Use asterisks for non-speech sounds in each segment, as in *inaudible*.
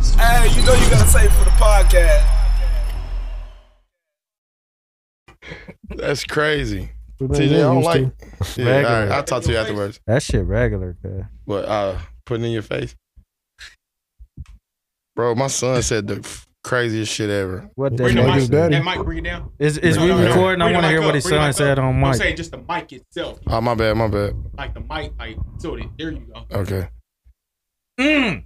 know you gotta say for the podcast. That's crazy. We been TJ, I don't used to. like. Yeah, all Regular. right, I'll talk to you afterwards. that shit regular, cuz. What? Uh, putting in your face, bro. My son said the f- craziest shit ever. What that Bring the nigga mic. said. That mic, bring it down. Is is No, we no, no. recording? I Bring the want to mic hear up, what his bring the son mic said up. on I'm mic. saying just the mic itself, Oh, my bad, my bad. like the mic, like tilt it. There you go. Okay. Mm,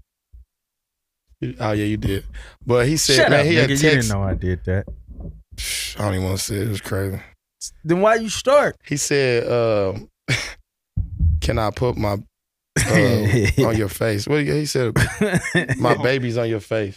Oh yeah, you did. But he said, shut man, up, he nigga. had You text. didn't know I did that. Psh, I don't even want to say it. It was crazy. Then why you start? He said, uh, *laughs* "Can I put my uh, on your face?" What he he said, *laughs* "My baby's on your face."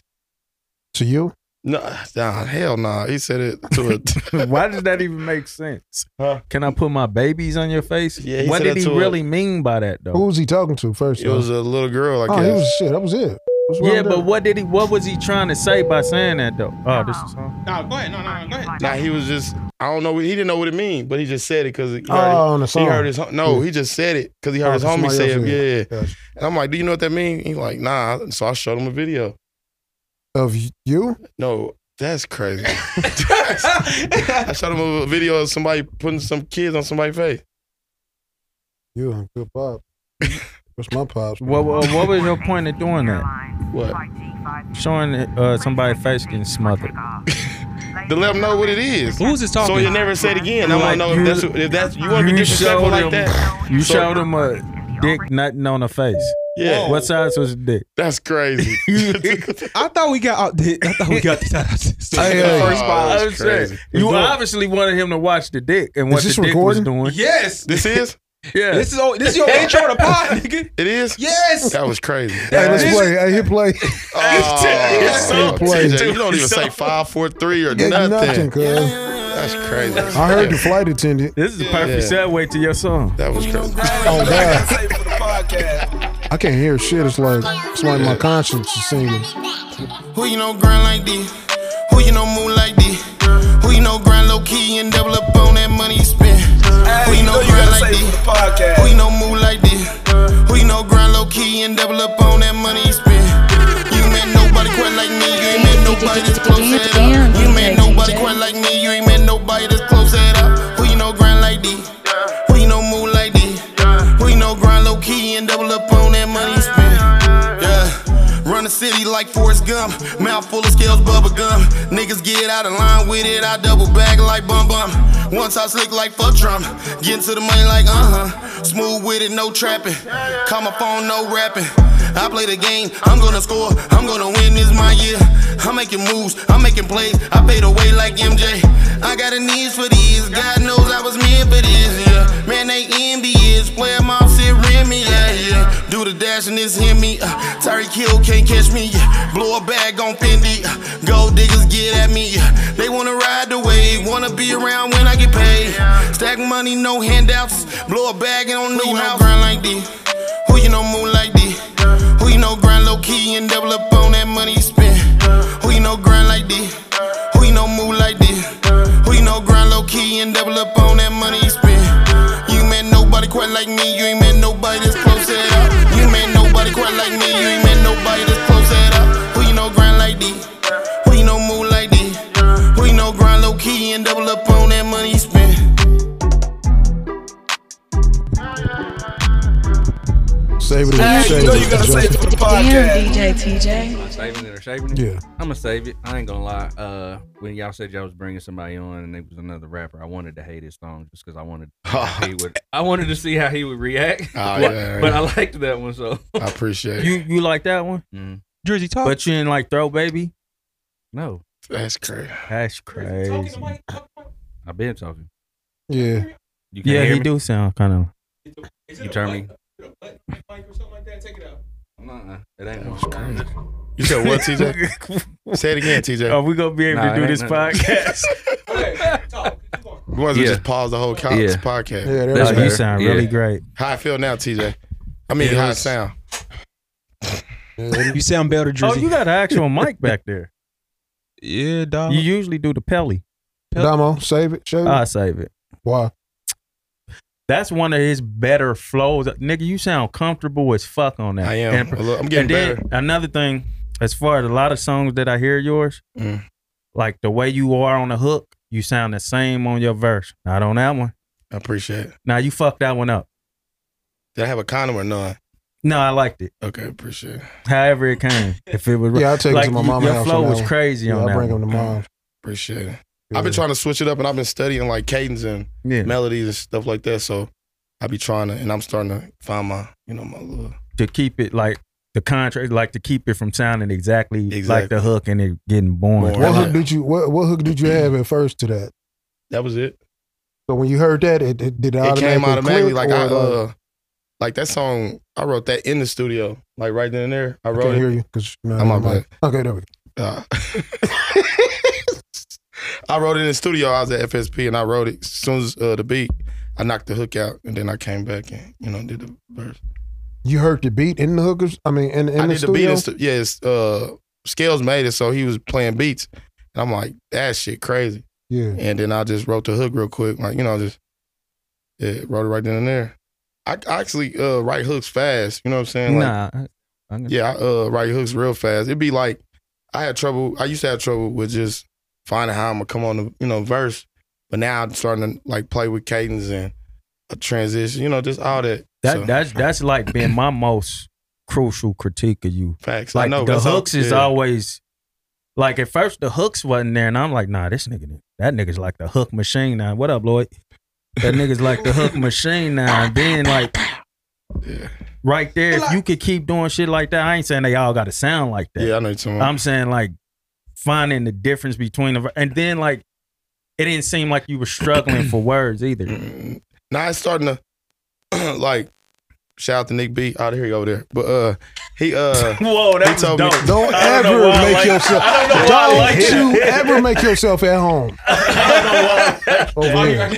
To you? No, nah, hell no. He said it to a. *laughs* Why does that even make sense? Huh? Can I put my babies on your face? Yeah, he what said did that he to a- really mean by that though? Who was he talking to first? it was a little girl, I oh, guess. he was shit. That was it. What's wrong yeah, with but that? what did he? What was he trying to say by saying that though? Oh, this is huh? Nah, go ahead. No, no, no, go ahead. Nah, he was just. I don't know. He didn't know what it mean, but he just said it because he, heard Oh, it. on the he song. heard his. hom- No, he just said it because he heard Oh, his 'cause homie say somebody it. else Yeah. said it. Gotcha. and I'm like, do you know what that mean? He's like, nah. So I showed him a video. Of you? No, that's *laughs* crazy. I showed him a video of somebody putting some kids on somebody's face. You and good pop. *laughs* What's my pops? What, what what was your point of doing that? What? Showing uh, somebody face getting smothered. *laughs* To let them know what it is. Who's this talking? So you never said again. I Like, want to know you- if that's if that's you want to you be disrespectful showed like him- *laughs* that. You So- showed him a dick nothing on the face. Yeah, What size was the dick? that's *laughs* crazy. *laughs* I thought we got out. I thought we got *laughs* this out. *laughs* Hey, The hey, first spot I'm was crazy. saying, You obviously wanted him to watch the dick and what the this dick recording? was doing. yes, This is Yeah. this is all, this *laughs* is your intro to pod, nigga. it is. Yes, That was crazy. hey, let's play. Hey, hit play. *laughs* Oh, so- TJ, you don't even say five, four, three, or Yeah, nothing. nothing, cuz. That's crazy. I heard the flight attendant. This is a perfect Yeah. segue to your song. That was crazy. *laughs* Oh, God. Say for the podcast. I can't hear shit. It's like, it's like my conscience is singing. Who you know grind like this? Who you know move like this? Who you know grind low key and double up on that money you spend? Hey, Who you know grind gotta like say for the this? podcast. Who you know move like this? Who you know grind low key and double up on that money you spend? You ain't met nobody quite like me. You ain't met nobody that's close at up. You ain't met nobody quite like me. You ain't met nobody that's close at up. Who you know grind like this? Who you know move like this? Who you know grind low key and double up on that money you spend? Yeah. Run the city like Forrest Gump. Mouth full of scales, bubble gum. Niggas get out of line with it. I double back like bum bum. Once I slick like fuck Trump. Get to the money like uh huh. Smooth with it, no trapping. Call my phone, no rapping. I play the game. I'm gonna score. I'm gonna win. This my year. I'm making moves. I'm making plays. I pay the way like MJ. I got a need for these. God knows I was meant for this. Yeah. Man, they envious. Play 'em off, sit rim me. Yeah, yeah. Do the dash and this hit me. Uh, Tyreek Hill can't catch me. yeah. Blow a bag on Fendi. Uh, gold diggers get at me. yeah. They wanna ride the wave. Wanna be around when I get paid. Stack money, no handouts. Blow a bag and on new house. Grind like this. Who you know move like this? Who you know grind low key and double up on that money you spend? Who you know grind like this? Who you know move like this? Who you know grind low key and double up on that money you spend? You ain't met nobody quite like me. You ain't met nobody that's close at up. You ain't met nobody quite like me. You ain't met nobody that's close at up. Who you know grind like this? Who you know move like this? Who you know grind low key and double up on that money you spend? Save it. Hey, Save you know you gotta say it. for the Damn, podcast. DJ TJ. Am I saving it or saving it? Yeah. I'm gonna save it. I ain't gonna lie. Uh, when y'all said y'all was bringing somebody on and it was another rapper, I wanted to hate his song just because I wanted he would. I wanted to see how he would react. *laughs* Oh, but, yeah, but yeah. I liked that one so. I appreciate You it. you like that one? Mhm. Jersey talk. But you didn't like Throw Baby? No, That's crazy. That's Talking crazy. to Mike. talk to Mike. I've been talking. Yeah. You can't Yeah, hear he me? do sound kind of. Is it You a turn button? me. Is it a button mic or something like that? Take it out. Nuh-uh. It ain't. That's no- crazy. You said what, *laughs* TJ? Say it again, TJ. *laughs* Are Um, we gonna be able Nah, to do it this ain't nothing. podcast? Go ahead. Talk. Keep going. You wasn't Yeah. just pause the whole co- Yeah. podcast. Yeah, there That's we Oh, go. you better. sound Yeah. really great. How I feel now, TJ? I mean, It how it was- sound? You sound better, Oh, Jersey. you got an actual mic back there. *laughs* yeah, dog. You usually do the Pelly. Damo, save it. Save it. I save it. Why? That's one of his better flows. Nigga, you sound comfortable as fuck on that. I am. And- A little- I'm getting and then better. another thing, as far as a lot of songs that I hear yours, Mm. like the way you are on the hook, you sound the same on your verse. Not on that one. I appreciate it. Now you fucked that one up. Did I have a condom or none? No, I liked it. Okay, appreciate it. However it *laughs* came, if it was Yeah, I take it like to my you- mama your house. flow for that was one. crazy Yeah, on I that. bring one. them to mom. Appreciate it. Yeah. I've been trying to switch it up and I've been studying like cadence and Yeah, melodies and stuff like that. So I be trying to, and I'm starting to find my, you know, my little. to keep it like the contract, like to keep it from sounding exactly, like Exactly. the hook and it getting boring. Boring. What Yeah. hook did you? What, what hook did you have at first to that? That was it. So when you heard that, it, it did it, it automatically came automatically. click, Like I, or, uh, uh, like that song, I wrote that in the studio, like right then and there. I I can't wrote hear it. you because I'm on bad. Okay, there we go. Uh, *laughs* I wrote it in the studio. I was at FSP and I wrote it. As soon as uh, the beat, I knocked the hook out and then I came back and you know did the verse. You heard the beat in the hookers. I mean, in, in I the did studio. the beat. And stu- yeah, it's, uh, Scales made it, so he was playing beats, and I'm like, that shit crazy. *laughs* yeah, And then I just wrote the hook real quick, like you know, just yeah, wrote it right then and there. I, I actually uh, write hooks fast. You know what I'm saying? Like, Nah, I- I'm yeah, I uh, write hooks real fast. It'd be like I had trouble. I used to have trouble with just finding how I'm gonna come on the you know verse, but now I'm starting to like play with cadence and a transition. You know, just all that. That So, that's that's like been my most crucial critique of you. facts. Like I know the that's all- hooks is yeah. always like at first the hooks wasn't there, and I'm like, nah, this nigga, that nigga's like the hook machine now. What up, Lloyd? That nigga's like the hook machine now. And then like Yeah. right there, if you could keep doing shit like that, I ain't saying they all got to sound like that. Yeah, I know you're talking about. I'm saying like finding the difference between the and then like it didn't seem like you were struggling for words either. Mm. Now it's starting to *clears throat* like shout out to Nick B. Oh, there he over there. But uh he uh Whoa, He that was told me- dope. don't I don't know ever why I make like- *laughs* yourself. I *laughs* don't know why *laughs* I Don't like you that. ever make yourself at home. Over here.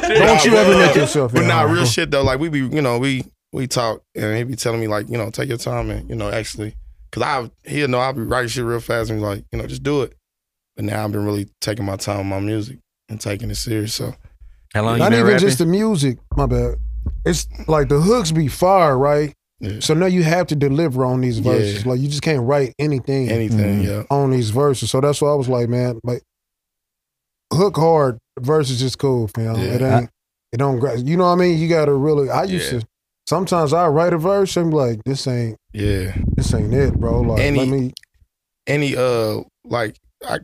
Don't you ever make yourself at but nah, home. real shit though. Like we be, you know, we we talk and he be telling me like, you know, take your time and you know, actually, cause I he'll know I'll be writing shit real fast and be like, you know, just do it. But now I've been really taking my time with my music and taking it serious. So How long you Not been even rapping? just the music. My bad. It's like the hooks be fire, right? yeah, So now you have to deliver on these Yeah. verses. Like you just can't write anything anything, yeah. on these verses. So that's why I was like, man, like hook hard verses is cool, fam. It Yeah. ain't. It don't. gra- You know what I mean? You gotta really. I used Yeah. to. Sometimes I write a verse and be like, this ain't. Yeah. This ain't it, bro. Like And let he- me. Any uh like I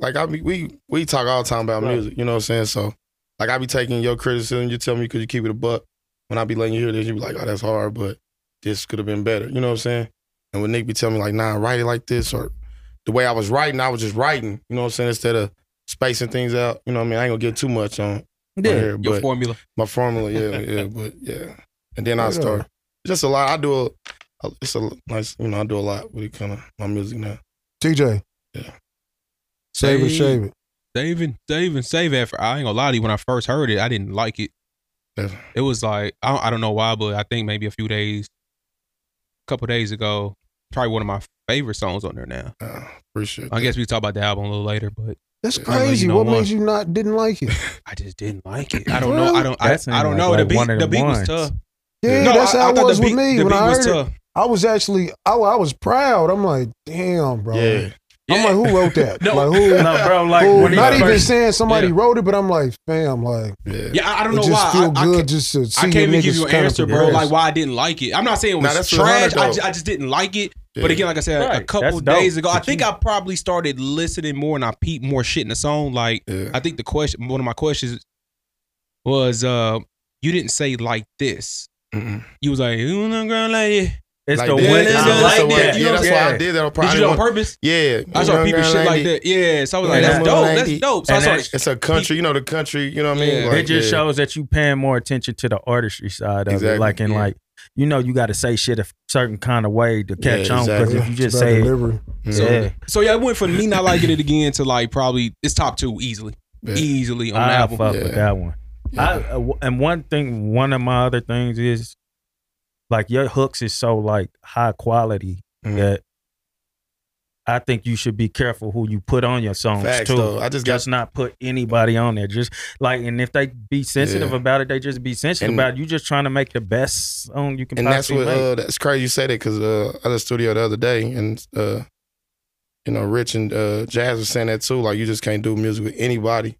like I be, we we talk all the time about music, you know what I'm saying? So like I be taking your criticism, you tell me because you keep it a buck. When I be letting you hear this, you be like, oh, that's hard, but this could have been better. You know what I'm saying? And when Nick be telling me like, nah, write it like this, or the way I was writing, I was just writing. You know what I'm saying? Instead of spacing things out. You know what I mean? I ain't gonna get too much on, on here, Your but formula. my formula, *laughs* yeah, yeah, but yeah. And then I Yeah. start just a lot. I do a, a- it's a nice, you know, I do a lot with it kind of my music now. TJ. Yeah. Save it, Save- shave it. Saving, saving, save effort. I ain't gonna lie to you. When I first heard it, I didn't like it. Yeah. It was like I don't, I don't know why, but I think maybe a few days, a couple days ago, probably one of my favorite songs on there now. Uh, appreciate. I guess we talk about the album a little later, but That's Yeah. crazy. know what what? made you not didn't like it? I just didn't like it. I don't know. I don't. I, That seemed I don't like- know. like the beat, one of the the beat was ones. tough. Yeah, No, that's I- I how it thought was the beat, with me The when beat I was heard it. tough. I was actually I, I was proud. I'm like, damn, bro. Yeah, I'm like, who wrote that? No. Like who? No, bro, *laughs* like who- when he not even first- saying somebody Yeah. wrote it, but I'm like, fam, like yeah. Yeah, I, I don't it know just why. feel I, I good can't- just to see I can't even your give you niggas an kinda answer, bro. progress. Like why I didn't like it. I'm not saying it was Nah, that's trash. 100 I though. just, I just didn't like it. yeah. But again, like I said, a Right, couple that's dope. days ago, I But think you- I probably started listening more and I peeped more shit in the song. Like yeah. I think the question, one of my questions was, uh, you didn't say like this. Mm-mm. You was like, you know, girl, like, yeah. It's Like the that. way Yeah, That's I the- that's like the way- that. You Yeah, know that's what I'm why I saying? did that. on did probably you do it on one- purpose? Yeah, I You know, started peeping shit like like that. Yeah, so I was Yeah, like, that's that's what dope. I That's did. dope. So I And started. It's a country, you know, the country. You know what I mean? Yeah. Like, it just yeah. shows that you paying more attention to the artistry side of Exactly. it. Like and Yeah. like, you know, you got to say shit a certain kind of way to catch Yeah, on. Because exactly. Yeah, if you it's just about say, it, delivery. Mm. So, Yeah. so yeah, it went from me not liking it again to like probably it's top two easily, Yeah. easily on the I album. fuck Yeah. with that one. I, uh, w- and one thing, one of my other things is, like your hooks is so like high quality Mhm. that I think you should be careful who you put on your songs Facts too. though. I just got just not put anybody on there. Just like, and if they be sensitive Yeah. about it, they just be sensitive And- about it. You just trying to make the best song you can and that's possibly what make. uh, that's crazy you say that because uh, I was at the studio the other day and uh, you know, Rich and uh, Jazz was saying that too. Like, you just can't do music with anybody.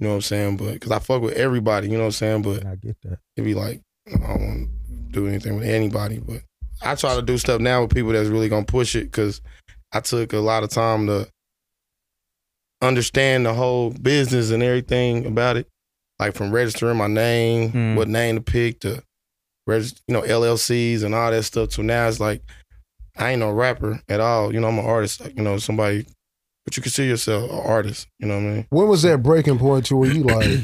You know what I'm saying? But because I fuck with everybody, you know what I'm saying? But I get that. it'd be like, I don't want to do anything with anybody. But I try to do stuff now with people that's really going to push it because I took a lot of time to understand the whole business and everything about it. Like from registering my name, Mm. what name to pick, to register, you know, LLCs and all that stuff. So now it's like, I ain't no rapper at all. You know, I'm an artist, you know, somebody, but you consider yourself an artist. You know what I mean? When was that breaking point to where you like,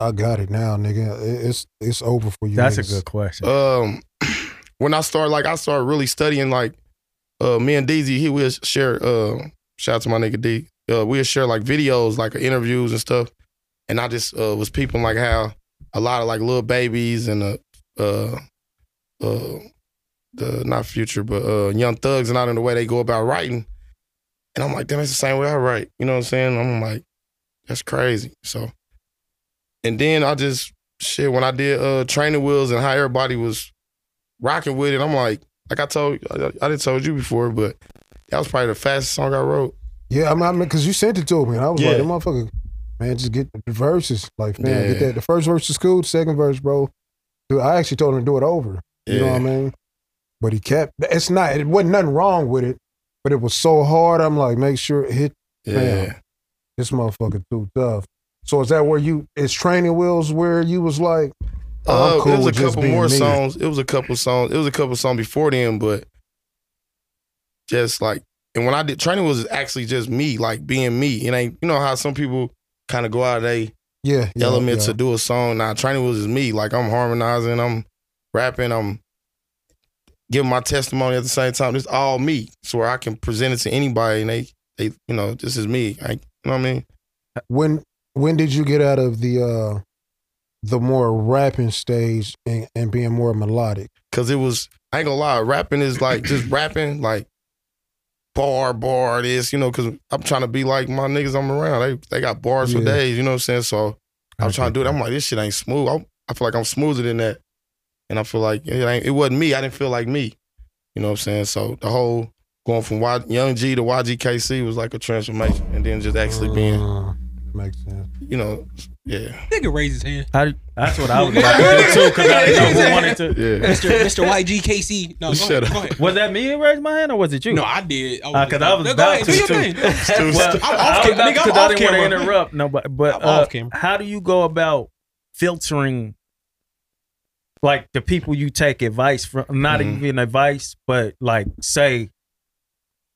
I got it now, nigga. It- It's it's over for you. That's a niggas. good question. um *clears throat* when I started like I started really studying like uh me and DZ he will share uh shout out to my nigga D uh we'll share like videos like uh, interviews and stuff and I just uh was peeping like how a lot of like little babies and uh uh uh the not future but uh young thugs and out in the way they go about writing and I'm like damn it's the same way I write you know what I'm saying I'm like that's crazy so and then I just shit, when I did uh training wheels and how everybody was rocking with it, I'm like, like I told, I, I did told you before, but that was probably the fastest song I wrote. Yeah, I'm not because you sent it to me, and I was Yeah. like, "That motherfucker, man, just get the verses. Like, man, get Yeah. that. The first verse is cool. The second verse, bro. Dude, I actually told him to do it over. You know what I mean? But he kept. It's not. It wasn't nothing wrong with it, but it was so hard. I'm like, make sure it hit yeah, this motherfucker too tough. So is that where you? Is training wheels where you was like, oh, I'm Uh, cool it was with a just couple being more me. songs. It was a couple songs. It was a couple songs before then, but just like, and when I did training was actually just me, like being me. It ain't, you know how some people kind of go out of they yeah, yeah, element yeah. to do a song. Now training was just me. Like I'm harmonizing, I'm rapping, I'm giving my testimony at the same time. It's all me. So where I can present it to anybody and they they you know, this is me. I you know what I mean? when when did you get out of the uh the more rapping stage and, and being more melodic? Cause it was I ain't gonna lie, rapping is like *clears throat* just rapping, like bar, bar this, you know, cause I'm trying to be like my niggas I'm around. They they got bars for Yeah. days, you know what I'm saying? So I'm trying to do it. I'm like, this shit ain't smooth. I'm, I feel like I'm smoother than that. And I feel like it, ain't, it wasn't me. I didn't feel like me. You know what I'm saying? So the whole going from y, Young G to YGKC was like a transformation. And then just actually being, Uh, makes sense. you know, *laughs* yeah. Nigga raise his hand. I, that's what I was about to do too, because I didn't know who wanted to. Yeah. *laughs* *laughs* Mr. Mr. YGKC. No, go, Shut ahead, up. *laughs* go ahead. Was that me that raised my hand, or was it you? No, I did. I because Ah, I was No, go about ahead, to do your too. thing. Too- *laughs* Well, I'm I off was cam- about- nigga, I'm 'cause off I didn't want camera. to interrupt nobody. But I'm off uh, camera. how do you go about filtering, like the people you take advice from? Not Mhm. even advice, but like say,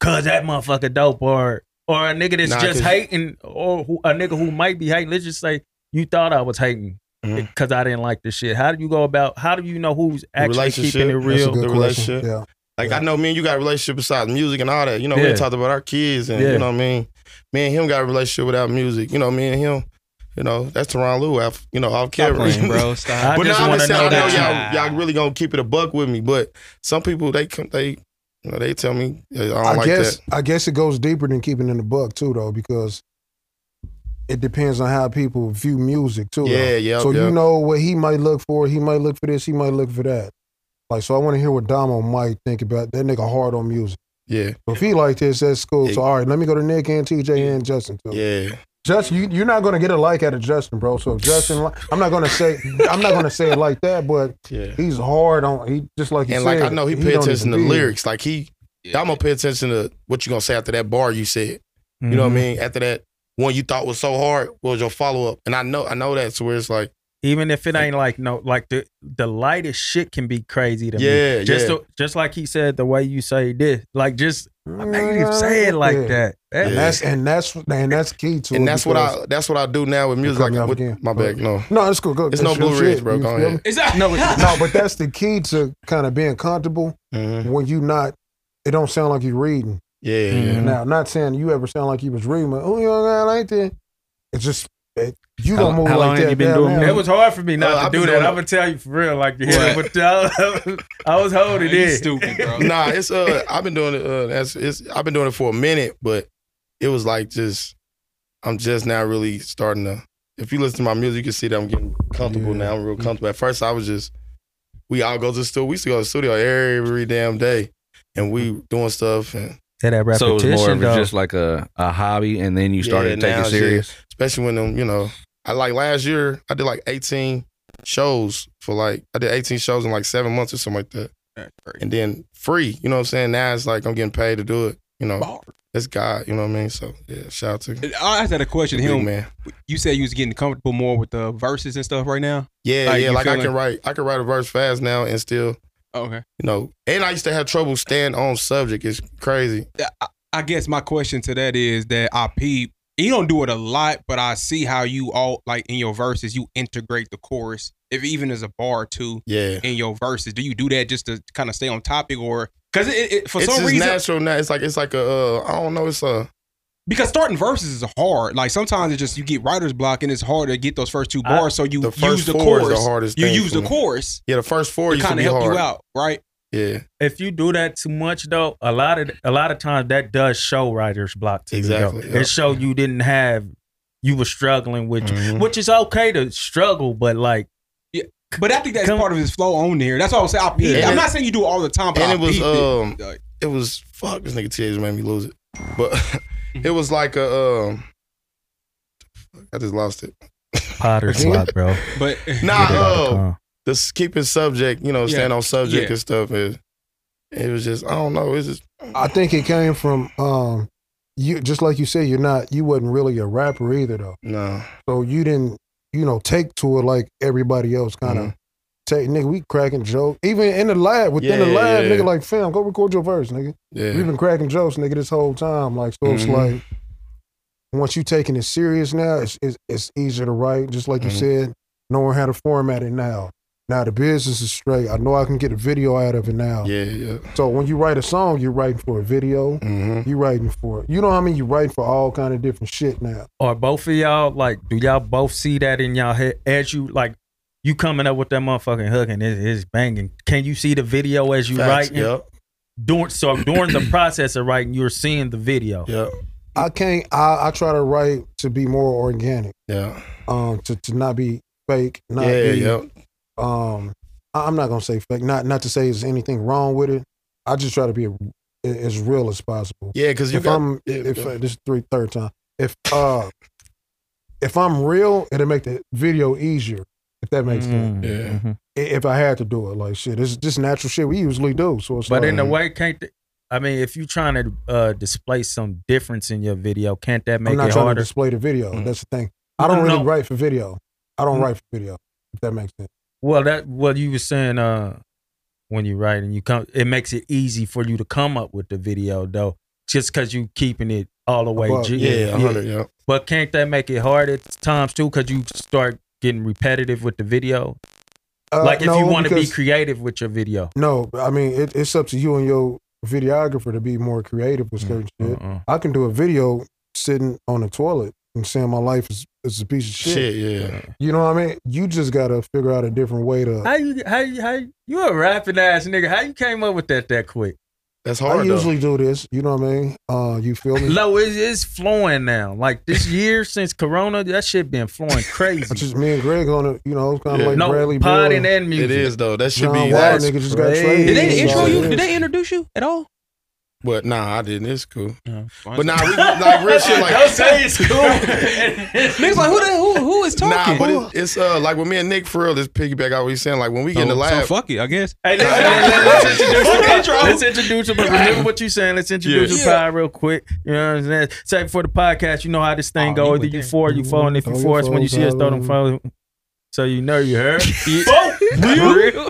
cause that motherfucker dope, or or a nigga that's Nah, just 'cause- hating, or who, a nigga who might be hating. Let's just say you thought I was hating. Mhm. Because I didn't like this shit. How do you go about? How do you know who's actually keeping it relationship. That's That's a real? good the question. relationship. Yeah. Like I know me and you got a relationship besides music and all that. You know, we Yeah. talked about our kids and Yeah. you know what I mean. Me and him got a relationship without music. You know, me and him, you know, that's Teron Lou af- you know, off Stop camera. playing, bro. *laughs* Stop. I but just now I'm wanna just saying, know I know that- y'all y'all really gonna keep it a buck with me. But some people they come they you know, they tell me I don't I like guess that. I guess it goes deeper than keeping in the buck too, though, because it depends on how people view music too. though. Yeah, yeah. so yeah. you know what he might look for. He might look for this. He might look for that. Like, so I want to hear what Domo might think about that nigga hard on music. Yeah. So if he like this, that's cool. So all right, let me go to Nick and TJ and Justin too. Yeah. Justin, you, you're not gonna get a like out of Justin, bro. So if Justin, li- I'm not gonna say I'm not gonna say it like that, but Yeah. he's hard on. He just like you And said, like I know he don't paid attention to even be. lyrics. Like he I'm gonna pay attention to what you gonna say after that bar you said. You Mm-hmm. Mm-hmm. know what I mean? After that one you thought was so hard, what was your follow up? And I know I know that's where it's like, even if it ain't like no like the the lightest shit can be crazy to me. Yeah, Just yeah. the- just like he said, the way you say this, like just I made him say it like Yeah. that. That- And Yeah. that's and that's and that's key to it. and that's what because- I that's what I do now with music. cut me Like off with, again. my Go bag, no. No, it's cool. Go, It's no your Blue Ridge, shit, bro. *laughs* you Go feel ahead. me? Is that no? No, but that's the key to kind of being comfortable Mhm. Mm-hmm. when you not. It don't sound like you reading. Yeah, yeah. Mm-hmm. Mhm. Now, not saying you ever sound like you was reading, but oh, you know, I like that. It's just it, you How- gonna move how like long that. have you been down doing there. that? It was hard for me not Uh, to I've do been that. doing I'm gonna tell you for real, like yeah, but I, *laughs* I was holding You it. stupid, *laughs* bro. Nah, it's uh I've been doing it uh that's it's I've been doing it for a minute, but it was like just I'm just now really starting to if you listen to my music, you can see that I'm getting comfortable Yeah. now. I'm real comfortable. At first I was just we all go to the studio. We used to go to the studio every damn day and we doing stuff and Yeah, that repetition, So it was more of though. a, just like a, a hobby, and then you started Yeah, taking now it it's serious. especially when them, you know, I like last year I did like 18 shows for like I did 18 shows in like seven months or something like that. And then free, you know what I'm saying? Now it's like I'm getting paid to do it. You know, it's God, you know what I mean? So yeah, shout out to the I asked that a question to big him. man. You said you was getting comfortable more with the verses and stuff right now. Yeah, Like, yeah. you Like I feeling- can write I can write a verse fast now and still, Okay. you know, and I used to have trouble staying on subject. It's crazy. I, I guess my question to that is that I peep. You don't do it a lot, but I see how you all like in your verses you integrate the chorus, if even as a bar or two Yeah. in your verses. Do you do that just to kind of stay on topic, or because it, it, for it's some just reason natural now. It's like it's like a uh, I don't know, it's a because starting verses is hard. Like sometimes it's just you get writer's block and it's hard to get those first two I- bars. so you the use first the four chorus. is the hardest you thing use for the me. chorus Yeah, the first four to used to kind be of help hard. you out, right? Yeah. if you do that too much though, a lot of a lot of times that does show writer's block to Exactly, you. though. yeah. It show you didn't have you were struggling with, Mm-hmm. which is okay to struggle, but like But I think that's Come- part of his flow on there. That's all I'm saying. I peep. Yeah. I'm not saying you do it all the time, but and I it was peep um Like- it was fuck this nigga TH made me lose it. But *laughs* it was like a um I just lost it. Potter's Yeah. Lot, bro. But *laughs* Nah, Get it out of uh, con. The s- keeping subject, you know, Yeah. staying on subject Yeah. and stuff is it was just I don't know, it's just I think it came from um, you. Just like you said, you're not. You wasn't really a rapper either, though. no. So you didn't, you know, take to it like everybody else. Kind of Mm-hmm. Mhm. take, nigga. We cracking jokes, even in the lab. Yeah, Within the yeah, lab, yeah, yeah. nigga. Like, fam, go record your verse, nigga. We've Yeah. been cracking jokes, nigga, this whole time. Like, so it's Mhm. like, once you taking it serious now, it's it's, it's easier to write. Just like Mhm. you said, knowing how to format it now. Now the business is straight. I know I can get a video out of it now. Yeah, yeah. So when you write a song, you're writing for a video. hmm You writing for you know what I mean. You writing for all kind of different shit now. Are both of y'all like? Do y'all both see that in y'all head as you like? You coming up with that motherfucking hook and it is banging. Can you see the video as you Facts, writing? yep, During so during the process of writing, you're seeing the video. yep, I can't. I, I try to write to be more organic. yeah, Um, to, to not be fake. Not yeah, be, yep. um I- I'm not gonna say fake. Not not to say there's anything wrong with it. I just try to be a, as real as possible. Yeah, because you if got I'm yeah, if yeah. uh, this is three third time. If uh if I'm real, it'll make the video easier. If that makes sense. Mm, Yeah. mhm. I- If I had to do it, like shit, it's just natural shit we usually do. So it's But like, in a way, can't th- I mean if you're trying to uh, display some difference in your video, can't that I'm make not it trying harder? to display the video. Mm. That's the thing. I don't really No. write for video. I don't Mm. write for video. If that makes sense. well, that what you were saying uh, when you write and you come, it makes it easy for you to come up with the video though, just because you keeping it all the way. Above, G- yeah, hundred, yeah. But can't that make it hard at times too? Because you start getting repetitive with the video. Uh, like if no, you want to be because- creative with your video. No, I mean it, it's up to you and your videographer to be more creative with certain shit. Uh-uh. I can do a video sitting on a toilet and saying my life is, is a piece of shit. Shit, yeah. You know what I mean? You just gotta figure out a different way to. How you how you how you, you a rapping ass nigga? How you came up with that that quick? That's I, hard though. usually do this. You know what I mean? Uh, you feel me? No, it's, it's flowing now. Like this year since Corona, that shit been flowing It's crazy. just me and Greg on *laughs* it. You know, kind of Yeah. like no Bradley Bill podding and and music. it is though. That should John be Wall. that's, Nigga just got crazy. traded. Did they Yeah. intro you? Yeah. Did they introduce you at all? But nah, I didn't. It's cool. But But nah, we, like *laughs* real shit. Like Don't say it's *laughs* cool. niggas like who the, who who is talking? Nah, but it, it's uh like with me and Nick for real, this piggyback out what he's saying. Like when we get in the Oh, So- lab, so fuck it, I guess. Hey, let's, let's, let's introduce the pod. Let's introduce the pod. Remember what you saying. Let's introduce the pod real quick. You know what I'm saying? Say before the podcast, you know how this thing Oh, goes. you Either went you there. for, or you for, and if you Throw your for us, when you see us, throw them phones. So you know you heard. real.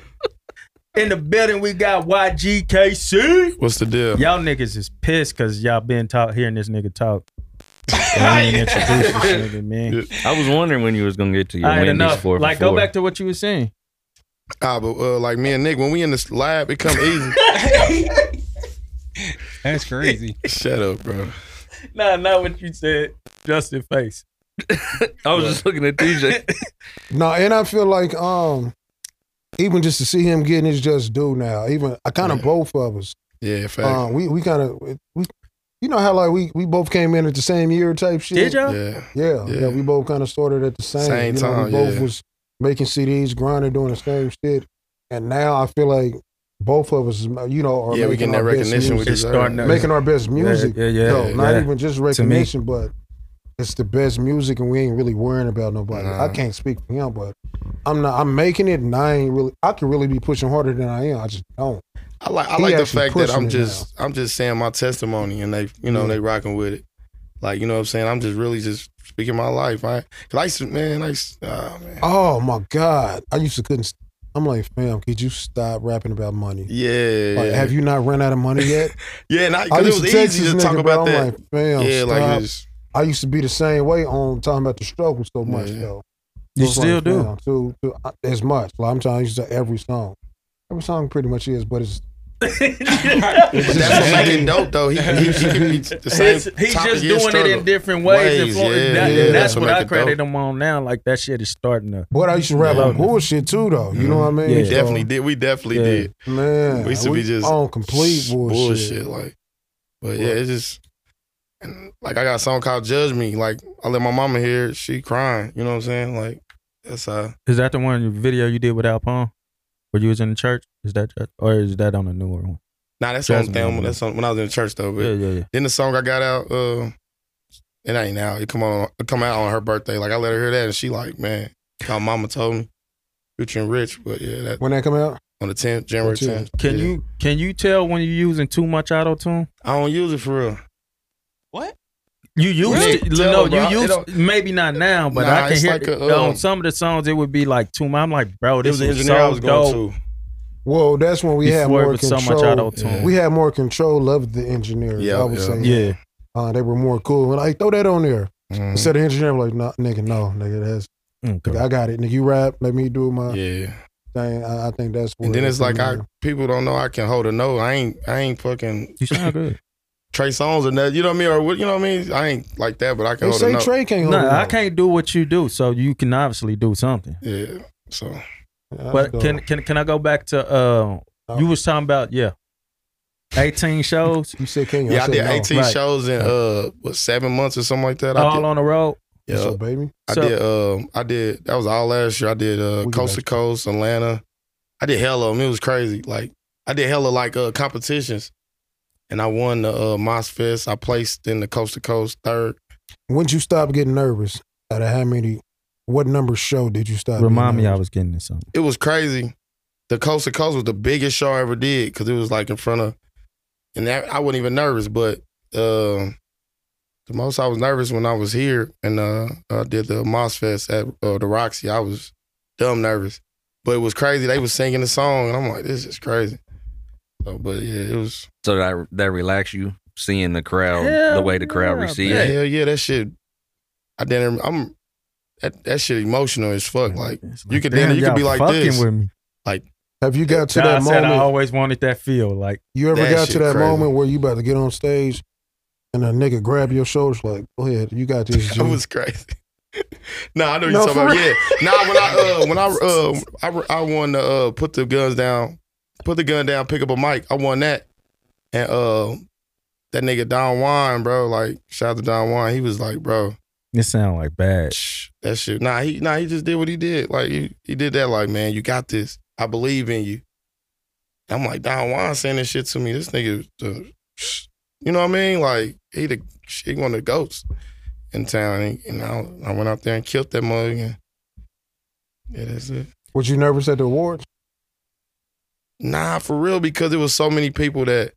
In the building, we got YGKC. what's the deal? Y'all niggas is pissed because y'all been talk hearing this nigga talk. And I ain't introduced this nigga, man. I was wondering when you was gonna get to your I ain't Wendy's enough. four for Like, go four. back to what you were saying. Ah, but uh, like me and Nick, when we in this lab, it come *laughs* easy. That's *laughs* crazy. Shut up, bro. Nah, not what you said. Justin face. I was just looking at TJ. No, and I feel like um, even just to see him getting his just due now. Even I kind of Yeah. both of us. Yeah, fact. Um, we we kind of we, you know how like we we both came in at the same year type shit. Did y'all? yeah, Yeah, yeah, Yeah. we both kind of started at the same, Same you know, time, We both yeah. was making CDs, grinding, doing the same shit, and now I feel like both of us, you know, are Yeah, we making getting that our best recognition with music. It's this. uh, starting to- making our best music. yeah, yeah, though. not yeah. even just To me. recognition, but it's the best music, and we ain't really worrying about nobody. Nah. I can't speak for him, but I'm not. I'm making it, and I ain't really. I could really be pushing harder than I am. I just don't. I like I He like the actually fact that pushing I'm it just I'm just saying my testimony and they you know they rocking with it, like you know what I'm saying I'm just really just speaking my life. I cause I used to, man I used, oh man Oh my god! I used to couldn't. st- I'm like, fam, could you stop rapping about money? yeah Like, have you not run out of money yet? yeah and I, I *laughs* cause it used to was text easy this to nigga, talk bro. about I'm that like, fam, yeah stop. like it's, I used to be the same way on talking about the struggle so much Yeah. though. You It was still do. fam, to, to, uh, as much. Like I'm trying to use it to every song. Every song pretty much is, but it's but that's what make it dope though. He, he, he can be the same. It's- he's type of just year doing it struggle. in different ways. Ways, and flo- yeah, that- yeah, that's that's what what I make it credit dope. him on now. Like that shit is starting to. But I used to rap Yeah. on bullshit too, though. You know what I mean? Yeah. Mm-hmm. We definitely did. We definitely Yeah. did. So, man. We used to be just on complete bullshit. Like, but yeah, it's just and like I got a song called "Judge Me." Like I let my mama hear, it, she crying. You know what I'm saying? Like that's uh Is that the one video you did with Al Pone, where you was in the church? Is that or is that on a newer one? nah. That's Jasmine, on them. yeah. That's on when I was in the church though. But Yeah, yeah, yeah. then the song I got out, uh, it ain't now. It come on, it come out on her birthday. Like I let her hear that, and she like, man, my mama told me. Future and rich, but yeah, that When that come out? on the 10th, January Future. 10th. Can Yeah. you can you tell when you're using too much auto tune? I don't use it for real. You used Really? it, Tell no, him, you bro. It used don't- maybe not now, but Nah, I can it's hear like a, it. on um, some of the songs it would be like too much. I'm like, bro, It was this an is engineer I so was going dope. to. Well, that's when we had Before it more was so control. much auto-tune. We had more control of the engineer. Yeah, I would yeah. say. Yeah, Uh, they were more cool. And like, throw that on there. Mhm. Instead of engineer, I'm like, nah, nigga, no, nigga, that's okay. nigga, I got it. Nigga, you rap, let me do my Yeah. thing. I, I think that's what And then it's like I man. people don't know I can hold a note. I ain't I ain't fucking *laughs* you sound good. Trey Songz or nothing. You know what I mean? Or what you know what I mean? I ain't like that, but I can They hold a say note. Trey can't No, hold it I up. can't do what you do, so you can obviously do something. yeah. So That's But dope. can can can I go back to uh you was talking about yeah. *laughs* 18 shows you said can you? yeah, I said did no. 18 Right. shows in uh what seven months or something like that. I all did, on the road. Yeah. yeah, baby. I So- did um I did that was all last year. I did uh We got coast to you. coast, Atlanta. I did hella. of 'em. It was crazy. Like I did hella like uh competitions. And I won the uh Moss Fest. I placed in the coast to coast third. When did you stop getting nervous? Out of how many, what number show did you stop? Remind me getting I nervous? was getting this something. it was crazy. The Coast to Coast was the biggest show I ever did because it was like in front of, and that, I wasn't even nervous. But um the most I was nervous when I was here and uh, I did the Moss Fest at uh, the Roxy. I was dumb nervous, but it was crazy. They was singing the song, and I'm like, this is crazy. So, but yeah, it was So that that relax you seeing the crowd, Hell the way the crowd yeah, received. yeah, it. hell yeah, that shit. I didn't. I'm that, that shit emotional as fuck. Like It's you could then damn, you could be y'all like fucking this. with me. Have you got to Nah, I that said I moment? always wanted that feel. Like You ever That got to shit that crazy. moment where you about to get on stage and a nigga grab your shoulders like, go ahead, you got this. *laughs* G. That was crazy. no, I know you're No, talking for about. Yeah. Nah, when I uh, when I uh, I re- *laughs* I won the uh, put the guns down, put the gun down, pick up a mic. I won that, and uh, that nigga Don Juan, bro. Like shout out to Don Juan. He was like, bro, it sound like bad. shh, that shit. Nah, he nah he just did what he did. Like he, he did that. Like man, you got this. I believe in you. I'm like Don Juan saying this shit to me. This nigga, uh, shh. you know what I mean? Like he the he one of the goats in town. And, and I, I went out there and killed that mug. And yeah, that's it. Was you nervous at the awards? Nah, for real, because it was so many people that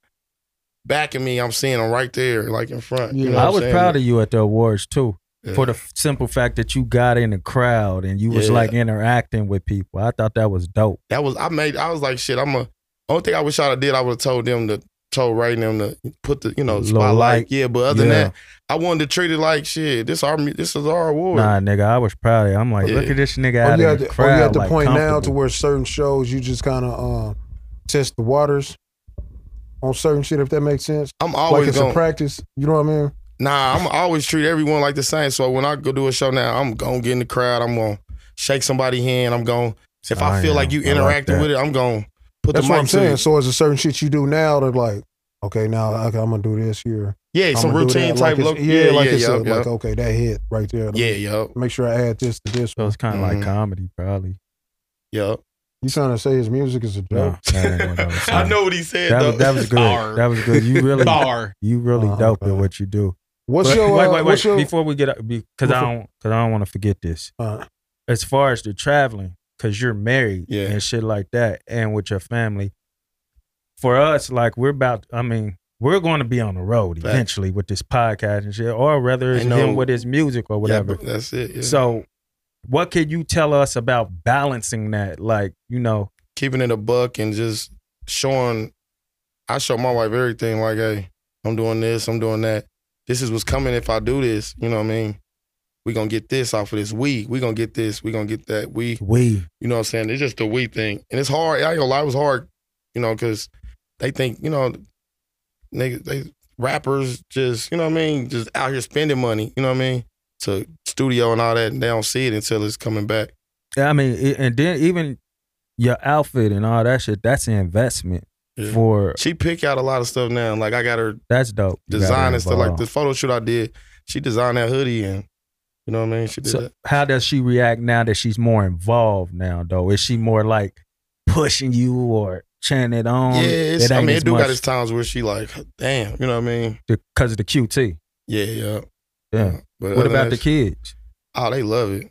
backing me. I'm seeing them right there, like in front. Yeah. You know I what was I'm proud of you at the awards too. saying? For the f- simple fact that you got in the crowd and you was Yeah. like interacting with people. I thought that was dope. That was I made. I was like, shit. I'm a. Only thing I wish I'd have did, I would have told them to told writing them to put the you know Little spotlight. light. Yeah, but other Yeah. than that, I wanted to treat it like shit. This our mu- this is our award. Nah, nigga, I was proud of you. I'm like, Yeah. look at this nigga Or out Oh, you in at the the, crowd. or you at the like, point now to comfortable. where certain shows you just kind of um, test the waters on certain shit, if that makes sense? I'm always like it's going. a practice, you know what I mean? nah, *laughs* I'm always treat everyone like the same. So when I go do a show now, I'm gonna get in the crowd. I'm gonna shake somebody's hand. I'm gonna. If I, I feel am. like you I like interacting that. with it, I'm gonna put That's the mic what I'm to saying. you. So is a certain shit you do now to like, okay, now okay, I'm gonna do this here. Yeah, I'ma some do routine that. type. Like look, it's- yeah, like it's a, yeah, like okay, that hit right there. Let me yeah, yeah, Make sure I add this to this. So one. it's kind of Mhm. like comedy, probably. yeah. You trying to say his music is a joke? No, that ain't what I *laughs* was I saying. know what he said That though. was, that *laughs* was good. Bar. That was good. You really, *laughs* Bar. you really Oh, dope in okay. what you do. What's But- your uh, wait, wait, wait. What's your, Before we get, because I Before- don't, because I don't want to forget this. uh, As far as the traveling, because you're married Yeah. and shit like that, and with your family. For us, like we're about. I mean, we're going to be on the road Facts. eventually with this podcast and shit, or whether it's Ain't no- him with his music or Yeah, whatever. but that's it. Yeah. So, what could you tell us about balancing that? Like, you know, keeping it a buck and just showing I show my wife everything like, hey, I'm doing this, I'm doing that. This is what's coming if I do this. You know what I mean? We gonna get this off of this. We we gonna get this. We gonna get that. We we you know what I'm saying? It's just the we thing. And it's hard. I ain't gonna lie, it was hard, you know, cause they think, you know, niggas they rappers just, you know what I mean, just out here spending money, you know what I mean? To studio and all that, and they don't see it until it's coming back. I mean, it, and then even your outfit and all that shit, that's an investment Yeah. for She pick out a lot of stuff now. Like I got her that's dope. You gotta design and stuff. Like involve. the photo shoot I did, she designed that hoodie and you know what I mean? She did So that. how does she react now that she's more involved now though? Is she more like pushing you or cheering it on? Yeah, it's, um, it I ain't mean, as it do much got its times where she like, damn, you know what I mean? because of the QT. Yeah, yeah. Yeah. But other What than about the that, kids? Oh, they love it.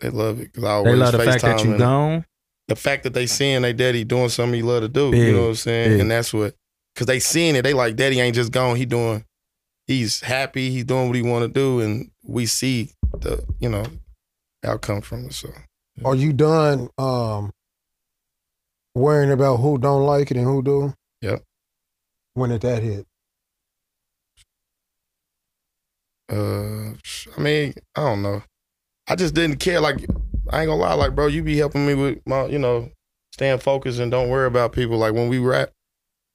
They love it. Cause I They always love the fact that FaceTime you and gone. The fact that they seeing they daddy doing something he love to do. Big, you know what I'm saying? big. And that's what, cause they seeing it. They like, daddy ain't just gone. He doing, he's happy. He's doing what he want to do. And we see the, you know, outcome from it. So are you done um, worrying about who don't like it and who do? Yep. When did that hit? Uh, I mean, I don't know. I just didn't care. Like, I ain't gonna lie. Like, bro, you be helping me with my, you know, staying focused and don't worry about people. Like when we rap,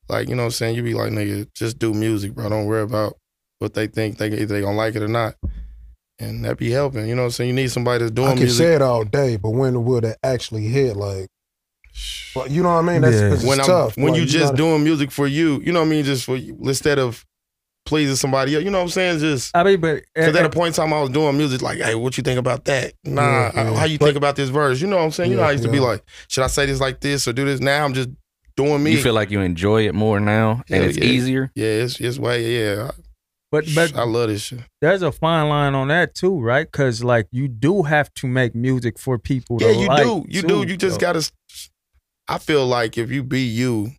like you know what I'm saying. You be like, nigga, just do music, bro. Don't worry about what they think. They either they gonna like it or not, and that be helping. You know what I'm saying. You need somebody that's doing I can music. say it all day, but when will that actually hit? Like, well, you know what I mean? That's Yeah. 'cause it's when I'm tough. when Like, you just gotta- doing music for you. You know what I mean. Just for you, instead of pleasing somebody else. You know what I'm saying. Just I mean, but eh, Because at a point in time, I was doing music like, hey, what you think about that? Nah, Yeah, yeah. Mm-hmm. I- how you think about this verse? You know what I'm saying? you know, Yeah, I used to be yeah. like, should I say this like this or do this? Now I'm just doing me. You feel like you enjoy it more now, and Hell it's yeah. easier. yeah, it's, it's way, yeah. but but I love this shit. there's a fine line on that too, right? Because like you do have to make music for people. Yeah, to you like, do. You too, do. You just got though. to. I feel like if you be you,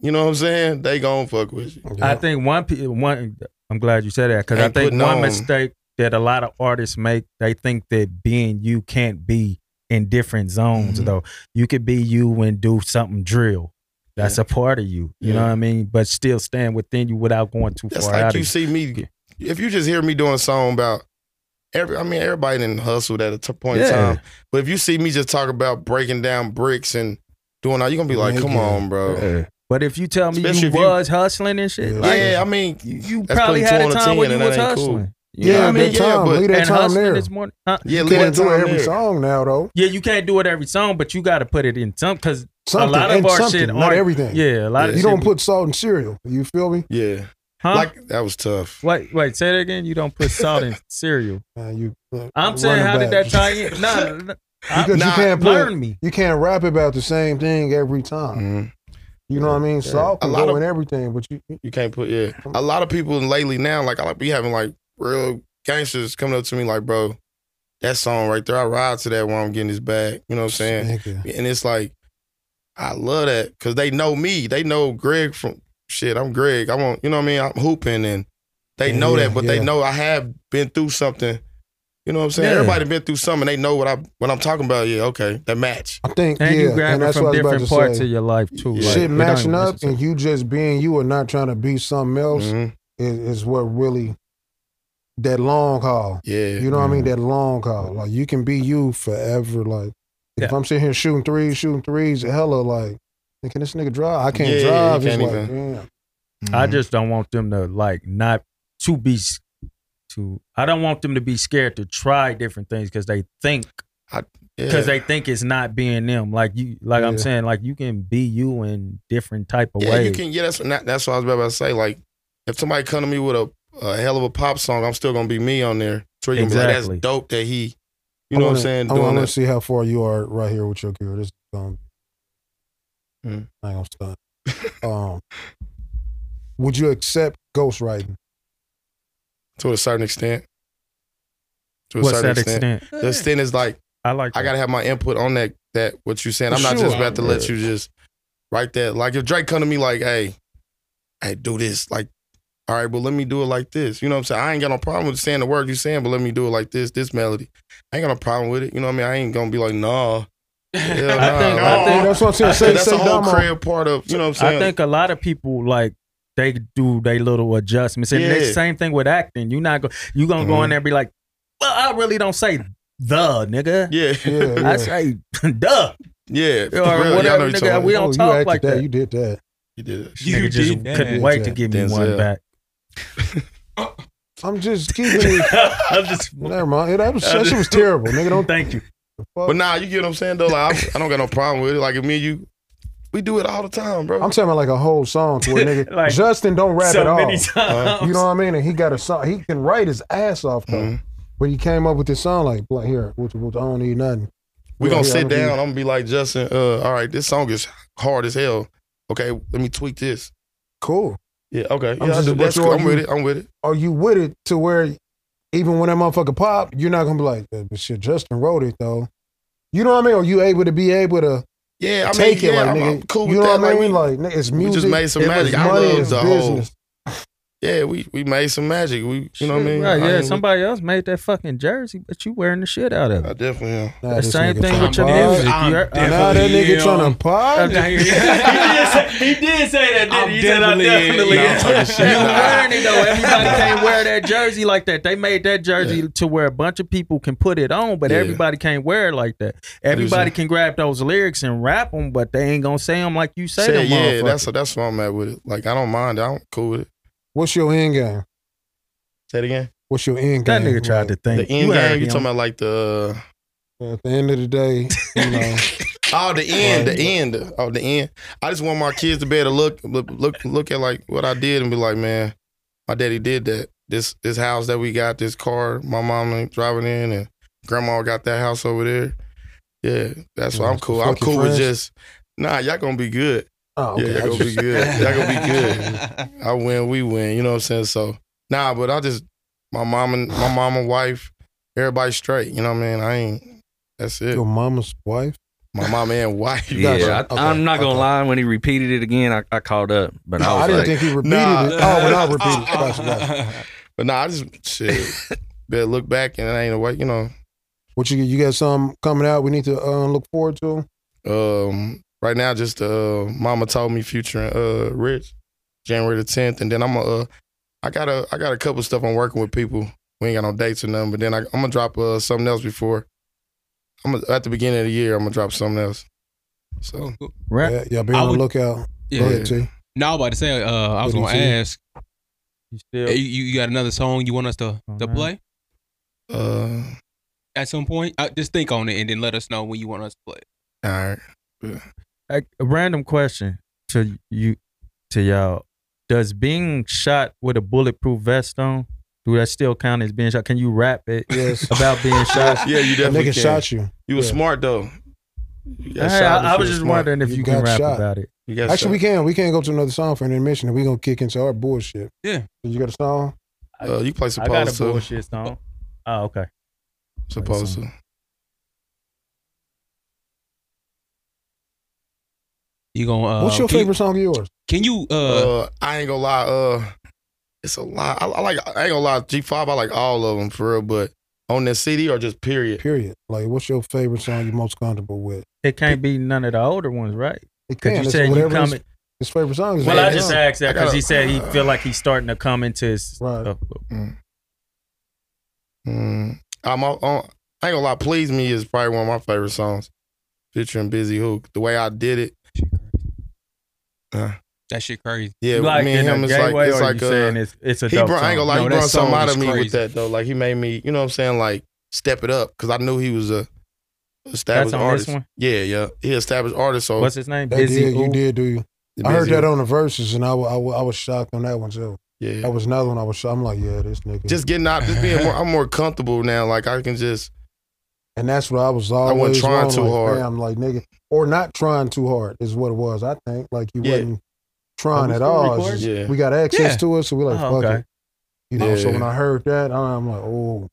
you know what I'm saying? They gon' fuck with you. I Yeah. think one pe- one. I'm glad you said that because I Ain't think putting one on. mistake that a lot of artists make, they think that being you can't be in different zones. Mhm. Though you could be you and do something drill. That's Yeah. a part of you. You know Yeah. what I mean? But still stand within you without going too That's far like out. you of see me. If you just hear me doing a song about every, I mean, everybody didn't hustled at a t- point in Yeah. time. But if you see me just talk about breaking down bricks and doing all, you're gonna be like, Yeah, come yeah. on, bro. Yeah, you. But if you tell me Especially you if you- was hustling and shit, Yeah. like I mean, you, you that's probably putting had two a on a time when you 10, and was that ain't cool. hustling. You know yeah, what I that mean? that time. but- leave that and time hustling there. is more. huh? yeah, You leave that can't do time every there. song now, though. Yeah, you can't do it every song, but you got to put it in some because Something, a lot of and our something, shit not aren't- everything. Yeah, a lot of You shit don't we- put salt in cereal. You feel me? Yeah, huh? like that was tough. Wait, wait, say that again. You don't put salt *laughs* in cereal. Uh, you, uh, I'm saying, running how did back. that tie in? Nah, nah, I- Because you Nah, can't put, learn me. you can't rap about the same thing every time. Mhm. You know what I mean? Salt A can lot go of- in everything, but you You can't put yeah. A lot of people lately now, like I be having like real gangsters coming up to me like, bro, that song right there, I ride to that while I'm getting this bag. You know what I'm saying? Nigga. And it's like, I love that because they know me. They know Greg from shit. I'm Greg. I'm on, you know what I mean? I'm hooping and they Yeah, know that, but yeah. they know I have been through something. You know what I'm saying? Yeah. Everybody been through something. They know what I what I'm talking about. Yeah, okay, that match. I think And yeah, you grab and it that's from what I was different about to parts say. of your life too. Yeah. like, it Shit don't matching up necessarily- and you just being you and not trying to be something else Mhm. is, is what really that long haul. Yeah, You know what I Mm-hmm. mean? That long haul. Like you can be you forever. Like if Yeah. I'm sitting here shooting threes, shooting threes, hella like, can this nigga drive? I can't Yeah, drive. you It's can't like, damn. I just don't want them to like not to be s- to. I don't want them to be scared to try different things because they think because they think it's not being them. Like you, like I'm Yeah. saying, like you can be you in different type of yeah, ways. you can. Yeah, that's not, that's what I was about to say. Like, if somebody come to me with a, a hell of a pop song, I'm still gonna be me on there. So you gonna be like, Exactly. that's dope that he. You You know what I'm saying? I Doing want to that. see how far you are right here with your career. This is um, Mm. I ain't gonna stunt. um, would you accept ghostwriting? To a certain extent. To a What's certain that extent. extent? The extent is like I like. I that. gotta have my input on that. That what you saying. I'm not just Sure. about to let you just write that. Like if Drake come to me like, hey, hey, do this. Like, all right, but let me do it like this. You know what I'm saying? I ain't got no problem with saying the word you saying, but let me do it like this. This melody. I ain't got no problem with it. You know what I mean? I ain't gonna be like, nah. Hell nah. *laughs* I think- Like, I think- that's what I'm Uh, saying. that's Say, that's say the whole Damo. crib part of. You know what I'm saying? I think a lot of people like they do they little adjustments. And Yeah. the same thing with acting. You not go you gonna go in there and be like, well, I really don't say the nigga. yeah, *laughs* Yeah, yeah. I say *laughs* duh. yeah. Or for real. Y'all whatever, know what you're nigga, talking we about. don't Oh, you talk acted like that. You did that. You did that. You nigga just did that. couldn't wait to give me Denzel. one back. I'm *laughs* just keeping it. I'm just Never mind. Yeah, That, was, that shit was terrible, nigga. Don't thank you. fuck. But nah, you get what I'm saying though. Like I, I don't got no problem with it. Like if me and you, we do it all the time, bro. I'm talking about like a whole song to *laughs* where nigga Like, Justin don't rap at so all. many Uh-huh. *laughs* times. You know what I mean? And he got a song. He can write his ass off though. Mhm. But he came up with this song like, "Blunt, here, what, what, I don't need nothing." we Yeah, gonna yeah, sit I'm here. down. I'm gonna be like Justin. Uh, all right, this song is hard as hell. Okay, let me tweak this. Cool. Yeah, okay. Yeah, I'm I just do. a That's bunch cool. of I'm with you. it. I'm with it. Are you with it to where even when that motherfucker pop, you're not gonna be like, "Eh, but shit, Justin wrote it though. You know what I mean? Are you able to be able to Yeah, I mean, take yeah, it like I'm, nigga? I'm cool with you know that. what I mean? Like, Like, nigga, it's we, we music. just made some it was magic. I money, love it's the whole. business. Yeah, we we made some magic. We, you know what I mean? Right, I yeah, ain't- somebody else made that fucking jersey, but you wearing the shit out of I it. definitely am. Nah, The this same nigga thing tryna with your pod. music. I'm You heard- definitely- Now that nigga Yeah. trying to pod. he did say that, didn't he? He said, "I definitely am." You *laughs* wearing it though. Everybody can't wear that jersey like that. They made that jersey to where a bunch of people can put it on, but Yeah. everybody can't wear it like that. Everybody can grab those lyrics and rap them, but they ain't gonna say them like you say Say, them. yeah, motherfucker. that's that's where I'm at with it. Like I don't mind. I'm cool with it. What's your end game? Say it again. What's your end that game? nigga tried to think. The end game. heard You him. talking about like the. uh, Like, At the end of the day, you *laughs* know, Oh, the end, Right. the end, oh, the end. I just want my kids to be able to look, look, look, look at like what I did and be like, man, my daddy did that. This, this house that we got, this car, my mom ain't driving in, and grandma got that house over there. Yeah, that's why I'm cool. I'm Fuck your cool with friends. just, nah, y'all gonna be good. oh, Yeah, okay. I y'all gonna be just- good. *laughs* Y'all gonna be good. I win, we win. You know what I'm saying? So, nah, but I just, my mom and my mom and wife, everybody straight. You know what I mean? I ain't. That's it. your mama's wife. My mom and wife. Yeah, Gotcha. I, Okay, I'm not gonna okay. lie. When he repeated it again, I, I called up, but I I, was didn't like, think he repeated Nah. it. Oh, *laughs* when I repeated it. Gotcha, gotcha. But nah, I just *laughs* shit. better look back and it ain't a way, you know. What you you got? Some coming out. We need to uh, look forward to. Um, right now, just uh, Mama told me Future and uh, Rich, January the tenth, and then I'm going uh, I got a I got a couple stuff I'm working with people. We ain't got no dates or nothing, but then I, I'm gonna drop uh, something else before. I'm gonna, at the beginning of the year. I'm gonna drop something else. So Right. Yeah, yeah, be I on the would- lookout. Go *laughs* Yeah. ahead, T. No, I was about to say. Uh, I What was do you gonna see? ask. You You, still- you got another song you want us to Oh, to man. play uh, at some point? Uh, just think on it and then let us know when you want us to play. it. all right. a, a random question to you to y'all does being shot with a bulletproof vest on do that still count as being shot can you rap it Yes. *laughs* about being shot Yeah, you That definitely can. nigga shot you. You was Yeah. smart though. You got Hey, shot, I, I but was you just smart. wondering if You you, can got rap shot. about it You got Actually, we shot. can. We can go to another song for an intermission, and we gonna kick into our bullshit. Yeah. You got a song? we Uh, you play i got a supposed to. bullshit song oh okay Supposed to. You gonna? Uh, What's your can you- favorite song of yours? Can you? Uh, uh, I ain't gonna lie. Uh, it's a lot. I, I like. I ain't gonna lie. G five. I like all of them for real. But on this CD or just period. Period. Like, what's your favorite song you're most comfortable with? it can't be none of the older ones right It because can. you It's said you whatever his, coming his favorite song is. well right i Right just now. asked that I gotta- because he said he feel like he's starting to come into his Right. uh, Mm. I'm on. on- I ain't gonna lie. Please me is probably one of my favorite songs, featuring Busy Hook. The way I did it. that shit crazy. Yeah, like me and in him. a It's gay like way it's or like you saying uh, it's, it's a he dope brought. I ain't gonna song? lie. No, he that brought something song out of is me with crazy. that though. Like he made me. You know what I'm saying? Like step it up because I knew he was a established on this artist. one? Yeah, yeah. He established artist. So what's his name They did. You Ooh. did. Do you? Busy I heard Hook. uh, that on the verses, and I, wa- I, wa- I was shocked on that one too. Yeah. That was another one I was. sho- I'm like, yeah, this nigga. just getting out, just being more. I'm more comfortable now. Like I can just And that's what I was wasn't always trying wrong, too like, hard. Damn, like nigga, or not trying too hard is what it was. I think like you Yeah. wasn't trying we at still all. It's recording? just- Yeah. We got access Yeah. to it, so we like Oh, fuck okay. it. You know. So Yeah. when I heard that, I'm like, oh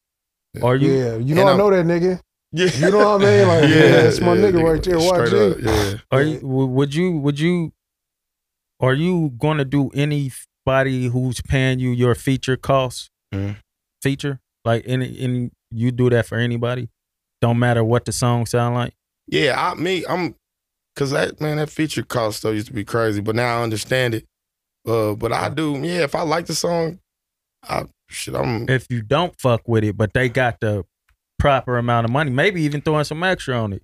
Are you? yeah, you know And I I'm- know that nigga. *laughs* Yeah. You know what I mean? Like Oh, yeah, that's my nigga right there. Watch straight up, it. Yeah. Are you? w- Would you? Would you? Are you going to do anybody who's paying you your feature costs? Mhm. Feature like any any you do that for anybody? Don't matter what the song sound like. Yeah, I me, I'm cause that man, that feature cost stuff used to be crazy, but now I understand it. Uh but I do, yeah, if I like the song, I shit, I'm If you don't fuck with it, but they got the proper amount of money, maybe even throwing some extra on it,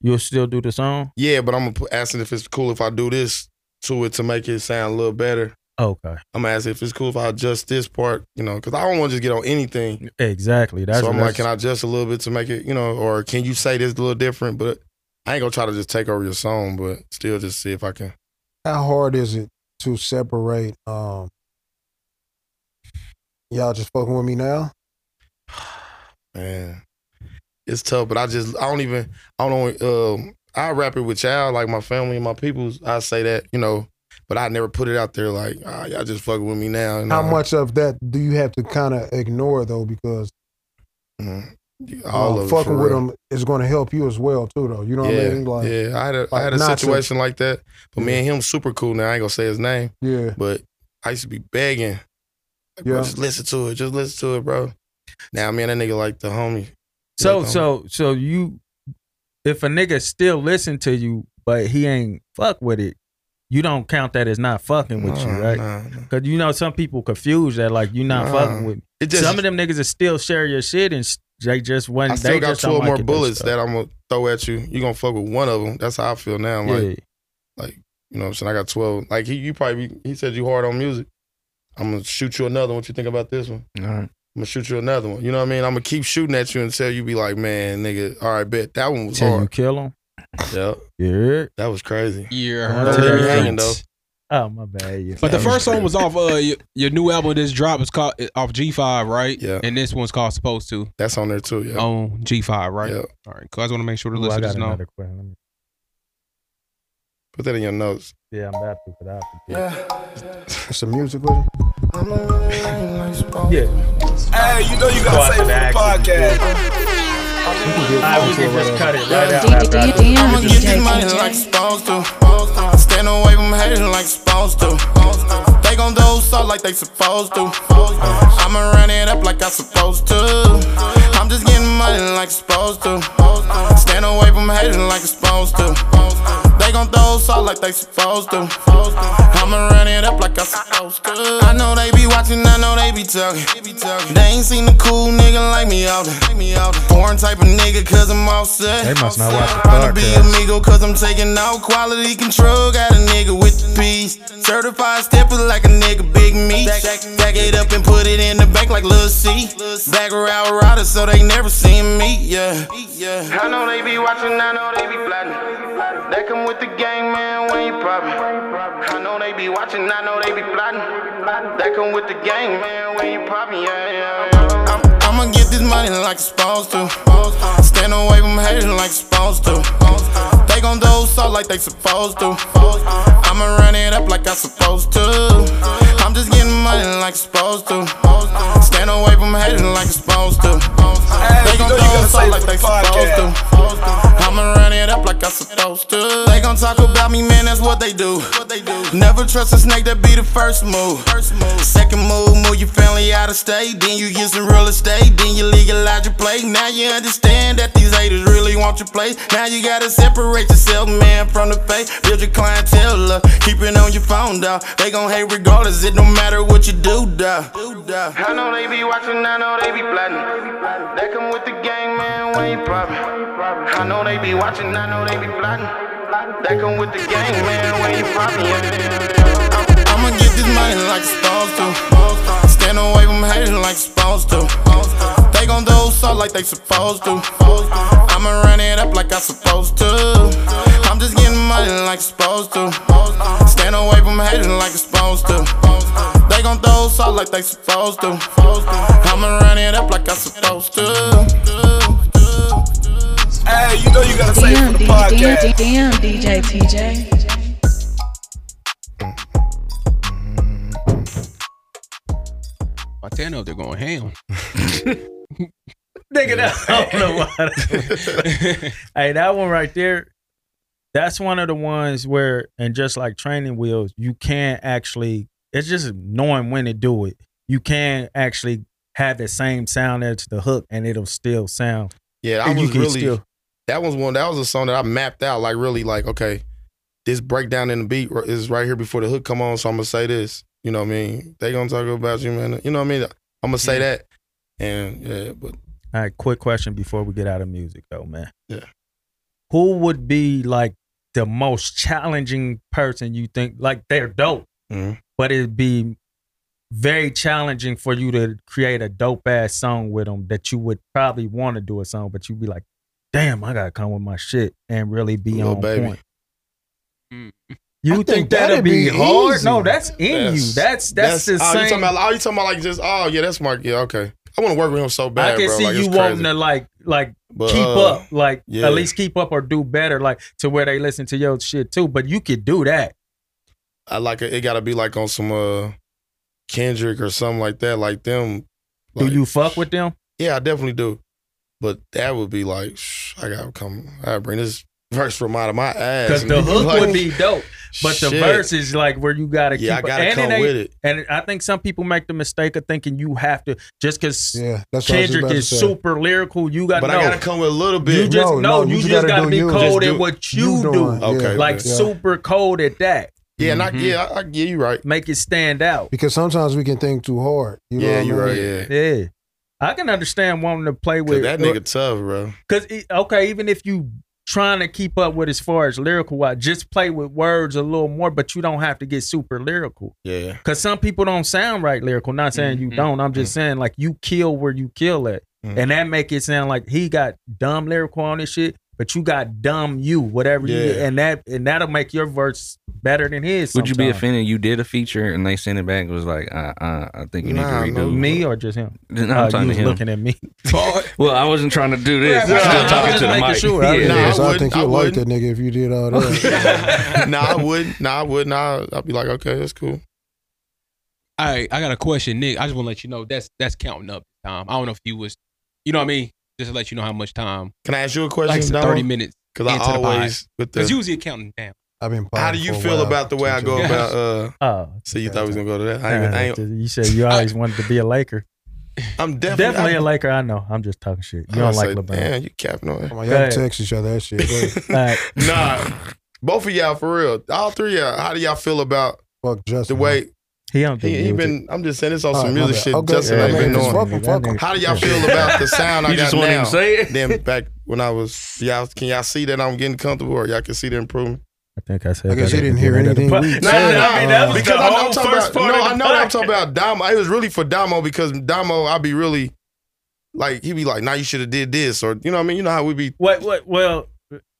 you'll still do the song. yeah, but I'm gonna put- asking if it's cool if I do this to it to make it sound a little better. Okay, I'm asking if it's cool if I adjust this part, you know, because I don't want to just get on anything. exactly. That's so I'm that's- like, can I adjust a little bit to make it, you know, or can you say this a little different? But I ain't gonna try to just take over your song, but still just see if I can. How hard is it to separate? um Y'all just fucking with me now. Man, it's tough, but I just I don't even I don't um I rap it with y'all like my family and my peoples. I say that you know, but I never put it out there like ah, y'all just fucking with me now. And How I- much of that do you have to kind of ignore though? Because Mhm. Yeah, um, all of it, fucking for with real. them is going to help you as well too, though. You know yeah, what I mean? Like, yeah, yeah. I had a, I like had a Nacho. situation like that, but me and him super cool now. I ain't gonna say his name, yeah, but I used to be begging, like, bro, Yeah. just listen to it, just listen to it, bro. Now me and that nigga like the homie. So Like, um, so so you, if a nigga still listen to you, but he ain't fuck with it, you don't count that as not fucking with you, nah, right? nah, nah. Cause you know some people confuse that like you not Nah. fucking with me. It just some of them niggas that still share your shit and s- they just one. I still they got just don't 12 more like it, that bullets stuff. that I'm gonna throw at you. You gonna fuck with one of them. That's how I feel now. I'm yeah. Like you know, what I'm saying I got 12. Like he, you probably he said you hard on music. I'm gonna shoot you another. one. What you think about this one? All right. I'm gonna shoot you another one. You know what I mean? I'm gonna keep shooting at you until you be like, man, nigga, all right, bet that one was Till you hard. kill them. Yeah, Yeah. that was crazy. Yeah, Don't Don't leave me hanging though. Oh my bad. Yeah. But the That was first one crazy. was off uh your, your new album that just dropped. It's called uh, off G five, right? Yeah. And this one's called Supposed to That's on there too. Oh, Yeah. on G five, right? Yeah. All right. Cause I just want to make sure the Ooh, I got listeners know. another question. Let me- Put that in your *laughs* notes. Yeah, I'm about to put out. it's a music with it. Yeah. Hey, you know you gotta save it for the podcast. I was gonna just cut it right out. after I do- I'ma get this money like it's supposed to. Stand away from haters like it's supposed to. They gon' do so like they supposed to. I'ma run it up like I supposed to. I'm just getting money like it's supposed to. Stand away from haters like it's supposed to. They gon' throw salt like they supposed to. I'ma run it up like I supposed to. I know they be watching, I know they be talking. They ain't seen a cool nigga like me out there. Foreign type of nigga, cause I'm all set. They must not watch the Tryna be podcast. amigo, cause I'm taking out quality control. Got a nigga with the peace. Certified stepper like a nigga, big meat. Stack stack it up and put it in the bank like Lil C. Black out rider, so they never seen me, yeah. I know they be watching, I know they be plotting. That come with the gang, man, when you poppin'. I know they be watching, I know they be plotting. That come with the gang, man, when you poppin', yeah, yeah, yeah. I'm- I'ma get this money like it's supposed to. Stand away from haters like it's supposed to. They gon' do so like they supposed to. I'ma run it up like I supposed to. I'm just getting money like it's supposed to. Stand away from haters like it's supposed to. They gon' do so like they supposed to. I'ma run it up like I supposed to. They gon' talk about me, man, that's what they do. Never trust a snake that be the first move. Second move, move your family out of state. Then you get some real estate. Then you legalize your play. Now you understand that these haters really want your place. Now you gotta separate yourself, man, from the fake. Build your clientele up. Keep it on your phone, dawg. They gon' hate regardless. It don't matter what you do, dawg. I know they be watching, I know they be plotting. They come with the gang, man, when you poppin'. I know they be watching, I know they be plotting. That come with the gang, man, when you poppin', yeah, yeah, yeah. I'ma get this money like it's supposed to. Stand away from haters like it's supposed to. They gon' do so like they supposed to. I'ma run it up like I supposed to. I'm just getting money like it's supposed to. Stand away from haters like it's supposed to. They gon' throw salt like they supposed to. I'ma run it up like I supposed to. Hey, you know you gotta say it Damn, for the DJ, podcast. *laughs* damn, damn, DJ TJ. Montana, they're going *laughs* ham. Nigga, that, I don't know why. *laughs* that- hey, that one right there, that's one of the ones where, and just like training wheels, you can actually, it's just knowing when to do it. You can actually have the same sound as the hook and it'll still sound. Yeah, I and you was can really still- that was one that was a song that I mapped out like really like okay, this breakdown in the beat r- is right here before the hook come on, so I'm gonna say this. You know what I mean? They gonna talk about you, man. You know what I mean? I'm gonna say that. And yeah, but All right, quick question before we get out of music, though, man. Yeah. Who would be like the most challenging person you think? Like they're dope, Mhm. but it'd be very challenging for you to create a dope ass song with them that you would probably want to do a song, but you'd be like, "Damn, I gotta come with my shit and really be Lil on Baby. point." Mm. You I think, think that'd, that'd be, be hard? easy. No, that's in you. That's that's, the oh, You same. talking about? Oh, you talking about like just? Oh, yeah, that's my yeah. Okay, I want to work with him so bad. I can bro. see like, you it's wanting crazy. to like like But, keep uh, up, like yeah. at least keep up or do better, like to where they listen to your shit too. But you could do that. I like it. It got to be like on some uh Kendrick or something like that. Like them. like- do you fuck with them? Yeah, I definitely do. But that would be like shh, I gotta come. I gotta bring this verse from out of my ass. Because the nigga. hook Like, would be dope, but the shit. verse is like where you gotta Yeah, I keep. gotta and come ain't- with it. And I think some people make the mistake of thinking you have to just because Yeah, that's what I Kendrick was is just about to say. super lyrical. You got But to I know. gotta come with a little You bit. just no, No, no, you, just gotta, be do you. cold Just at do- what you, do, doing, Okay, like yeah. super cold at that. Yeah, and I, Mm-hmm. yeah, I, I- yeah, you right. Make it stand out. because sometimes we can think too hard. You know yeah, what you I mean? right. Yeah, Yeah. I can understand wanting to play 'Cause with that nigga tough, bro. Cause e- okay, even if you trying to keep up with as far as lyrical wise, just play with words a little more, but you don't have to get super lyrical. Yeah, *laughs* Cause some people don't sound right lyrical. Not saying you don't. I'm just saying like you kill where you kill at, Mhm. and that make it sound like he got dumb lyrical on this shit, but you got dumb you whatever you Yeah. did, and that and that'll make your verse better than his. Would you be sometime. offended? You did a feature and they sent it back. and was like, uh, uh, I think you need Nah, to no. redo. *laughs* Me or just him? No, I'm Uh, you talking to was him. looking at me. Well, I wasn't trying to do this. Yeah, I'm still nah, talking I'm to just the making mic. sure. I Yeah. Nah, Yeah, so I, wouldn't- think I you'd like that wouldn't. nigga if you did all that. *laughs* *laughs* nah, I wouldn't. Nah, I wouldn't. Nah, I'd be like, okay, that's cool. All right, I got a question, Nick. I just want to let you know that's that's counting up time. I don't know if you was, you know what I mean. Just to let you know how much time, Can I ask you a like question? some thirty minutes, Because I into the pod. always with the. because usually it counting down. I've been. how plotting do you for a feel while about the way I since go you- about? uh Oh, So you thought we was gonna go to that? I ain't, I ain't, you said you always wanted to be a Laker. I'm definitely, Definitely a I'm, Laker. I know. I'm just talking shit. I'm You don't gonna like say, LeBron. Damn, you capping on it. *laughs* Come on, Go y'all ahead. text each other that shit. *laughs* Wait, All right. Nah, both of y'all for real. All three of y'all. How do y'all feel about fuck the Justin. way He don't do he, he music. been? I'm just saying this on All some right, my music bad. shit. Okay, Justin yeah, ain't man, been just knowing. fuck him, fuck him. How do y'all feel *laughs* about the sound I You got just want him now? to say it? Then back when I was y'all, can y'all see that I'm getting comfortable, or y'all can see the improvement? I think I said. I guess that you didn't at the hear beginning of the anything. pod- we Nah, said. nah, I mean, that was- Uh, Because the I know whole I'm talking first about. part No, of the I know that I'm podcast. talking about Damo. It was really for Damo because Damo, I'd be really like he'd be like, "Now nah, you should have did this," or you know what I mean. You know how we be. What? What? Well,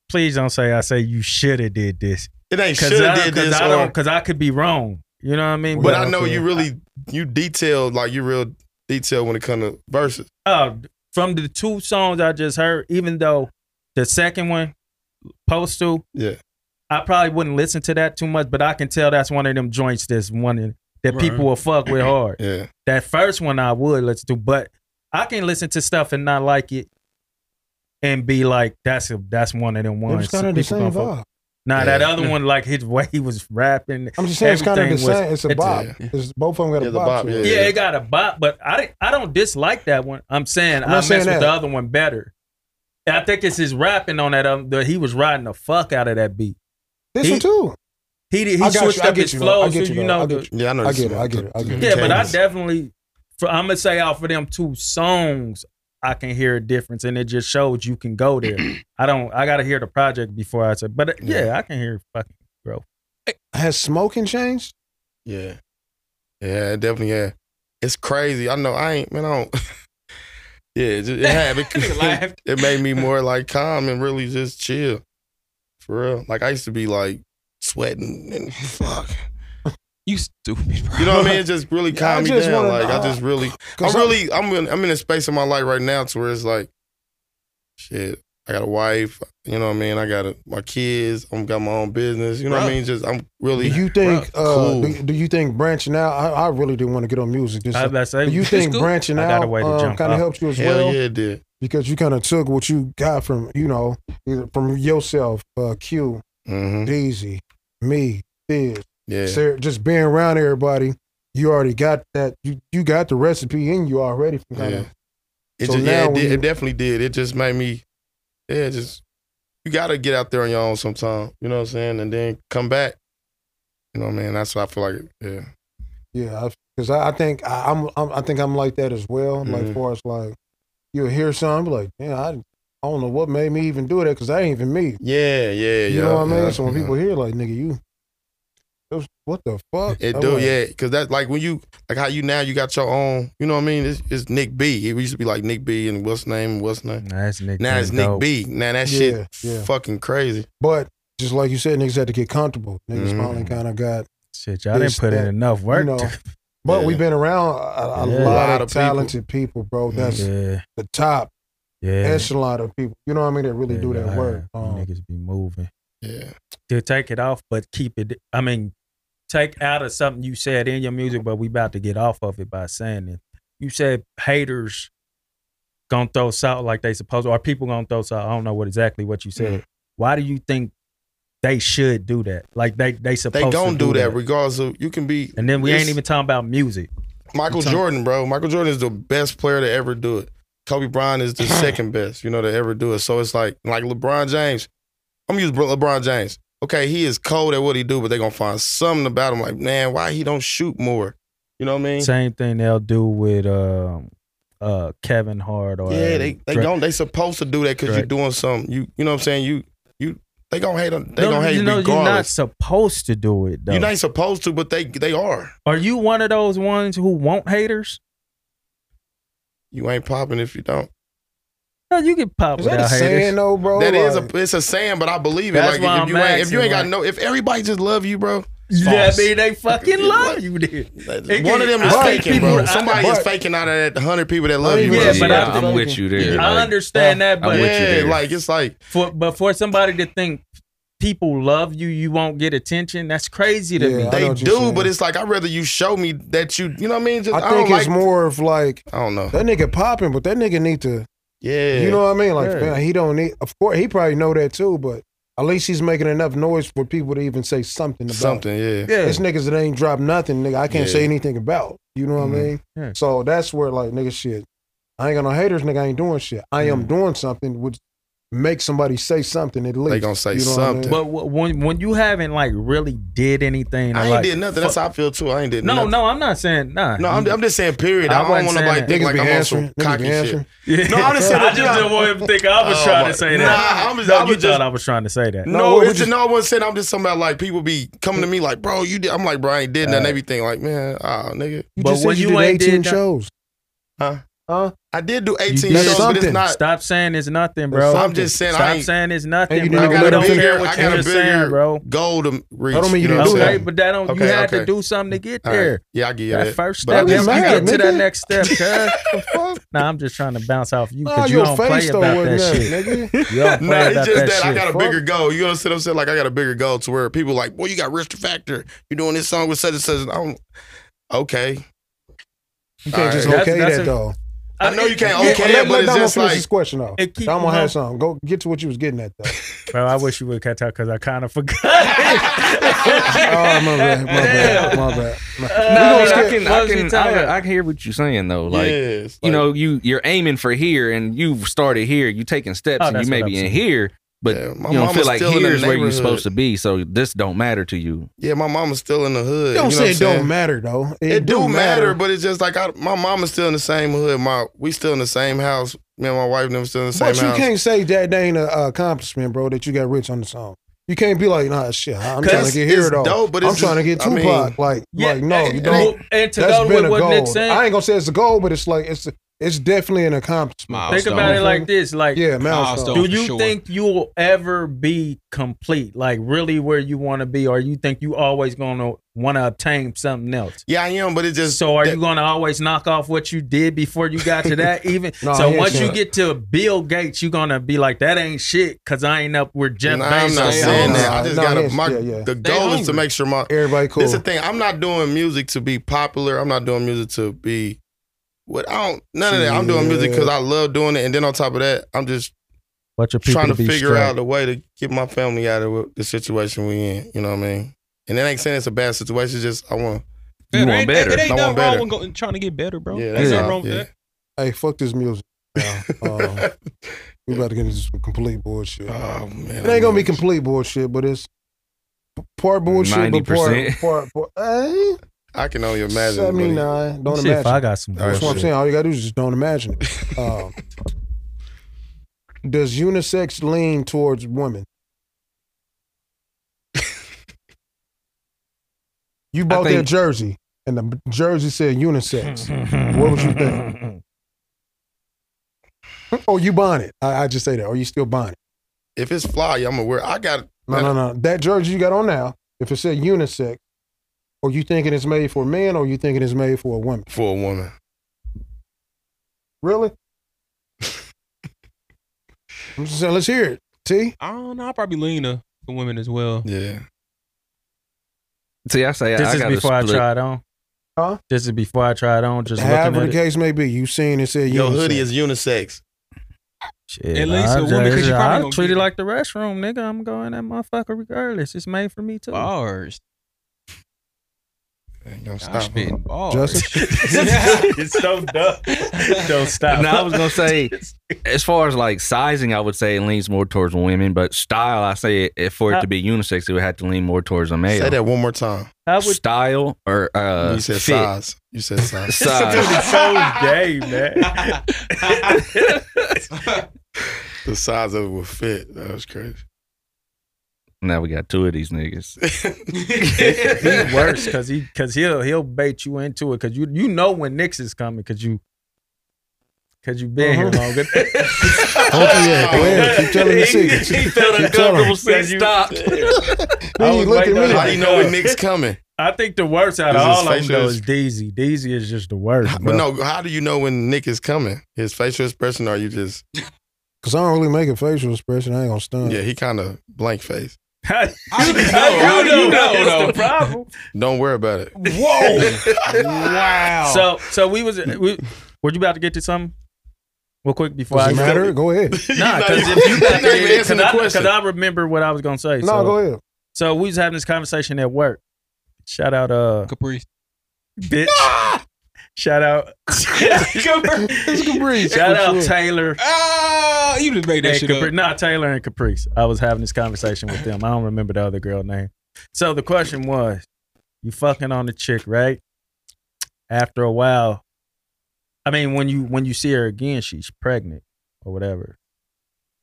please don't say. I say you should have did this It ain't because should have I, did this. 'cause I or, don't because I could be wrong. You know what I mean? But Yeah, I know okay. you really you detailed like you real detailed when it comes to verses. uh, from the two songs I just heard, even though the second one, Postal, Yeah. I probably wouldn't listen to that too much, but I can tell that's one of them joints that's one in- that people will fuck with hard. Yeah, That first one I would listen to, but I can listen to stuff and not like it and be like, that's a that's one of them It ones. was kind of the people gonna same fuck- vibe. Nah, that Yeah. other one, like his way he was rapping. I'm just saying, it's kind of the Everything was- same. It's a it's- bop. It's both of them got Yeah, a the bop. bop, to it. yeah. Yeah, it got a bop, but I didn't- I don't dislike that one. I'm saying I'm I not mess saying with that. the other one better. And I think it's his rapping on that. Um, the, he was riding the fuck out of that beat. This He- one too. He did- I he got switched you, I up get his you, though. I flow, get so you, though. you know. I the- get you. yeah, I know. I this get it. one. I get it. I get it. yeah, but I Cadence. definitely, for, I'm gonna say out for them two songs, I can hear a difference, and it just shows you can go *clears throat* there. I don't. I gotta hear the project before I say, but uh, yeah, I can hear fucking. Has smoking changed? Yeah, yeah, it definitely. Yeah, it's crazy. I know. I ain't man. I don't. *laughs* yeah, it, just, it *laughs* had *laughs* Nigga it, laughed. it made me more like calm and really just chill. For real, like I used to be like sweating *laughs* and fuck. You stupid, *laughs* bro. You know what I mean? It just really Yeah, calm I me just down. wanna Like I know. just really *sighs* 'Cause I'm really I'm in I'm in a space in my life right now to where it's like, shit, I got a wife. You know what I mean. I got a, my kids. I'm got my own business. You know what I Bruh. mean. Just I'm really. Do you think? Uh, cool. do, do you think branching out? I, I really didn't want to get on music. This, I was about to say, do you it's think cool. branching I got out a way to um, jump kind of up. helped you as Hell well? yeah, it did. Because you kind of took what you got from you know either from yourself, uh, Q, hmm Deezy, me, Fizz, Yeah. Sarah, just being around everybody. You already got that. You you got the recipe in you already. From kind Yeah. of, It So just, yeah, now it, when did, you- it definitely did. It just made me, yeah, it just you got to get out there on your own sometime. You know what I'm saying, and then come back. You know what I mean? That's what I feel like. Yeah, yeah, because I, I think I, I'm, I'm I think I'm like that as well. Like Mhm. far as like you'll hear something be like, yeah, I, I don't know what made me even do that because that ain't even me. yeah, yeah. You yeah, know what I mean? yeah, Mm-hmm. so when yeah. people hear like nigga, you it was- what the fuck? It I'm do, like, yeah, because that's like when you like how you now you got your own. You know what I mean? It's, it's Nick B. It used to be like Nick B. and what's name? What's name? Nah, that's Nick. Now it's Nick B. Now that Yeah, shit yeah. fucking crazy. But just like you said, niggas had to get comfortable. Niggas Mhm. finally kind of got. Shit, y'all didn't This, put in that, enough work. know, But Yeah. we've been around a, a Yeah. lot, Lot of people. of, Mm-hmm. talented people, bro. That's yeah, the top *laughs* yeah. echelon of people. You know what I mean? That really Yeah, do that y'all work. had- Um, niggas be moving. Yeah, to take it off, but keep it. I mean, take out of something you said in your music, but we about to get off of it by saying it. You said haters gonna throw salt like they supposed, or people gonna throw salt. I don't know what exactly what you Mm-hmm. said. Why do you think they should do that? Like they they they supposed gonna to do that regardless of you can be and then we ain't it's- even talking about music. Michael You talking- Jordan, bro. Michael Jordan is the best player to ever do it. Kobe Bryant *laughs* is the second best, you know, to ever do it. So it's like like LeBron James. I'm using LeBron James. Okay, he is cold at what he do, but they gonna find something about him. Like, man, why he don't shoot more? You know what I mean? Same thing they'll do with um uh Kevin Hart or yeah, they they Dra- don't. They supposed to do that because you're Correct. doing something. You you know what I'm saying? You you they gonna hate them. They No, gonna hate you know, you're not regardless. supposed to do it though. You're not supposed to, but they they are. Are you one of those ones who want haters? You ain't popping if you don't. No, you can pop is that a without saying haters. though, bro? That is Like, a it's a saying, but I believe it. That's like why if I'm you ain't if you ain't asking, got like- no if everybody just love you, bro. Yeah, I mean they fucking love Like, you. Dude. It One of them can- is I think faking, bro. people- I- Oh, Somebody is but- faking out of that hundred people that love I you. mean, Bro. Yeah, but yeah, I- I'm with *laughs* you there. I like, uh, understand that, but I'm with you Yeah, there. like it's like for but for somebody to think people love you, you won't get attention. That's crazy to Yeah, me. I know they what do, you're saying. but it's like I'd rather you show me that you you know what I mean. Just, I, I think don't it's like, more of like I don't know. that nigga popping, but that nigga need to. Yeah, You know what I mean? Like Yeah. man, he don't need. Of course, he probably know that too, but at least he's making enough noise for people to even say something about. it. something. Yeah, yeah, It's niggas that ain't dropped nothing, nigga. I can't Yeah. say anything about. You know what I Mhm. mean? Yeah. So that's where like nigga shit. I ain't got no haters, nigga. I ain't doing shit. I Mm. am doing something which makes somebody say something at least. gonna say You know what I mean? something. but wh- when when you haven't like really did anything, I ain't like, did nothing. That's how I feel too. I ain't did no, nothing. no, I'm not saying nah. no. I'm, I'm just saying. Period. I I, don't wasn't want saying nobody that. think Niggas like be I'm on answering. some Niggas cocky be shit. answering. *laughs* yeah. No, I'm just saying *laughs* I that you just not- didn't want him to think I was Oh, trying my- to say that. Nah, I'm just. No, I you was just thought I was trying to say that. No, No, we it's just- just, no, I wasn't saying. I'm just talking about like people be coming to me like, bro, you did. I'm like, bro, I ain't did nothing. Right. Everything like, man, oh nigga, You But just when said you, you did ain't did 18 that- shows. huh? Huh? I did do 18 did shows, but something. it's not. Stop saying it's nothing, bro. I'm just saying Stop I ain't. saying it's And nothing, you bro. didn't I even I let got a him don't finish. bigger. care I what got you're a saying, bigger bro. goal to reach. That don't mean you know what didn't do I'm Okay, saying? but that don't. Okay, you had okay. to do something to get All right. there. Yeah, I give you That that. first But I step. was If you mad, get to *laughs* that nigga. next step, cuz. *laughs* nah, I'm just trying to bounce off you Nah, because you your don't play face though about that wasn't shit. that, nigga. *laughs* You don't No, play it's about just that, that I got shit. a bigger goal. You know what I'm saying? Like I got a bigger goal to where people like, boy, you got Rich the Factor. You're doing this song with such and such. And I'm okay. You can't just All right. okay That's- that that's a- though. I know you can't Yeah, okay, let, but let it's Damo just finish like- this question though. It keep Damo going. had something. Go get to what you was getting at though. Bro, I wish you would cut out because I kind of *laughs* forgot. oh, *laughs* oh my bad, my bad, Damn. my bad. My- I We mean, gonna I skip. can, I What was can, he talking I, about? I can hear what you're saying though. Like, Yeah, it's you like- know, you you're aiming for here, and you've started here. You taking steps, Oh, and that's you may what be I'm in saying. here, but Yeah, my you don't mama's feel like still in the here's where you're neighborhood. supposed to be. So this don't matter to you. yeah, my mama's still in the hood. you know Don't what say it I'm don't saying? matter though. It, do matter, but it's just like I, my mama's still in the same hood. My we still in the same house. Me and my wife never still in the same But you house. can't say that ain't an accomplishment, bro. That you got rich on the song. You can't be like, nah, shit. I'm trying to That's- get here it's though. dope, but I'm it's trying to just- get I mean- Tupac. like, like no, you and, don't. And to That's go been with a what goal. Nick said, I ain't gonna say it's a goal, but it's like it's it's definitely an accomplishment. Think about it like this: like, yeah, milestone. do for you sure. think you'll ever be complete, like really where you want to be, or you think you always gonna want to obtain something else? Yeah, I am, but it just So, are that- you gonna always knock off what you did before you got to *laughs* that? Even No, so, yeah, once you sure. get to Bill Gates, you gonna be like, that ain't shit, cause I ain't up with Jeff Nah, I'm Bezos. oh. not They saying hungry. that. I just No, gotta yes, my yeah, yeah. the goal is to make sure my Everybody cool. This is the thing. I'm not doing music to be popular. I'm not doing music to be what I don't none of that. I'm doing music because I love doing it. And then on top of that, I'm just But your trying to be figure straight. out a way to get my family out of what- the situation we in. You know what I mean? And it ain't saying it's a bad situation. It's just I want. You want better. It ain't I nothing want wrong better. with going, trying to get better, bro. Yeah, Ain't that's nothing all. wrong with Yeah. that. hey, fuck *laughs* this music. now. Uh, *laughs* we about to get into some complete bullshit. Oh man, It ain't gonna be complete bullshit, but it's part bullshit, but part 90%. part. part eh, I can only imagine. Seventy but nine. Don't Shit, if imagine. I got some. All right, That's what I'm shit. saying. All you gotta do is just don't imagine it. Um, does unisex lean towards women? you bought that think- jersey, and the jersey said unisex. what would you think? oh, you buying it? I, I just say that. Are you still buying it? If it's fly, I'm gonna wear. I got No, no, no. That jersey you got on now, if it said unisex, or you thinking it's made for men, or you thinking it's made for a woman? for a woman. Really? I'm just saying, let's hear it. See? I don't know. I probably lean to the women as well. Yeah. See, I say This I is got before I split. tried on. Huh? This is before I tried on. Just However looking the at it. case may be, you seen it said Your unisex. hoodie is unisex. Shit, At least a I, woman, 'cause you probably I gonna treat get it it. like the restroom, nigga. I'm going that motherfucker regardless. It's made for me too. Bars. Ain't gonna I'm stop. spitting bars. Justin? *laughs* it's so dumb. *laughs* Don't stop. Now I was gonna say, as far as like sizing, I would say it leans more towards women, but style, I say it, if Uh, for it to be unisex, it would have to lean more towards a male. Say that one more time. *laughs* I *laughs* would. style or uh, you said fit. size. You said size. Dude, size. it's so gay, man. the size of it will fit. That was *laughs* crazy. now we got two of these niggas. *laughs* He worse because he because he'll he'll bait you into it because you you know when Nick's is coming because you because you been here longer. Oh, yeah, go ahead. Keep telling *laughs* the secrets. felt Keep telling him. since he stopped. Then you was look at waiting on How me. do you know when *laughs* Nick's *laughs* coming? I think the worst out of Is his all of them facial though is Deezy. Deezy is just the worst. But bro. no, how do you know when Nick is coming? His facial expression, or you just Because I don't really make a facial expression. I ain't gonna stun. yeah, he kind of blank face. *laughs* How you I know, how you know, that's though. the problem. Don't worry about *laughs* it. Whoa! wow. So, so we was we, were you about to get to something real quick before Does I it matter? Go ahead. Nah, You're not because even- if you you're not even because answering the I, 'cause question. I remember what I was gonna say. No, so, go ahead. so we was having this conversation at work. Shout out, uh, Caprice. *laughs* bitch. Shout out, It's Caprice. shout for out sure. Taylor. Ah, you just made that and shit Capri- up. nah, Taylor and Caprice. I was having this conversation with them. I don't remember the other girl name. So the question was, you fucking on the chick, right? After a while, I mean, when you when you see her again, she's pregnant or whatever.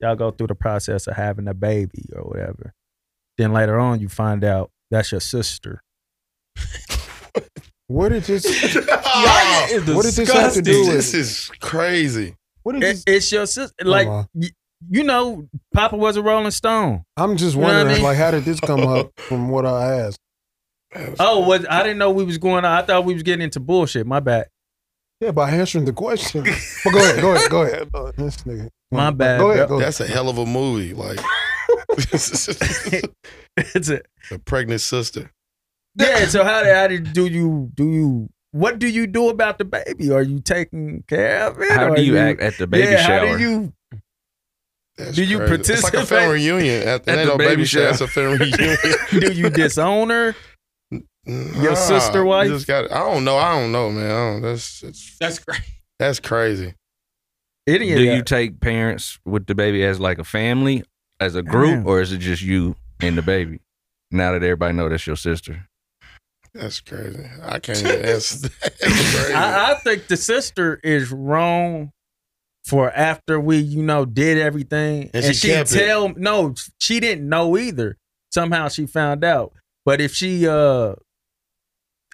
Y'all go through the process of having a baby or whatever. Then later on, you find out that's your sister. What did *laughs* this? Wow. What did this have to do with? Oh, this is crazy. What did It- this? it's your sister. Like on. y- you know, Papa was a Rolling Stone. I'm just You know what I wondering, mean? like, how did this come *laughs* up from what I asked? Oh, was I didn't know we was going. on. I thought we was getting into bullshit. My bad. *laughs* Yeah, by answering the question. But go ahead, go ahead, go ahead. *laughs* Uh, This nigga. My bad, Go ahead, bro. go ahead. That's a hell of a movie. *laughs* Like *laughs* it's a, a pregnant sister. Yeah. So how did, how did do you do you what do you do about the baby? Are you taking care of it? How Or do you are act at the baby yeah, shower? How do you? That's Do you crazy. It's like a family participate? reunion. At, At ain't the no baby baby shower. shower. It's a *laughs* family reunion. Do *laughs* you disown her? Nah, sister you wife? Just got. I don't know. I don't know, man. I don't, that's it's, That's great. that's crazy. Any of do that. you take parents with the baby as like a family, as a group, Damn. or is it just you and the baby? Now that everybody know that's your sister, *laughs* That's crazy. I can't even answer. That. *laughs* That's crazy. I, I think the sister is wrong for after we, you know, did everything. And And, she she, kept it. tell no, she didn't know either. Somehow she found out. But if she uh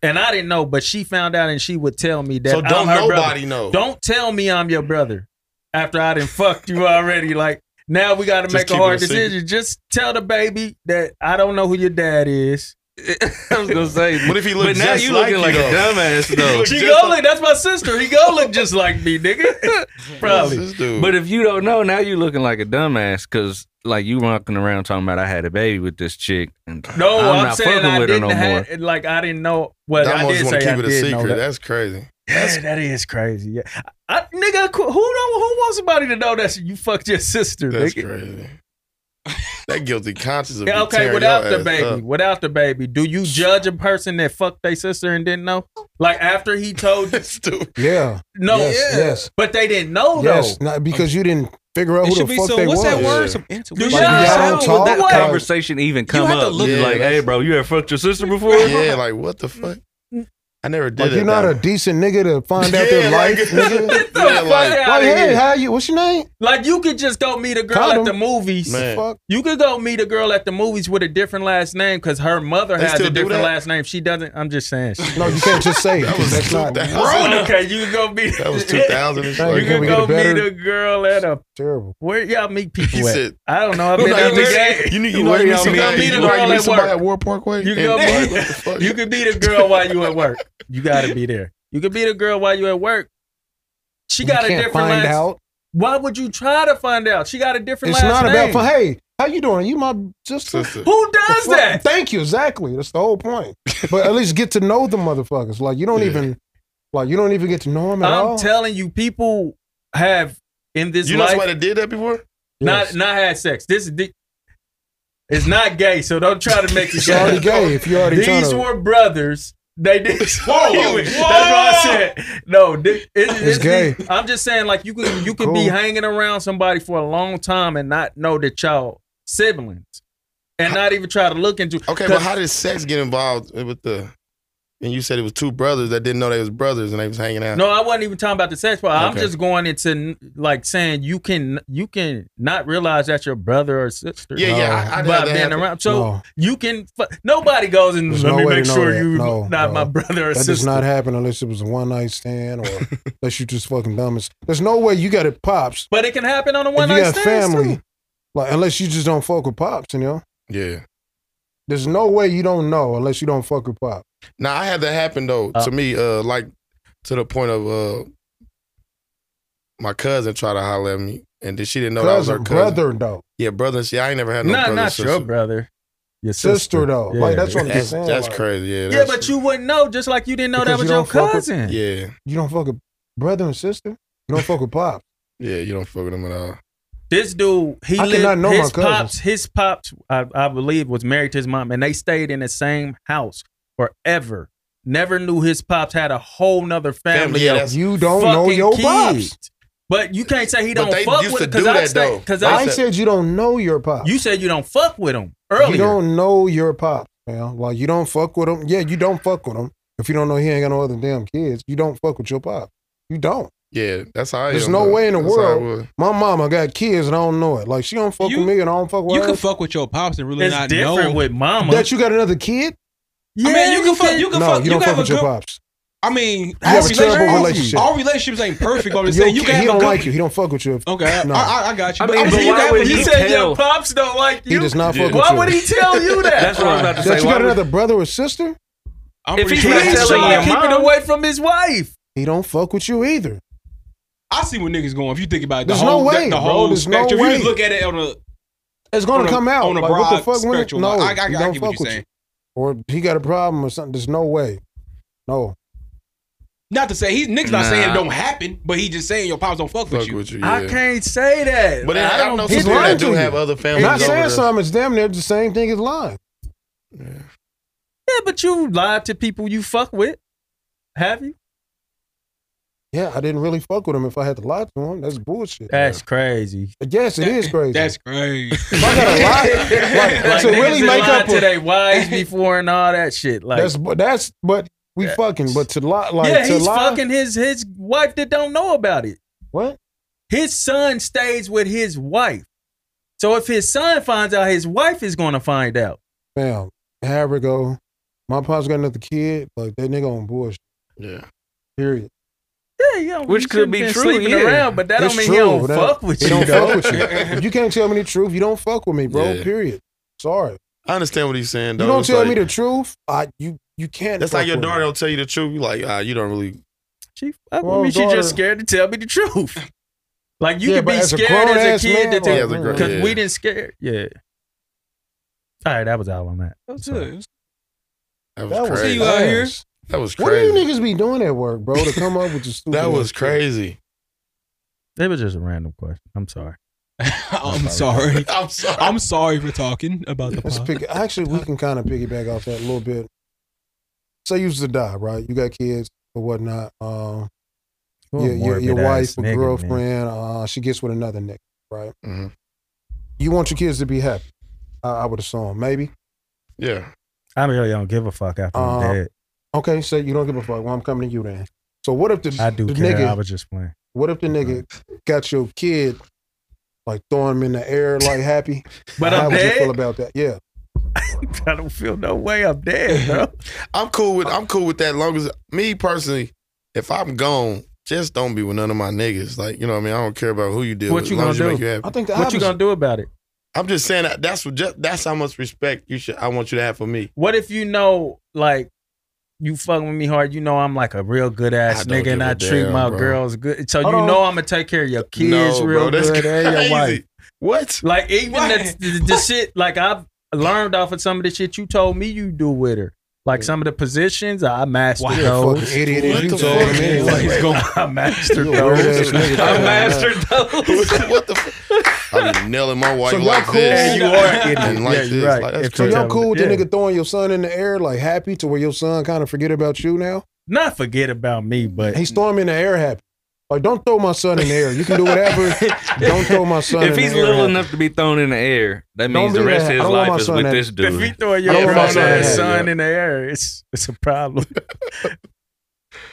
and I didn't know, but she found out and she would tell me that. So don't I'm her brother. nobody know. Don't tell me I'm your brother after I done fucked you already. Like now we got to Just make a keep hard it a secret. decision. Just tell the baby that I don't know who your dad is. I was gonna *laughs* say, What if he looked but now just you like looking like you, a though? dumbass though. She go look. That's my sister. He go look just like me, *laughs* nigga. Probably. This dude. But if you don't know, now you looking like a dumbass because like you walking around talking about I had a baby with this chick and No, I'm I'm, not saying fucking I with her didn't no have, like I didn't know. Well, That I one did just say want to I keep it a did know secret. *laughs* that. That's crazy. Yeah, that is crazy. Yeah, I, nigga, who don't, who wants somebody to know that you fucked your sister? That's nigga? *laughs* crazy. that guilty conscience of Yeah, okay, tearing without your the ass baby, up. *laughs* without the baby, do you judge a person that fucked their sister and didn't know? Like after he told you, This *laughs* dude. Yeah. no, Yes, yes. but they didn't know Yes. though. Not because you didn't figure out It who should the be fuck some. they What's was. that Yeah. word? Some intuition. You Yeah. y'all How don't would talk. that Like- conversation even come have to up? look Yeah, like, that's- hey, bro, you ever fucked your sister before? Yeah, like what the fuck? I never did Like it. you're not a that decent nigga to way. find *laughs* out their like- life, nigga. Get the Yeah, fuck like- outta Like, hey, here. how you? What's your name? Like you could just go meet a girl Condom. at the movies. Man. Fuck. You could go meet a girl at the movies with a different last name because her mother They has still a do different that? last name. She doesn't. I'm just saying. *laughs* She, No, you can't just *laughs* say it, 'cause that's not that Bro, was, okay, you can go *laughs* meet. that was *laughs* 2000 and Thank You Can can we shit. get go a better- meet a girl at a terrible. where y'all meet He people at. said- I don't know. I've You been know, at you the said- game. You, You you, know know, you, you meet gotta meet somebody- a you know how you girl meet at somebody *laughs* work. at War Parkway. You And, go like, meet- what the fuck? You can be the girl while you at work. You gotta be there. You can be the girl while you at work. She You got a can't different find last. out. Why would you try to find out? She got a different It's last not name. about. For, hey, how you doing? You my sister. Sister. Who The does fuck? that? Thank you. Exactly. That's the whole point. But at least get to know the motherfuckers. Like you don't Yeah. even, like you don't even get to know them at all. I'm telling you, people have in this You know life somebody that did that before? not not had sex. This is the- it's not gay, so don't try to make it It's *laughs* already gay. gay. If you already trying These to, were brothers. They did. *laughs* That's what I said. No, thi- it- It's gay. I'm just saying, like you could you could be Cool. hanging around somebody for a long time and not know that y'all siblings, and not even try to look into. Okay, but how did sex get involved with the? And you said it was two brothers that didn't know they was brothers and they was hanging out. No, I wasn't even talking about the sex part. I'm Okay. just going into like saying you can you can not realize that your brother or sister. yeah, yeah, I, I didn't by have that being happen. around, so No. you can. fu- Nobody goes and There's let no me way to make know sure that. you No, not no. my brother or that sister. does not happen unless it was a one night stand or *laughs* unless you just fucking dumb. As, there's no way you got it pops. but it can happen on a one if you night got stand. family, like unless you just don't fuck with pops. You know, Yeah. there's no way you don't know unless you don't fuck with pop. Now I had that happen though Uh. to me, uh, like to the point of uh, my cousin tried to holler at me, and then she didn't know that was her cousin, cousin. brother though, Yeah, brother. See, I ain't never had no not brother. not sister. your brother, your sister, sister, though. Yeah. Like that's what I'm That's, saying. that's like, crazy. Yeah. yeah, that's- but you wouldn't know, just like you didn't know Because that was you your don't fuck with- cousin. Yeah, You don't fuck with brother and sister. You don't fuck with pop. yeah. You don't fuck with them at all. This dude, he I lived, cannot know my his cousins. pops, his pops, I, I believe, was married to his mom, and they stayed in the same house forever. Never knew his pops had a whole nother family. yeah, of that's- You don't know fucking your kids. pops. But you can't say he But don't they fuck used with to do him that, because I though. because They I I said you don't know your pops. you said you don't fuck with him earlier. You don't know your pops, man. Like you don't fuck with him. Yeah, you don't fuck with him. If you don't know he ain't got no other damn kids, you don't fuck with your pop. You don't. Yeah, that's how I. There's am, no though. way in the That's how I world. was. My mama got kids and I don't know it. Like she don't fuck You- with me and I don't fuck with You her. can fuck with your pops and really it's not different know. with mama. that you got another kid? yeah, I mean, you can fuck. You can no, fuck. you You don't can fuck have a with your good. pops. I mean, have all a terrible relationships- relationship. All relationships ain't perfect, but I'm just Your saying you kid- can he have a don't good. like you. He don't fuck with you. if- Okay, No. I, I, I got you. I mean, I'm but just saying why you can would have you a he good- said your tell- pops don't like He you. does not Yeah. fuck with Why you. would he tell you that? That's what I was about to that say. you Why got would- another brother or sister? I'm If pretty he's sure not that's He's telling something your trying like- to keep mom. it away from his wife. He don't fuck with you either. I see where niggas going. If you think about it, the There's whole, no the- way, the bro. whole There's no spectrum. You just way. look at it on a It's gonna on a- come out. on a Like, what the broad fuck, when- spectrum. No, I- I- I he don't get what fuck you're with saying. you. Or he got a problem or something. There's no way. No. Not to say he's Nick's not Nah. saying it don't happen, but he just saying your pops don't fuck, Fuck with you. with you. I yeah. can't say that. But then I, don't know some he's people lying that to do you. have other families. Not over saying there. something. It's damn near the same thing as lying. Yeah, but you lied to people you fuck with. Have you? Yeah, I didn't really fuck with him if I had to lie to him. That's bullshit. *laughs* That's crazy. But yes, it is crazy. That's crazy. if I gotta lie, like, *laughs* Like, to niggas really that make lied up. to a- their wives before and all that shit. Like, that's but that's but we fucking. But to lie, like yeah, to he's lie. fucking his his wife that don't know about it. What? His son stays with his wife. So if his son finds out, his wife is going to find out. Bam. However it go, my pops got another kid, like that nigga on bullshit. Yeah. Period. Yeah, yeah. Which you could be shouldn't been true, sleeping yeah. around, but that It's don't mean he don't true, that- fuck with He you. don't though. fuck with you. If you can't tell me the truth, you don't fuck with me, bro. Yeah. Period. Sorry. *laughs* I understand what he's saying. Though. you don't It's tell like- me the truth, I you you can't. That's like fuck your with me. daughter will tell you the truth. You like, ah, you don't really. She fuck Well, with me. She daughter- just scared to tell me the truth. Like you Yeah, could but be as a scared grown-ass as a kid man, to like, tell as a grown- because Yeah. we didn't scared. Yeah. All right, that was all on that. That's Sorry. it. That was That was crazy. See you out here. ass. that was What do you crazy. niggas be doing at work, bro? To come up with your stupid. That was ass crazy. It was just a random question. I'm sorry. I'm sorry. I'm sorry. I'm sorry for talking about the Let's pod. pick. Actually, we can kind of piggyback off that a little bit. Say you used to die, right? You got kids or whatnot. Um, You a your, your, your wife morbid-ass or Oh, nigga, man. girlfriend, uh, she gets with another nigga, right? Mm-hmm. Mhm. You want your kids to be happy. I, I would assume, maybe. Yeah. I really don't give a fuck after I'm Uh, dead. Okay, so you don't give a fuck. Well, I'm coming to you then. So what if the, I do the care. nigga? I was just playing. what if the nigga got your kid, like throwing him in the air, like happy? *laughs* But How I'm would you feel dead. about that? Yeah. I don't feel no way. I'm dead, bro. I'm cool with I'm cool with that. Long as me personally, if I'm gone, just don't be with none of my niggas. Like you know what I mean. I don't care about who you deal What with. you as long gonna as you do? make you happy. I think the What you opposite- gonna do about it? I'm just saying that that's what just, that's how much respect you should I want you to have for me. What if you know, like, you fucking with me hard? You know I'm like a real good I ass don't nigga, and give a I treat damn, my bro. girls good. So Hold you on. know I'm gonna take care of your kids No, real bro, that's good and your wife. crazy. What? *laughs* *laughs* Like even Why? the, the, the shit, like I've learned off of some of the shit you told me you do with her. Like some of the positions, I mastered You're a those. fucking idiot. What and the You told fuck? him anyway. Like, *laughs* I mastered You a weird those. ass nigga. I mastered those. what the? Fu- I be nailing my wife So y'all like cool? this. Hey, you are an idiot. And like Yeah, you're this. right. Like, that's If So crazy. Yeah. y'all cool with Yeah. the nigga throwing your son in the air, like happy to where your son kind of forget about you now? Not forget about me, but He's throwing him in the air happy. Like, don't throw my son in the air. You can do whatever. don't throw my son If in he's the air. little happy. enough to be thrown in the air, that Don't means do the that. rest of I his don't want my life is son with to- this if he dude. throw your I don't want grown my ass son to have son that. in the air, it's it's a problem. *laughs*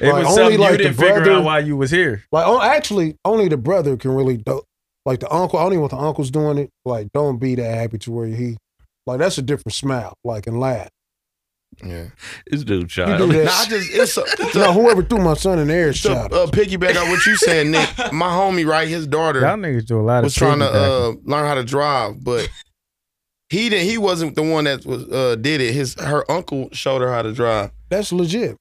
it Like, was only something like you the didn't figure brother- out while you was here. Like, oh, actually, only the brother can really do. Like the uncle, I don't even want the uncle's doing it. Like, don't be that happy to where he, like, that's a different smile. Like, and laugh. Yeah. This dude You child. do Nah, I that. just it's *laughs* a, it's No, a, whoever threw my son in the air, to shot. him. uh, piggyback on what you said, Nick. *laughs* My homie, right, his daughter Y'all niggas do a lot of was trying to piggybacking. uh, learn how to drive, but he didn't. He wasn't the one that was uh, did it. His her uncle showed her how to drive. That's legit.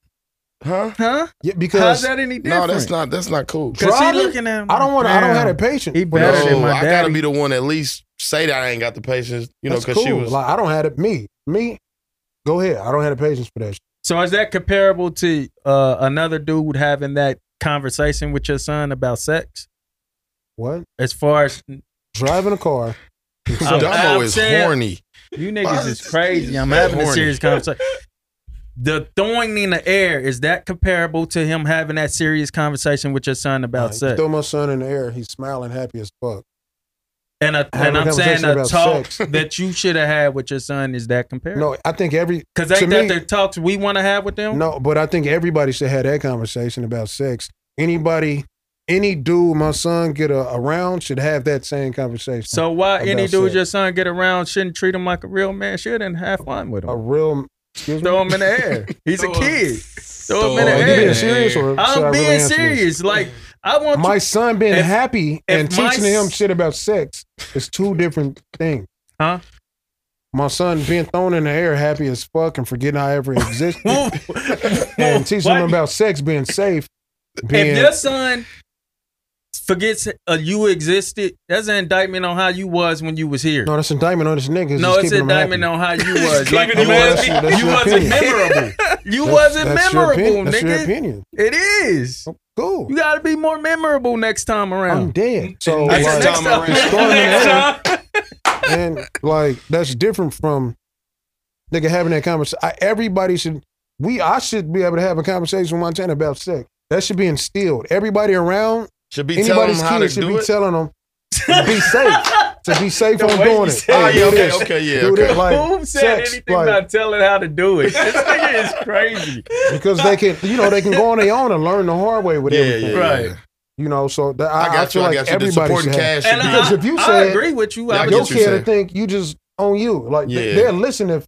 Huh? huh? Yeah, How's because that any different? No, that's not. That's not cool. 'Cause he Driving? looking at him I don't want. to I don't have damn. the patience. He But better that's- than No, my I gotta daddy. be the one at least say that I ain't got the patience. You know, That's because she cool. was. like I don't have it. Me, me. Go ahead. I don't have the patience for that. shit. So is that comparable to uh, another dude having that conversation with your son about sex? What? As far as Driving a car. I'm- Dumbo I'm is saying- horny. you Why niggas is is this crazy, nigga I'm so having a horny? *laughs* serious conversation. The throwing in the air is that comparable to him having that serious conversation with your son about Like, sex? Throw my son in the air. He's smiling, happy as fuck. And a, Having and a I'm conversation saying the about talk sex. *laughs* that you should have had with your son is that comparable? No, I think every because to ain't that me- the talks we want to have with them? no, but I think everybody should have that conversation about sex. Anybody, any dude my son get a, around should have that same conversation. So why any About dude sex. your son get around shouldn't treat him like a real man should and have fun with a him? real. Excuse me. Throw him in *laughs* the air. He's a Throw him- kid. Throw him in Throw the Are you him air. being serious or should I I'm really being answer this? serious. Like I want My *laughs* you. son being If- happy if and my teaching him s- shit about sex is two different things. Huh? My son being thrown in the air happy as fuck and forgetting I *laughs* ever existed *laughs* and teaching him Why- about sex being safe. Being, If your son forgets uh, you existed, that's an indictment on how you was when you was here. no, that's indictment on this nigga. No, just it's keeping an him indictment happy. on how you was. Like keeping you him was, happy. That's you your wasn't opinion. *laughs* memorable. You That's- wasn't that's your memorable, opinion. That's your nigga. opinion. It is. Cool. You got to be more memorable next time I'm around. dead. So Next like, *laughs* time around. just throwing him in the air. Next time. and like that's different from nigga having that conversation. Everybody should we I should be able to have a conversation with Montana about sex. That should be instilled. Everybody around Should be telling anybody's him how to kid should be do it. telling *laughs* them to be safe, to be safe The on way you doing it. said Oh, Like, yeah, do okay, this, okay, yeah. do okay. that, like Who said sex, anything like, about telling how to do it? This nigga is crazy. because they can, you know, they can go on their own and learn the hard way with Yeah, yeah, everything. yeah. Right. You know, so that, I, I got feel you. I like got you. The everybody supporting should have. cast should And be. *laughs* I, Because if you I said- agree with you, Yeah, I I get your what you're kid to saying. think you just on you. Like Yeah. they, will listen if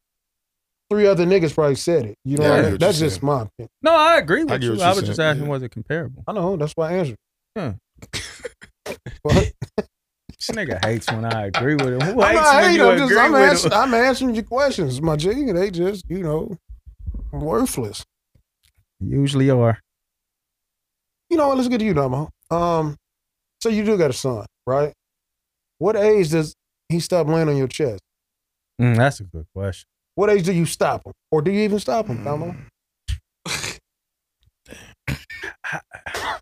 three other niggas probably said it. You know, Yeah, what I I hear mean? what that's you're just saying. my opinion. No, I agree with I get you. what I you're was just saying, asking, yeah. was it comparable? I know that's my answer. Yeah. Fuck. This nigga hates when I agree with him. Who I'm hates not when hating. you I'm agree just I'm, with ans- him? I'm answering your questions, my G. They just you know worthless. Usually are. You know what? Let's get to you, Damo. Um, so you do got a son, right? What age does he stop laying on your chest? Mm, that's a good question. What age do you stop him, or do you even stop him, Damo? God,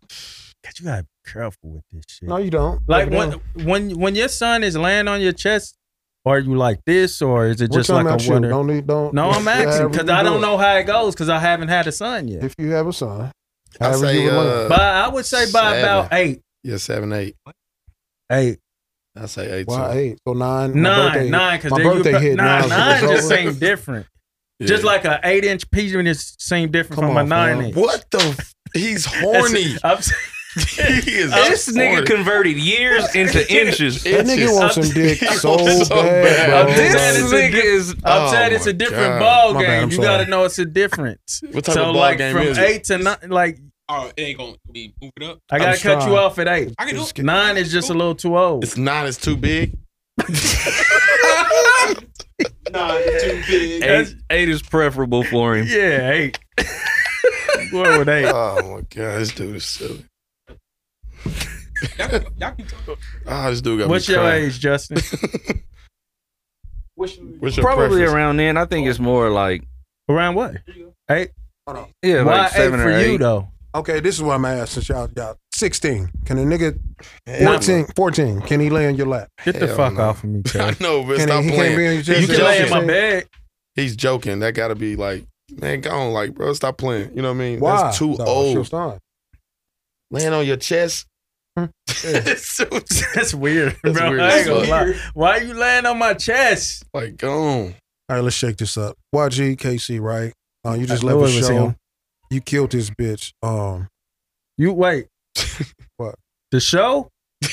you gotta be careful with this shit. No, uh, you don't. like Never when done. when when your son is laying on your chest, are you like this or is it We're just talking like about a you. water? Don't need. Don't. *laughs* No, I'm however asking because you I do don't it. know how it goes because I haven't had a son yet. If you have a son, I however say, you would like. uh, But I would say by seven. about eight, yeah, seven, eight. eight, I say eight. why too. eight? So nine. my birthday nine, hit. nine. Because My birthday hit now, nine, nine so it's just over. seem different. Yeah. Just like an eight inch penis seem different Come from a on, nine fam. inch. what the? F- *laughs* he's horny. I'm saying- *laughs* he *laughs* is This nigga horny. converted years into inches. That nigga wants some dick He so wants so bad, bad. bro. This This is a nigga diff- is I'm Oh saying it's my a God. different ball My game. bad, I'm you sorry. gotta know it's a difference. What *laughs* type So of ball like game from is it? eight to nine, like Oh, it ain't gonna be move it up. I gotta cut trying. you off at eight. I can do it. Nine is just a little too old. It's nine. It's too *laughs* big. Nah, it's *laughs* too big. eight, eight is preferable for him. yeah, eight. *laughs* What would eight? Oh my god, this dude is silly. Y'all, y'all keep talking. Ah, this dude got What's me your crying. age, Justin? What's your- What's your Probably preference? around then. I think it's more like Around *laughs* what? yeah, Why like seven eight or for you eight. though? Okay, this is what I'm asking since y'all. Y'all 16. Can a nigga Hell 14? 14. Can he lay on your lap? Get the Hell fuck no. off of me, I Kelly. know, but Can stop he, he playing. can't be on your chest? You You can can Justin. lay in my *laughs* bed. He's joking. That gotta be like, man, go on, like, bro, stop playing. You know what I mean? Why? That's too No, it's your old. son. Laying on your chest. It's so- *laughs* That's weird, bro. That's weird I as ain't gonna fuck. lie. Why are you laying on my chest? like, go on. All right, let's shake this up. YG, KC, right? Uh, you just I left knew a it was show. him. You killed this bitch. Um, You wait. What? The show? *laughs*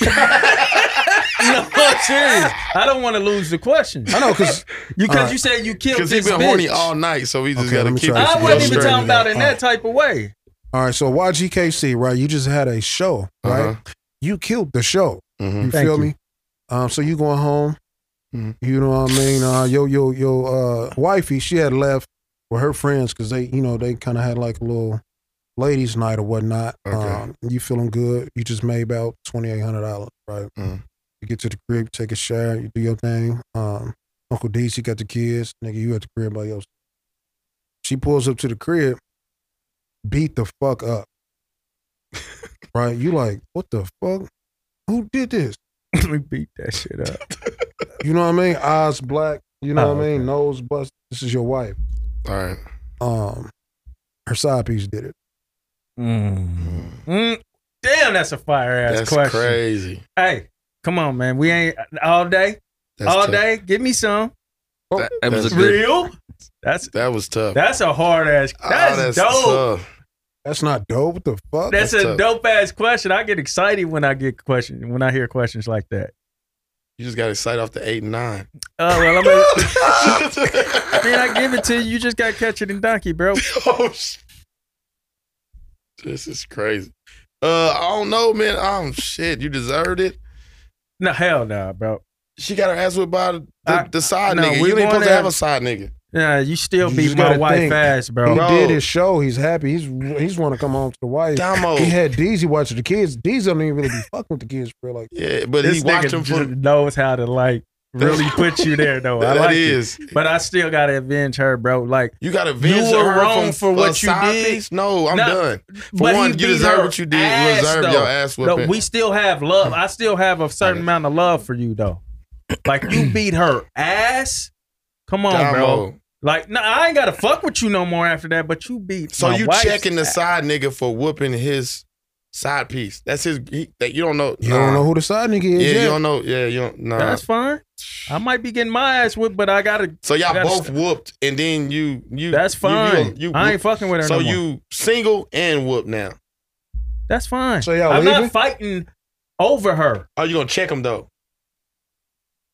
no, I'm serious. I don't want to lose the question. I know, because You All because right. you said you killed Because this he's been bitch. horny all night, so he just Okay, let gotta me keep try this this I It's wasn't just even straight talking to that. about it in that type of way. *laughs* all right, so YGKC, right? You just had a show, right? You killed the show. Mm-hmm. You Thank feel you. me? Um, so you going home? Mhm. You know what I mean? Uh, yo, yo, yo, uh, wifey, she had left with her friends because they, you know, they kind of had like a little ladies' night or whatnot. Okay. Um, you feeling good? You just made about twenty eight hundred dollars, right? Mm. Mhm. You get to the crib, take a shower, you do your thing. Um, Uncle D, she got the kids, nigga. You at the crib by yourself. She pulls up to the crib, beat the fuck up. *laughs* right? You like, what the fuck? Who did this? Let me beat that shit up. You know what I mean? Eyes black. You know Oh, what I mean? okay. Nose bust. This is your wife. Mm-hmm. All right. Um, her side piece did it. Mm. Damn, that's a fire ass That's question. crazy. Hey, come on, man. We ain't all day, That's all tough. day. Give me some That, That was a that's- good. real. That's That was tough. that's a hard ass. Oh, That's, dope. tough. That's not dope. What the fuck? That's, That's a tough. dope ass question. I get excited when I get question when I hear questions like that. You just got excited off the eight and *laughs* nine. Oh well, I'm *laughs* gonna, then I give it to you. You just got to catch it in donkey, bro. Oh, sh- this is crazy. Uh, I don't know, man. Oh shit, you deserved it. No hell no, bro. She got her ass whipped by the, the, I- the side no, nigga. we You ain't going supposed to there- have a side *laughs* nigga. Yeah, you still You beat just my gotta wife think. ass, bro. he Bro. did his show. He's happy. He's he's want to come home to the wife. Damo. He had Deezy watching the kids. Deezy don't even really be fucking with the kids, bro. Like, Yeah, but this he watched nigga him for ju- knows how to like *laughs* really put you there, though. I that like it. is. But I still gotta avenge her, bro. Like, You got to avenge were her wrong from for a what you side did. piece? No, I'm No, done. For but he one, you beat deserve her what you did. you ass, deserve though. your ass no, whipping. we still have love. I still have a certain amount of love for you, though. *clears throat* Like, you beat her ass. Come on, bro. Damo. Like, no, I ain't gotta fuck with you no more after that. But you beat. So my you wife's checking the ass. side nigga for whooping his side piece? That's his. He, that you don't know. you nah. don't know who the side nigga is Yeah, yet. you don't know. Yeah, you don't. Nah. Uh, That's fine. I might be getting my ass whipped, but I gotta. so y'all That's- both whooped, and then you you. That's you- you- fine. You, I ain't fucking with her. so no more. you single and whooped now. That's fine. So y'all I'm leaving? not fighting over her. Are you gonna check him though?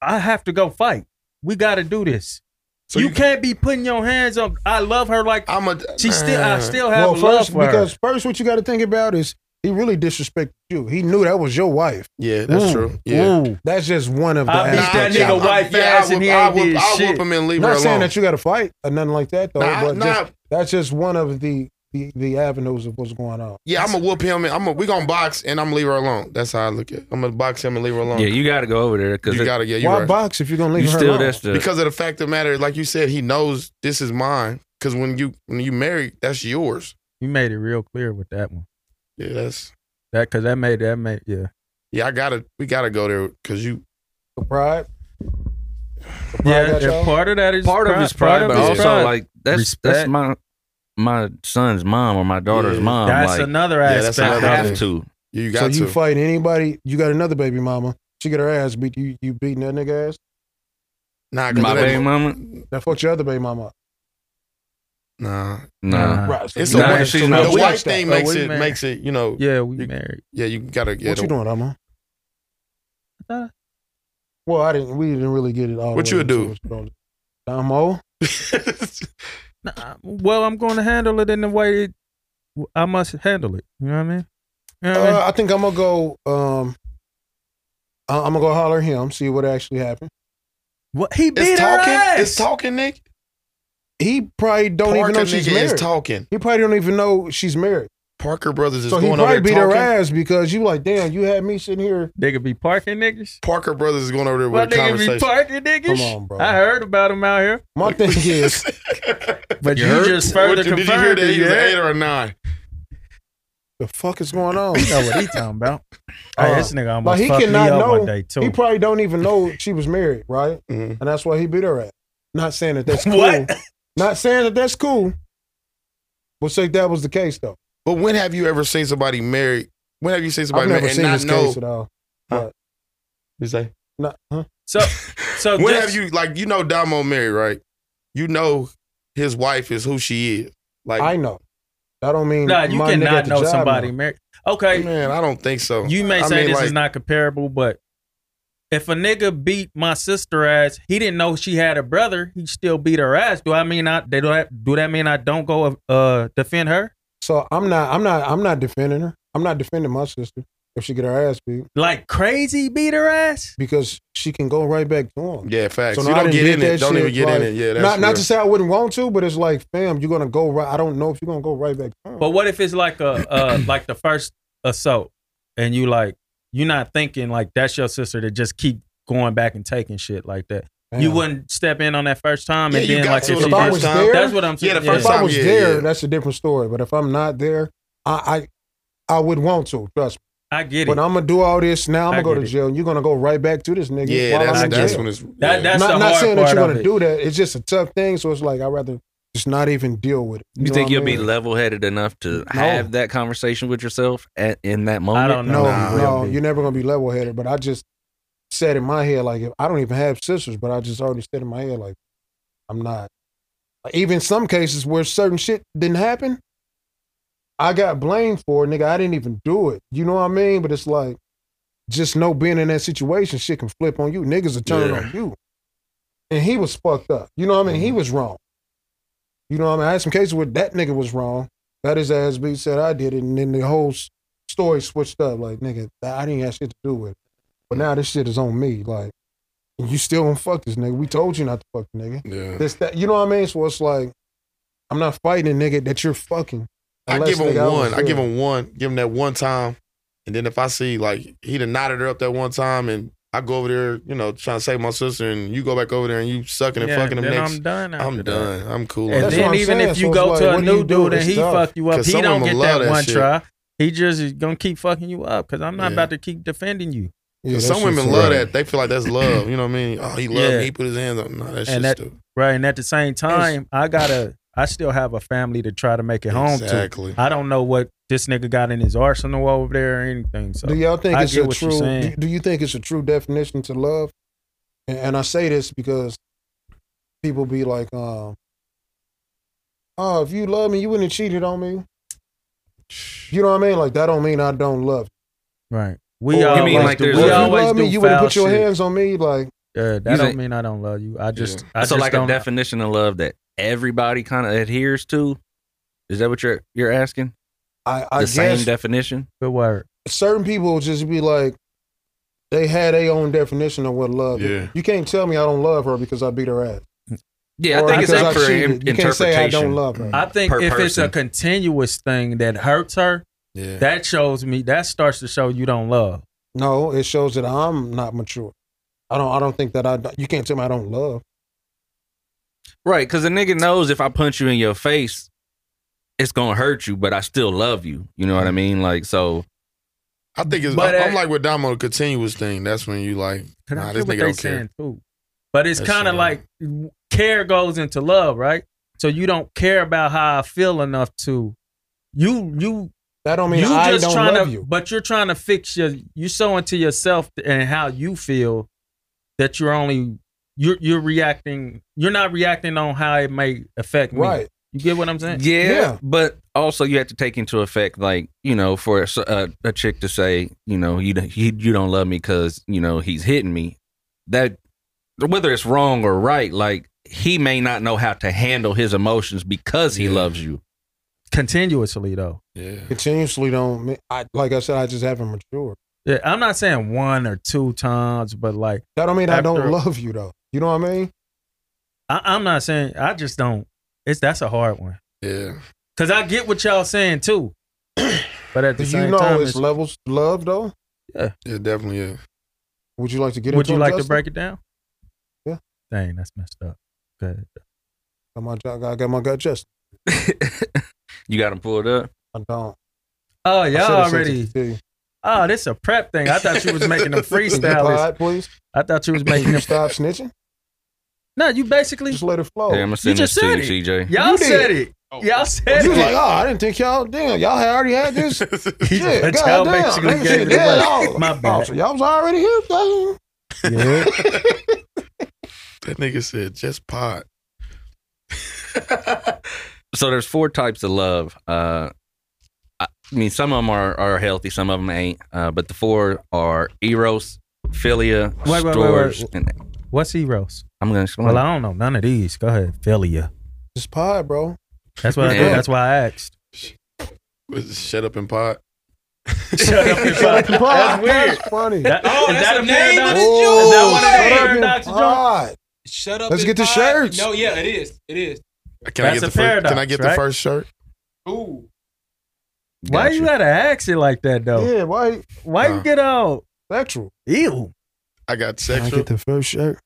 I have to go fight. We got to do this. So you, can't be putting your hands up. I love her like I'm a. She still, I still have Ah, well, love first, for because her. first, what you got to think about is he really disrespected you. He knew that was your wife. Yeah, that's true. Yeah. Ooh, That's just one of the. I beat that aspects. nigga I'm white ass and he I ain't did I whoop shit. him and leave her not saying alone. that you got to fight or nothing like that though. Nah, but nah. just, that's just one of the, the the avenues of what's going on. yeah, I'm gonna whoop him. And I'm gonna, we gonna box and I'm gonna leave her alone. That's how I look at. it. I'm gonna box him and leave her alone. Yeah, you got to go over there because you gotta. Yeah, you Why right. box if you're gonna leave you her still alone? that's the because of the fact of the matter, like you said, he knows this is mine. Because when you when you marry, that's yours. you made it real clear with that one. Yeah, that's That because that made that made yeah. yeah. I gotta we gotta go there because you The pride. The pride Yeah, got y'all? and part of that is part of pride- his pride, but his also pride. like that's Respect. that's my my son's mom or my daughter's Yeah. mom. that's um, like, another Yeah, that's aspect. I another of have it. to. you so got you to. fight anybody? You got another baby mama. She get her ass beat. You you beating that nigga ass? nah, 'cause My it baby ain't- mama. That fucked your other baby mama. up. Nah, Nah. Right. so it's you a Nah, gotta- white, she's the not- we white watch that. thing Oh, makes we it married. makes it. You know, Yeah, we You- married. yeah, you gotta get. What you doing, Amma? thought- Well, I didn't. We didn't really get it all. the What way you into do? what's going on. Amo, *laughs* Nah, Uh, well, I'm going to handle it in the way it, I must handle it. You know what I mean? You know what I mean? uh, I think I'm gonna go. Um, I- I'm gonna go holler him. See what actually happened. What he beat It's her talking. ass. It's talking, Nick. He probably don't Parker even know she's nigga is married. talking. he probably don't even know she's married. Parker Brothers is So he going over probably there beat talking. her ass because you like, damn, you had me sitting here. Nigga be parking niggas. Parker Brothers is going over there My with a nigga be conversation. parking niggas. Come on, bro. I heard about him out here, *laughs* My thing is, but you, You heard? just further What you- Did you hear confirmed that? He was an it. eight Yeah. or a nine. the fuck is going on? You know *laughs* what he talking about? hey, Uh, this nigga almost like, he fucked me cannot up know. one day too. He probably don't even know she was married, right? Mhm. And that's why he beat her ass. Not saying *laughs* that that's cool. What? Not saying that that's cool. But say that was the case though. But when have you ever seen somebody married? When have you seen I've somebody never married and seen not this know? case at all. Huh? But You say. not, huh? so, so When just, have you like you know Damo married right? You know his wife is who she is. Like I know. That don't mean Nah, you my nigga at cannot the know job somebody married. Okay, man, I don't think so. You may I say mean, this like- is not comparable, but if a nigga beat my sister ass, he didn't know she had a brother. He still beat her ass. Do I mean I? They do that? Do that mean I don't go uh defend her? So I'm not I'm not I'm not defending her. I'm not defending my sister if she get her ass beat Like crazy beat her ass? because she can go right back to him. Yeah, facts. So you now I don't done get did in it. that Don't shit, even get like, in it. Yeah, that's not real. not to say I wouldn't want to, but it's like, fam, you're gonna go right. I don't know if you're gonna go right back. To him. But what if it's like a *clears throat* uh like the first assault, and you like you're not thinking like that's your sister to just keep going back and taking shit like that. You Damn. wouldn't step in on that first time Yeah, and you then got like to if the she first just, time. that's what I'm saying. Yeah, the first if I time, was yeah, there, yeah. that's a different story. But if I'm not there, I I, I would want to trust. me. I get it. But I'm gonna do all this now. I'm I gonna go get to it. jail, and you're gonna go right back to this nigga. yeah, while that's I'm in that's jail. when it's yeah. That, that's not the not hard saying that part you're of gonna it. do that. It's just a tough thing. So it's like I would rather just not even deal with it. You, know think what I you'll be mean? level headed enough to have that conversation with yourself at, in that moment? don't No, know. Nah. no, Nah. you're never gonna be level headed. But I just said in my head like if I don't even have sisters, but I just already said in my head like I'm not. Like, even some cases where certain shit didn't happen, I got blamed for it, nigga. I didn't even do it. You know what I mean? But it's like just know being in that situation, shit can flip on you. Niggas are turning Yeah. on you. And he was fucked up. You know what I mean? He Mm-hmm. was wrong. You know what I mean? I had some cases where that nigga was wrong. That his ass beat said I did it, and then the whole s- story switched up. Like, nigga, I didn't have shit to do with it. But now this shit is on me. Like, and you still don't fuck this nigga. We told you not to fuck the nigga. Yeah. This that you know what I mean? So it's like, I'm not fighting a nigga that you're fucking. I Unless, give him nigga, I was one. I there. give him one. Give him that one time, and then if I see like he done knotted her up that one time, and I go over there, you know, trying to save my sister, and you go back over there and you sucking and Yeah, fucking him then next. I'm done. I'm after that. done. I'm cool. And on That's that. what then I'm even saying. if you So it's go like, to a what do you new do? dude and It's he tough. fuck you up, 'Cause he some don't women get love that that one shit. try. He just is gonna keep fucking you up because I'm not Yeah. about to keep defending you. Yeah, that Some shit's women love crazy. that. They feel like that's love. You know what I mean? Oh, he loved Yeah. me. He put his hands on. No, that shit's that- stupid. Right. And at the same time, I gotta I still have a family to try to make it home to. Exactly. I don't know what this nigga got in his arsenal over there or anything. So do y'all think I it's get a what you're true? saying. Do, do you think it's a true definition to love? And, and I say this because people be like, um, "Oh, if you love me, you wouldn't have cheated on me." You know what I mean? Like that don't mean I don't love. right. We Or- always You mean like do, there's we a- Well, if you always love do me, you foul wouldn't put your shit. hands on me. Like Uh, that don't You say- mean I don't love you. I just I so just like don't. a definition of love that everybody kind of adheres to. Is that what you're you're asking? I, I the same guess- definition. Good word. certain people just be like, they had their own definition of what love is. Yeah. You can't tell me I don't love her because I beat her ass. Yeah, I Or think it's because up I for cheated. in- You can't say I don't interpretation. love her. I think per if it's a person. continuous thing that hurts her, Yeah. that shows me that starts to show you don't love. No, it shows that I'm not mature. I don't. I don't think that I. You can't tell me I don't love. Right, because a nigga knows if I punch you in your face, it's gonna hurt you, but I still love you. You know what I mean? Like so. I think it's. But, I'm, I'm uh, like with Dom on a continuous thing. That's when you like, And I nah, feel this what nigga they don't saying care. too. But it's That's kind of sad. like care goes into love, right? So you don't care about how I feel enough to you you That don't mean you I don't trying love to, you. But you're trying to fix your you so into yourself and how you feel that you're only you're you're reacting you're not reacting on how it may affect me. Right. You get what I'm saying? Yeah, but also you have to take into effect, like you know, for a, s- a- a chick to say, you know, you don't- you, you don't love me because you know he's hitting me. That whether it's wrong or right, like he may not know how to handle his emotions because he loves you. Continuously though. Yeah. Continuously don't. ma- I like I said. I just haven't matured. Yeah, I'm not saying one or two times, but like That don't mean I don't After- love you though. You know what I mean? I, I'm not saying I just don't. It's that's a hard one. Yeah. Cause I get what y'all *coughs* saying too. But at Do the you same know time, it's, it's- levels to love though? Yeah, definitely. *laughs* Yeah. Would you like to get? would into you it, like to Justin? break it down? Yeah. Dang, that's messed up. Good. Got my job. I got my gut Justin. You got him pulled up. I don't. Oh, I y'all should've sent already. it to you. Oh, this a prep thing. I thought you was *laughs* making them Can you pod, freestylers. please. I thought you was Can making you them. stop snitching? No, you *laughs* basically. Just let it flow. Yeah, I'm gonna send Oh, just this to said you, TJ. Y'all You did. said it. Y'all said You was it. like, oh, I didn't think y'all. Damn, y'all had already had this. *laughs* But Shit, y'all goddamn. basically Nigga, gave shit, it yeah, away. y'all- *laughs* My bad. Oh, y'all was already here. dang. Yeah. That nigga said just pot. so there's four types of love. Uh, I I mean, some of them are, are healthy, some of them ain't. Uh, but the four are eros, philia, Wait, wait, wait, storge, wait. and What's Eros? I'm gonna explain. Well, I don't know none of these. Go ahead, Philia. *laughs* It's pod, bro. That's what I did. Yeah. That's why I asked. *laughs* Was it Shut up and pot. Shut up *laughs* and fuck. Pod, That's weird. That's funny. Oh, That, Oh, is that's that the name of Shut up, paradox? Is that one of the paradox the joke. Hey! you jokes? pod. Shut up. Let's and get the pod. shirts. No, yeah, it is. It is. Can I That's get a the first? Can I paradox, get right? the first shirt? Ooh. Why Gotcha. you gotta ask it like that though? Yeah, why Why you Uh. get all sexual? ew? I got Can I sexual. get the first shirt?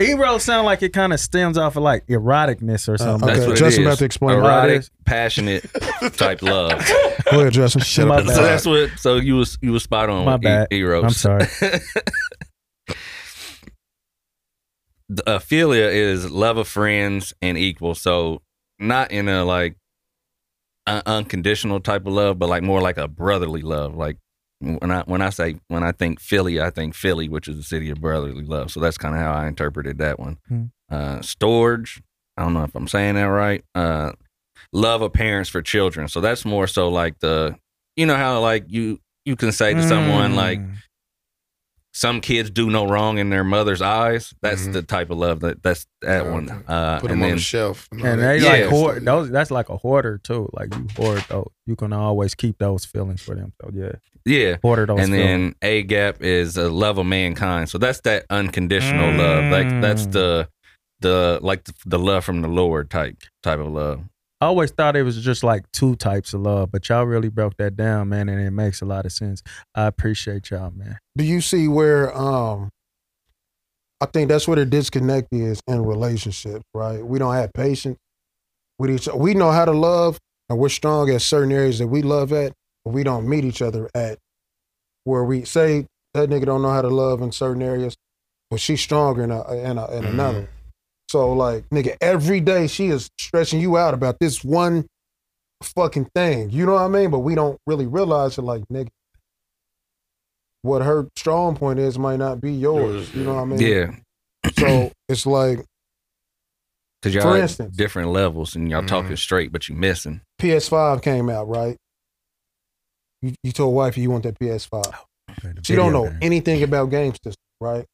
Eros sound like it kind of stems off of like eroticness or something. Uh, That's Okay, what Justin it is. about to explain what it erotic, is. passionate type love. Go ahead, Justin. *laughs* Shut My up and bad. *laughs* So pot. that's what. So you was you was spot on. My with bad. E- eros. I'm sorry. The- uh, philia is love of friends and equal. So not in a like un- unconditional type of love, but like more like a brotherly love. Like when I when I say when I think Philly, I think Philly, which is the city of brotherly love. So that's kind of how I interpreted that one. Hmm. Uh, storage. I don't know if I'm saying that right. Uh, love of parents for children. So that's more so like the you know how like you you can say to someone like Mm. some kids do no wrong in their mother's eyes. That's Mhm. the type of love that that's that Yeah, one. okay. Uh, Put and them on then the shelf. all and that. they Yeah. like hoard those. That's like a hoarder too. Like you hoard those. You can always keep those feelings for them. So yeah, yeah, hoarder those. and feelings. then a gap is a love of mankind. So that's that unconditional love. Like that's Mm. the the like the, the love from the Lord type type of love. I always thought it was just like two types of love, but y'all really broke that down, man, and it makes a lot of sense. I appreciate y'all, man. Do you see where um I think that's where the disconnect is in relationships, right? We don't have patience with each other. We know how to love and we're strong at certain areas that we love at, but we don't meet each other at where we say that nigga don't know how to love in certain areas, but she's stronger in a, in, a, in Mhm. another. So like, nigga, every day she is stressing you out about this one fucking thing. You know what I mean? But we don't really realize it like, nigga, what her strong point is might not be yours. Yours, You know yeah. what I mean? Yeah, So it's like because y'all For at instance. different levels and y'all Mhm. talking straight, but you missing. PS5 came out, right? You, you told wifey you want that PS5. Oh, Okay, the She don't know video game. anything about game systems, right?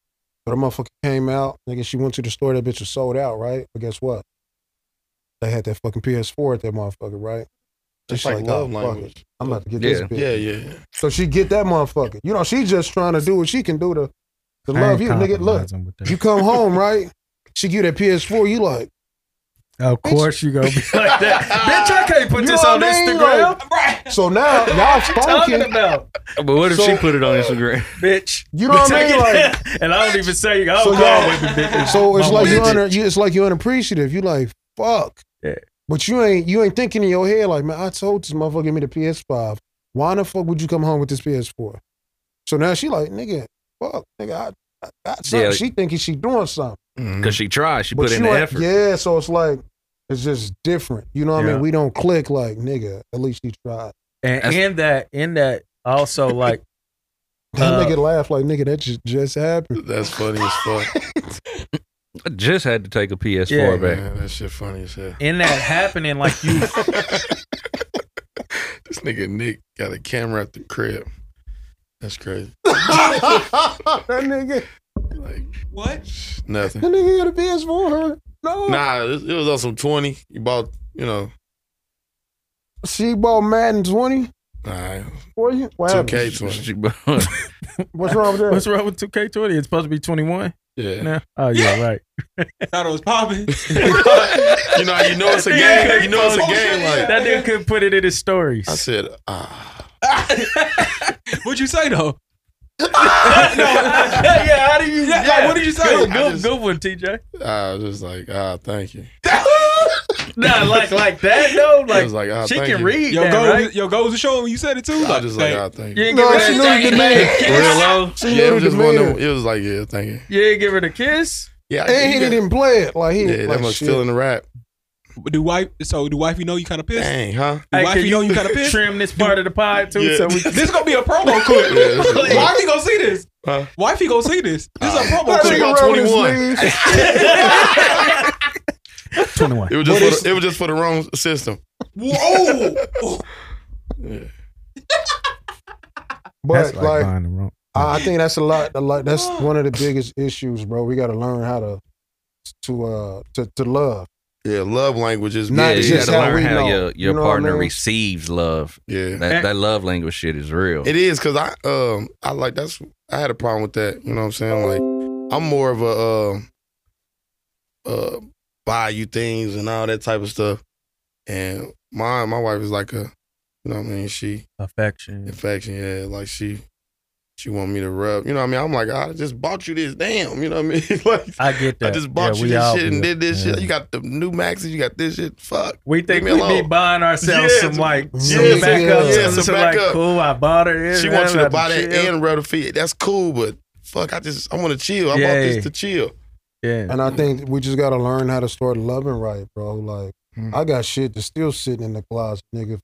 But a motherfucker came out, nigga, she went to the store, that bitch was sold out, right? But guess what? They had that fucking PS4 at that motherfucker, right? It's She's like love "Oh, fuck language. it. I'm about to get this Yeah. bitch. Yeah, yeah. So she get that motherfucker. You know, she just trying to do what she can do to, to I love ain't you. Nigga, look, compromising with that. you come home, right? She give you that PS4, you like, Of course you gonna be *laughs* like that. Bitch, I can't put You this know on what I mean? Instagram. Like, so *laughs* now y'all talking sparking. about? But what if So- she put it on *laughs* Instagram? Bitch. You know *laughs* what I mean? Like, and I don't even say, I'm So so y'all- with the bitch. so it's *laughs* My like you bitch. under, you, it's like you unappreciative. You like fuck. Yeah. But you ain't you ain't thinking in your head like, man, I told this motherfucker give me the PS5. Why the fuck would you come home with this PS4? So now she like, nigga, fuck, nigga, I, I got something. Yeah, like- she thinking she doing something. Mm-hmm. Because she tried. She put you in the ain't- effort. Yeah, so it's like it's just different. You know what I Yeah. mean? We don't click like, nigga, at least she tried. And in that, in that, also like, That Uh, nigga laugh like, nigga, that just, *laughs* just happened. That's funny as *laughs* fuck. I just had to take a PS4 Yeah. back. *laughs* Man, that shit funny as hell. *laughs* in that happening, like you, This nigga Nick got a camera at the crib. That's crazy. that nigga, Like What? nothing. that nigga got a PS4. Huh? No. Nah, it, it was on some twenty. You bought, you know, She bought Madden 20 nah, for you? What two happened? K twenty. She *laughs* bought- What's wrong with that? what's wrong with 2K20? It's supposed to be 21 Yeah. now. Oh yeah, right. Thought it was *laughs* popping. *laughs* you know, you know it's a game. You know it's a game. Like That dude could put it in his stories. I said, ah, What'd you say though? *laughs* yeah, how do you? Yeah, what did you say? Good, good, I just- good one, TJ. I was just like, ah, thank you. Nah, like like that though. I Like was like, ah, she thank can you. read Yo, that, goes, right? yo, goes to show him. You said it too. I was just like, thank- ah, thank You you. ain't give No, her she knew that. the name. Real low? She Yeah, it knew was the just one of demeanor. them. It was like, yeah, thank you. You ain't give her the kiss. Yeah, I- And he you got- didn't even play it. Like he Yeah, like, that much shit. still in the rap. Do wife? So do wifey know you kind of pissed? Dang, huh? Do Hey, wifey can know you kind of *laughs* pissed? Trim this part of the pod too, Yeah. *laughs* so we. This gonna be a promo clip. *laughs* Yeah, this is- Wifey gonna see this. Huh? Wifey gonna see this. This is a promo *laughs* That She clip. nigga about rolled his 21. sleeves. 21. It was just for the, it was just for the wrong system. Whoa! But like, buying the wrong. I I think that's a lot. A lot. That's one of the biggest issues, bro. We got to learn how to to uh to, to love. Yeah, love language is Not Yeah, big. you just gotta how we learn how know. your, your You know what I partner mean? receives love. Yeah, That, that love language shit is real. it is because I um I like that's I had a problem with that. You know what I'm saying? Like I'm more of a uh, uh buy you things and all that type of stuff. And my my wife is like a you know what I mean she Affection. infection. Yeah, like she she want me to rub. You know what I mean? I'm like I just bought you this damn. You know what I mean? *laughs* like I get that. I just bought Yeah, you we this all shit and do. did this Yeah. shit. You got the new maxes. You got this shit. Fuck. We think me we alone. be buying ourselves Yeah, some some- like yeah, some some- backup. yeah, some, some some, like backup. cool. I bought her. this, She wants you to that, buy that chill. and rub the feet. That's cool, but fuck, I just I want to chill. I bought Yeah. this to chill. Yeah. And I think we just got to learn how to start loving right, bro. Like Mm. I got shit that's still sitting in the closet, nigga.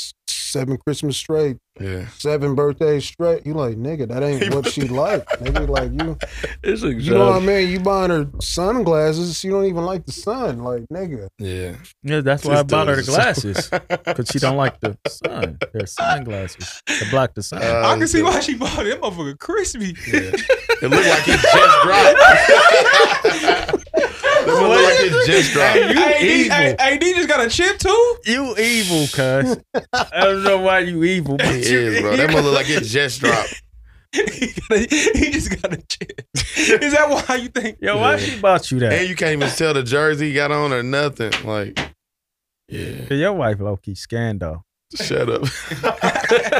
S- Seven Christmas straight, Yeah, seven birthdays straight. You like, nigga, that ain't what *laughs* she like. Nigga, like you, It's you know what I mean. You buying her sunglasses. You don't even like the sun, like nigga. *laughs* yeah. yeah, that's why I Just bought her the does. glasses because she don't like the sun. They're sunglasses to block the sun. Uh, I can see yeah. why she bought it. That motherfucker crispy. It looked like it just dropped. *laughs* it looked like it just dropped. You AD, A- AD just got a chip too. you evil, cuz. I don't know why you evil, but It you is, bro. That mother look like it just dropped. he, got a, he just got a chip. Is that why you think? Yo, why Yeah. she bought you that? And you can't even tell the jersey he got on or nothing. Like, yeah, Your wife low key scandal. shut up. *laughs*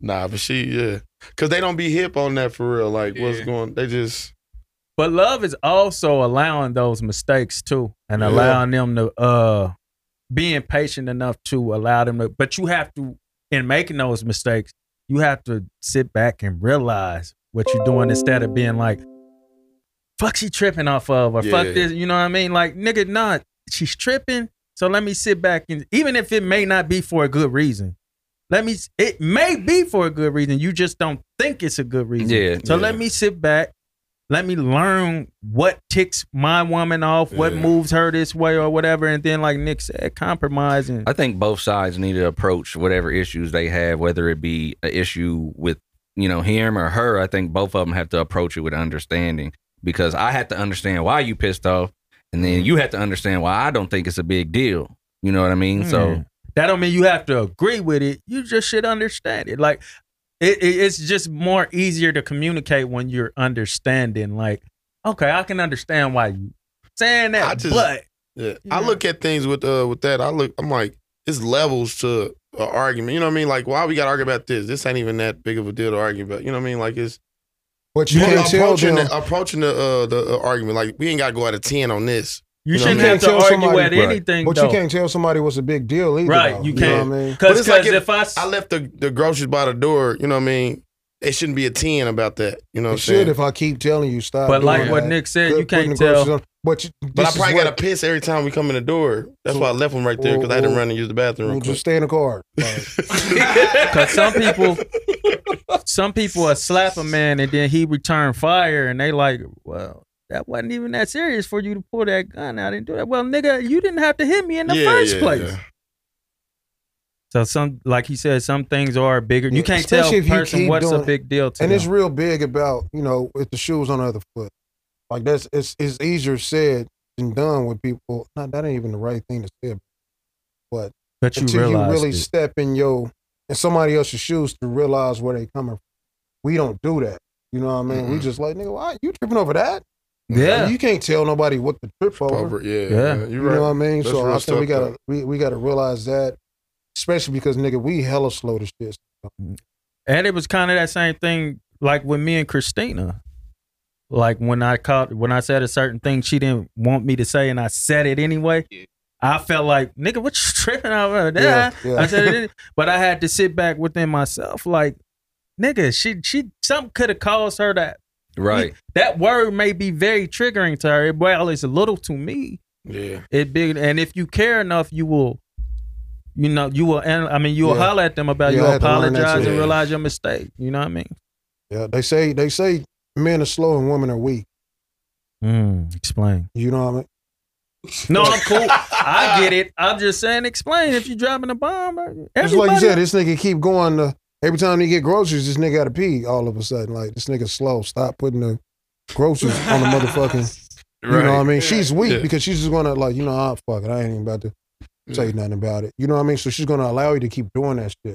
nah, but she, yeah, because they don't be hip on that for real. Like, what's Yeah. going? They just But love is also allowing those mistakes too, and Yeah. allowing them to uh being patient enough to allow them to. But you have to, in making those mistakes, you have to sit back and realize what you're doing instead of being like, "Fuck, she tripping off of," or Yeah. "Fuck this." You know what I mean? Like, nigga, not she's tripping. So let me sit back and even if it may not be for a good reason, let me. It may be for a good reason. You just don't think it's a good reason. Yeah. So Yeah. let me sit back. Let me learn what ticks my woman off, what Yeah. moves her this way or whatever, and then like Nick said, compromising. I think both sides need to approach whatever issues they have, whether it be an issue with you know, him or her, I think both of them have to approach it with understanding because I had to understand why you pissed off, and then you had to understand why I don't think it's a big deal. You know what I mean? So Mm. that don't mean you have to agree with it. You just should understand it. Like it, it- it's just more easier to communicate when you're understanding. Like, okay, I can understand why you saying that, I just- but Yeah. I look at things with uh with that. I look. I'm like, it's levels to an argument. You know what I mean? Like, why we got to argue about this? This ain't even that big of a deal to argue about. You know what I mean? Like, it's But you Well, can't tell approaching them. the, approaching the uh, the uh, argument. Like, we ain't got to go out of ten on this. you, know shouldn't what I mean? have to tell argue somebody- at Right. anything. But you though. can't tell somebody what's a big deal either. Right, though. you know can't. what I mean? But Because it's like if, if- I, s- I left the the groceries by the door. You know what I mean? It shouldn't be a ten about that. You know what It I'm saying? should if I keep telling you stop. but like doing what that. Nick said, Quit you putting can't the groceries tell. on- But you, but I this is probably what- got to piss every time we come in the door. That's So- why I left them right there because I had to Well, run and use the bathroom. Well, Real just quick. stay in the car. Like, *laughs* Because some people, some people will slap a man and then he return fire, and they like, well, that wasn't even that serious for you to pull that gun out and do that. Well, nigga, you didn't have to hit me in the first place. *laughs* yeah. So some, like he said, some things are bigger. Yeah, You can't tell especially a if you person keep what's a doing it. big deal to and it's them. real big about you know if the shoes on the other foot. Like that's it's it's easier said than done with people. Not that ain't even the right thing to say. But But you until you realize really it. step in your in somebody else's shoes to realize where they coming from. We don't do that. You know what I mean? We Mhm. just like nigga, why you tripping over that? yeah, you can't tell nobody what the trip over. Over, yeah, Yeah. yeah. You You know what I right. mean? That's so real I think we stuff, gotta we, we gotta realize that, especially because nigga, we hella slow to shit. and it was kind of that same thing, like with me and Christina. Like when I caught, when I said a certain thing she didn't want me to say, and I said it anyway. I felt like, nigga, what you *laughs* tripping over? Yeah, Yeah, yeah. I said it, anyway. but I had to sit back within myself, like, nigga, she she something could have caused her to right, that word may be very triggering to her. Well, it's a little to me, Yeah, it big and if you care enough you will you know you will and i mean you will Yeah. holler at them about Yeah, you I had to learn that apologize too. and Yeah. realize your mistake you know what i mean Yeah, they say they say men are slow and women are weak. Mm, explain You know what I mean? no i'm cool i get it i'm just saying explain if you're dropping a bomb uh, everybody, It's like you said, this nigga keep going. To, every time he get groceries, this nigga gotta pee all of a sudden. Like this nigga slow. Stop putting the groceries on the motherfucking. You know what I mean? She's weak Yeah. because she's just gonna like you know ah fuck it. I ain't even about to say nothing about it. You know what I mean? So she's gonna allow you to keep doing that shit.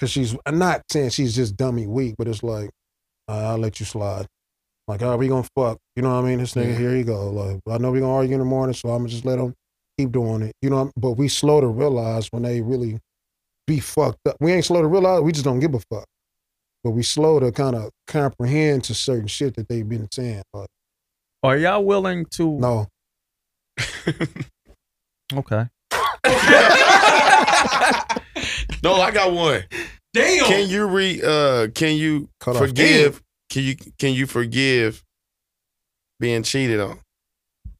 Cause she's I'm not saying she's just dummy weak, but it's like uh, I'll let you slide. Like, are we gonna fuck? You know what I mean? This nigga, here you go. Like, I know we gonna argue in the morning, so I'm gonna just let him keep doing it. You know, what I'm- but we slow to realize when they really be fucked up. We ain't slow to realize. We just don't give a fuck. But we slow to kind of comprehend to certain shit that they've been saying. Like, are y'all willing to no, okay No, I got one. Damn. Can you re? Uh, can you Cut off. forgive? Can you can you forgive being cheated on?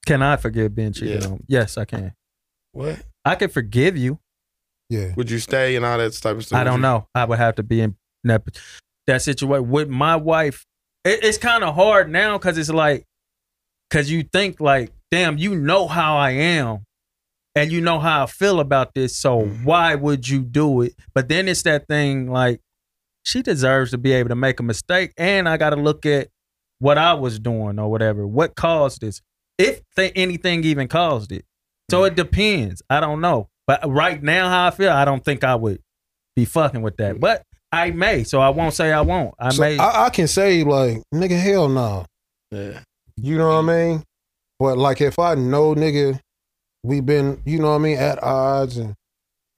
can i forgive being cheated Yeah. on yes i can What i can forgive you yeah, would you stay and all that type of stuff? I Would don't you- know. I would have to be in that that situation with my wife. It, it's kind of hard now because it's like because you think like, damn, you know how I am, and you know how I feel about this. So why would you do it? But then it's that thing like she deserves to be able to make a mistake, and I got to look at what I was doing or whatever. What caused this? If th- anything even caused it. So it depends. I don't know. But right now, how I feel, I don't think I would be fucking with that. But I may, so I won't say I won't. I So may. I, I can say like, nigga, hell no. Yeah. You know what I mean? But like if I know nigga, we been, you know what I mean, at odds and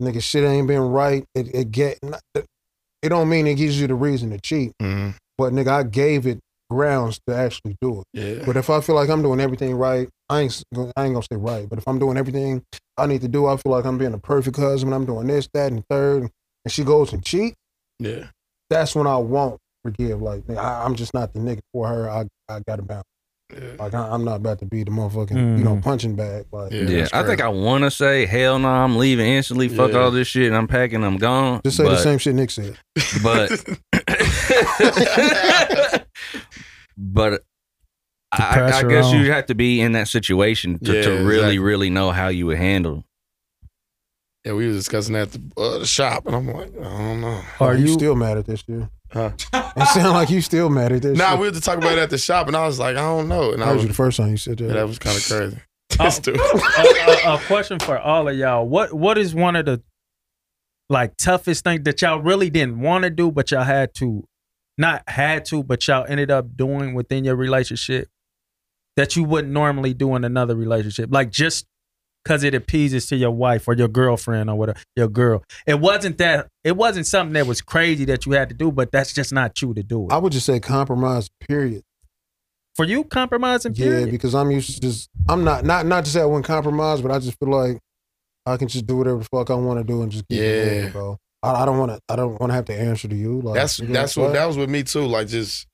nigga shit ain't been right, it, it get not- it don't mean it gives you the reason to cheat. Mhm. But nigga, I gave it grounds to actually do it. Yeah. But if I feel like I'm doing everything right, I ain't s- gonna- I ain't gonna say right. But if I'm doing everything I need to do, I feel like I'm being a perfect husband. I'm doing this, that, and the third. And she goes and cheat. Yeah. That's when I won't forgive. Like nigga, I, I'm just not the nigga for her. I I got to bounce. Yeah. Like I, I'm not about to be the motherfucking you know Mm. punching bag. Like Yeah. yeah. that's I think crazy. I want to say hell no, I'm leaving instantly. Fuck Yeah. all this shit, I'm packing, I'm gone. just say but, the same shit Nick said. *laughs* but *laughs* but I, I pressure guess on. you have to be in that situation to, Yeah, to really exactly. really know how you would handle Yeah, we was discussing that at the uh, shop, and I'm like, I don't know. Are you, still mad at this year? Huh? *laughs* It sound like you still mad at this. Nah, shit. we were just talking about it at the shop, and I was like, I don't know. And I I heard was, you the first time you said that. yeah, that was kind of *laughs* crazy. Oh. This dude. a, a- a question for all of y'all. What what is one of the like toughest thing that y'all really didn't want to do, but y'all had to, not had to, but y'all ended up doing within your relationship that you wouldn't normally do in another relationship, like just because it appeases to your wife or your girlfriend or whatever your girl. It wasn't that. It wasn't something that was crazy that you had to do, but that's just not you to do it. I would just say compromise. Period. for you, compromising. Yeah, Period. because I'm used to just I'm not not not to say I wouldn't compromise, but I just feel like I can just do whatever the fuck I want to do and just keep it Yeah. moving, bro. I, I don't want to I don't want to have to answer to you. Like That's you know that's what I that was with me too. Like just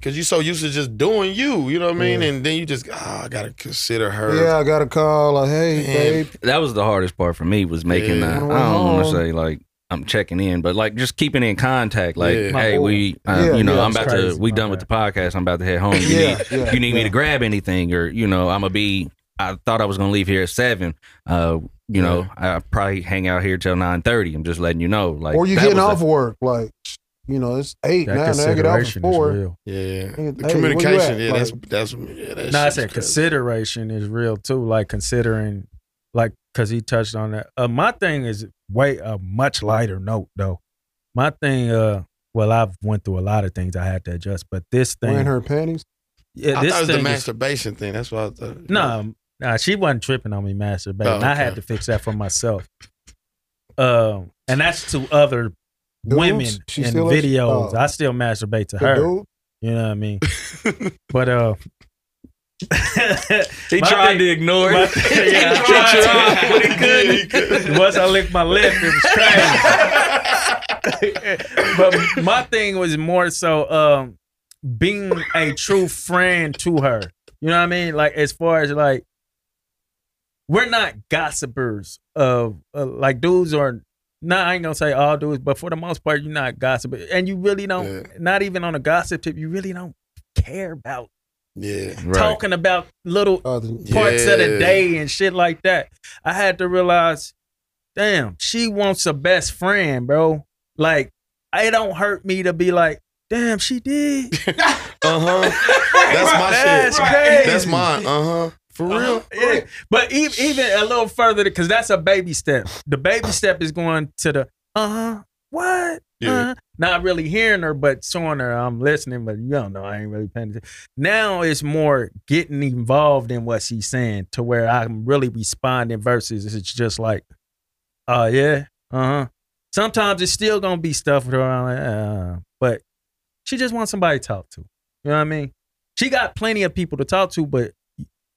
because you so used to just doing you, you know what I mean, Yeah. and then you just ah, I gotta consider her. Yeah, I got a call like, hey Man. babe, That was the hardest part for me was making Yeah. that. Wanna I don't go want to home? say like I'm checking in, but like just keeping in contact. Like, Yeah. My hey, boy. we, uh, Yeah, you know, yeah, I'm it's about crazy. to. We My done bad. with the podcast. I'm about to head home. You yeah, need, yeah, you need me yeah. to grab anything, or you know, I'm gonna be. I thought I was gonna leave here at seven. Uh, you know, I probably hang out here till nine thirty. I'm just letting you know. Like, or you that getting was a- off work like you know it's eight now, now I get off at is four. real. Yeah, Hey, the hey, where you communication. at? Yeah, that's Like- that's yeah, that No, I shit's said crazy. consideration is real too. Like considering, like, cause he touched on that. Uh, my thing is way a much lighter note though. My thing, uh, well, I've went through a lot of things I had to adjust, but this thing, Wearing her panties. yeah, I this thought it was thing the is- masturbation thing. That's what I thought. no, nah, she wasn't tripping on me masturbating. Oh, I okay. had to fix that for myself. Um, and that's to other Dudes? women She and still is- videos. oh. I still masturbate to The her. dude. You know what I mean? but uh *laughs* He My tried thing- to ignore *laughs* my it. thing- yeah, I he tried tried to. to, but he couldn't. Once I licked my lip, it was crazy. but my thing was more so um, being a true friend to her. You know what I mean? Like as far as like, we're not gossipers of uh, like dudes are. Not I ain't gonna say all dudes, but for the most part, you're not gossiping, and you really don't. Yeah. Not even on a gossip tip, you really don't care about Yeah. Right. talking about little Other, parts of the Yeah. day and shit like that. I had to realize, damn, she wants a best friend, bro. Like, it don't hurt me to be like, damn, she did. Uh-huh. Uh huh. *laughs* That's my That's shit. crazy. Uh-huh. That's mine. Uh huh. For real. Yeah. But e- even a little further, because that's a baby step. The baby step is going to the, uh huh, what? Yeah. Uh-huh. Not really hearing her, but showing her I'm listening, but you don't know, I ain't really paying attention. Now it's more getting involved in what she's saying to where I'm really responding versus it's just like, oh, yeah, uh huh. Sometimes it's still going to be stuff with her, I'm like, uh, but she just wants somebody to talk to. You know what I mean? She got plenty of people to talk to, but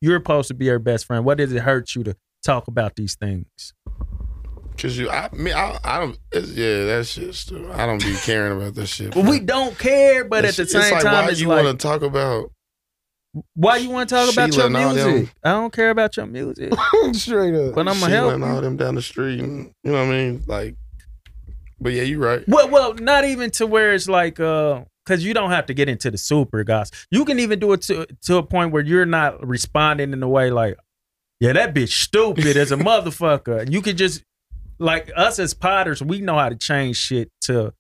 you're supposed to be her best friend. What does it hurt you to talk about these things? Cause you, I mean, I, I don't. It's, yeah, that shit. Stupid. I don't be caring about that shit. Well, we don't care, but It's- at the it's same like, time, why it's you like, want to talk about? why you want to talk about Sheila and your all them. music? I don't care about your music, *laughs* Straight up. but I'm gonna Sheila help and you. all them down the street. And, you know what I mean? Like, but yeah, you right. Well, well, not even to where it's like, uh, because you don't have to get into the super guys. You can even do it to to a point where you're not responding in a way like, yeah, that bitch *laughs* stupid as a motherfucker. You could just like us as potters, we know how to change shit to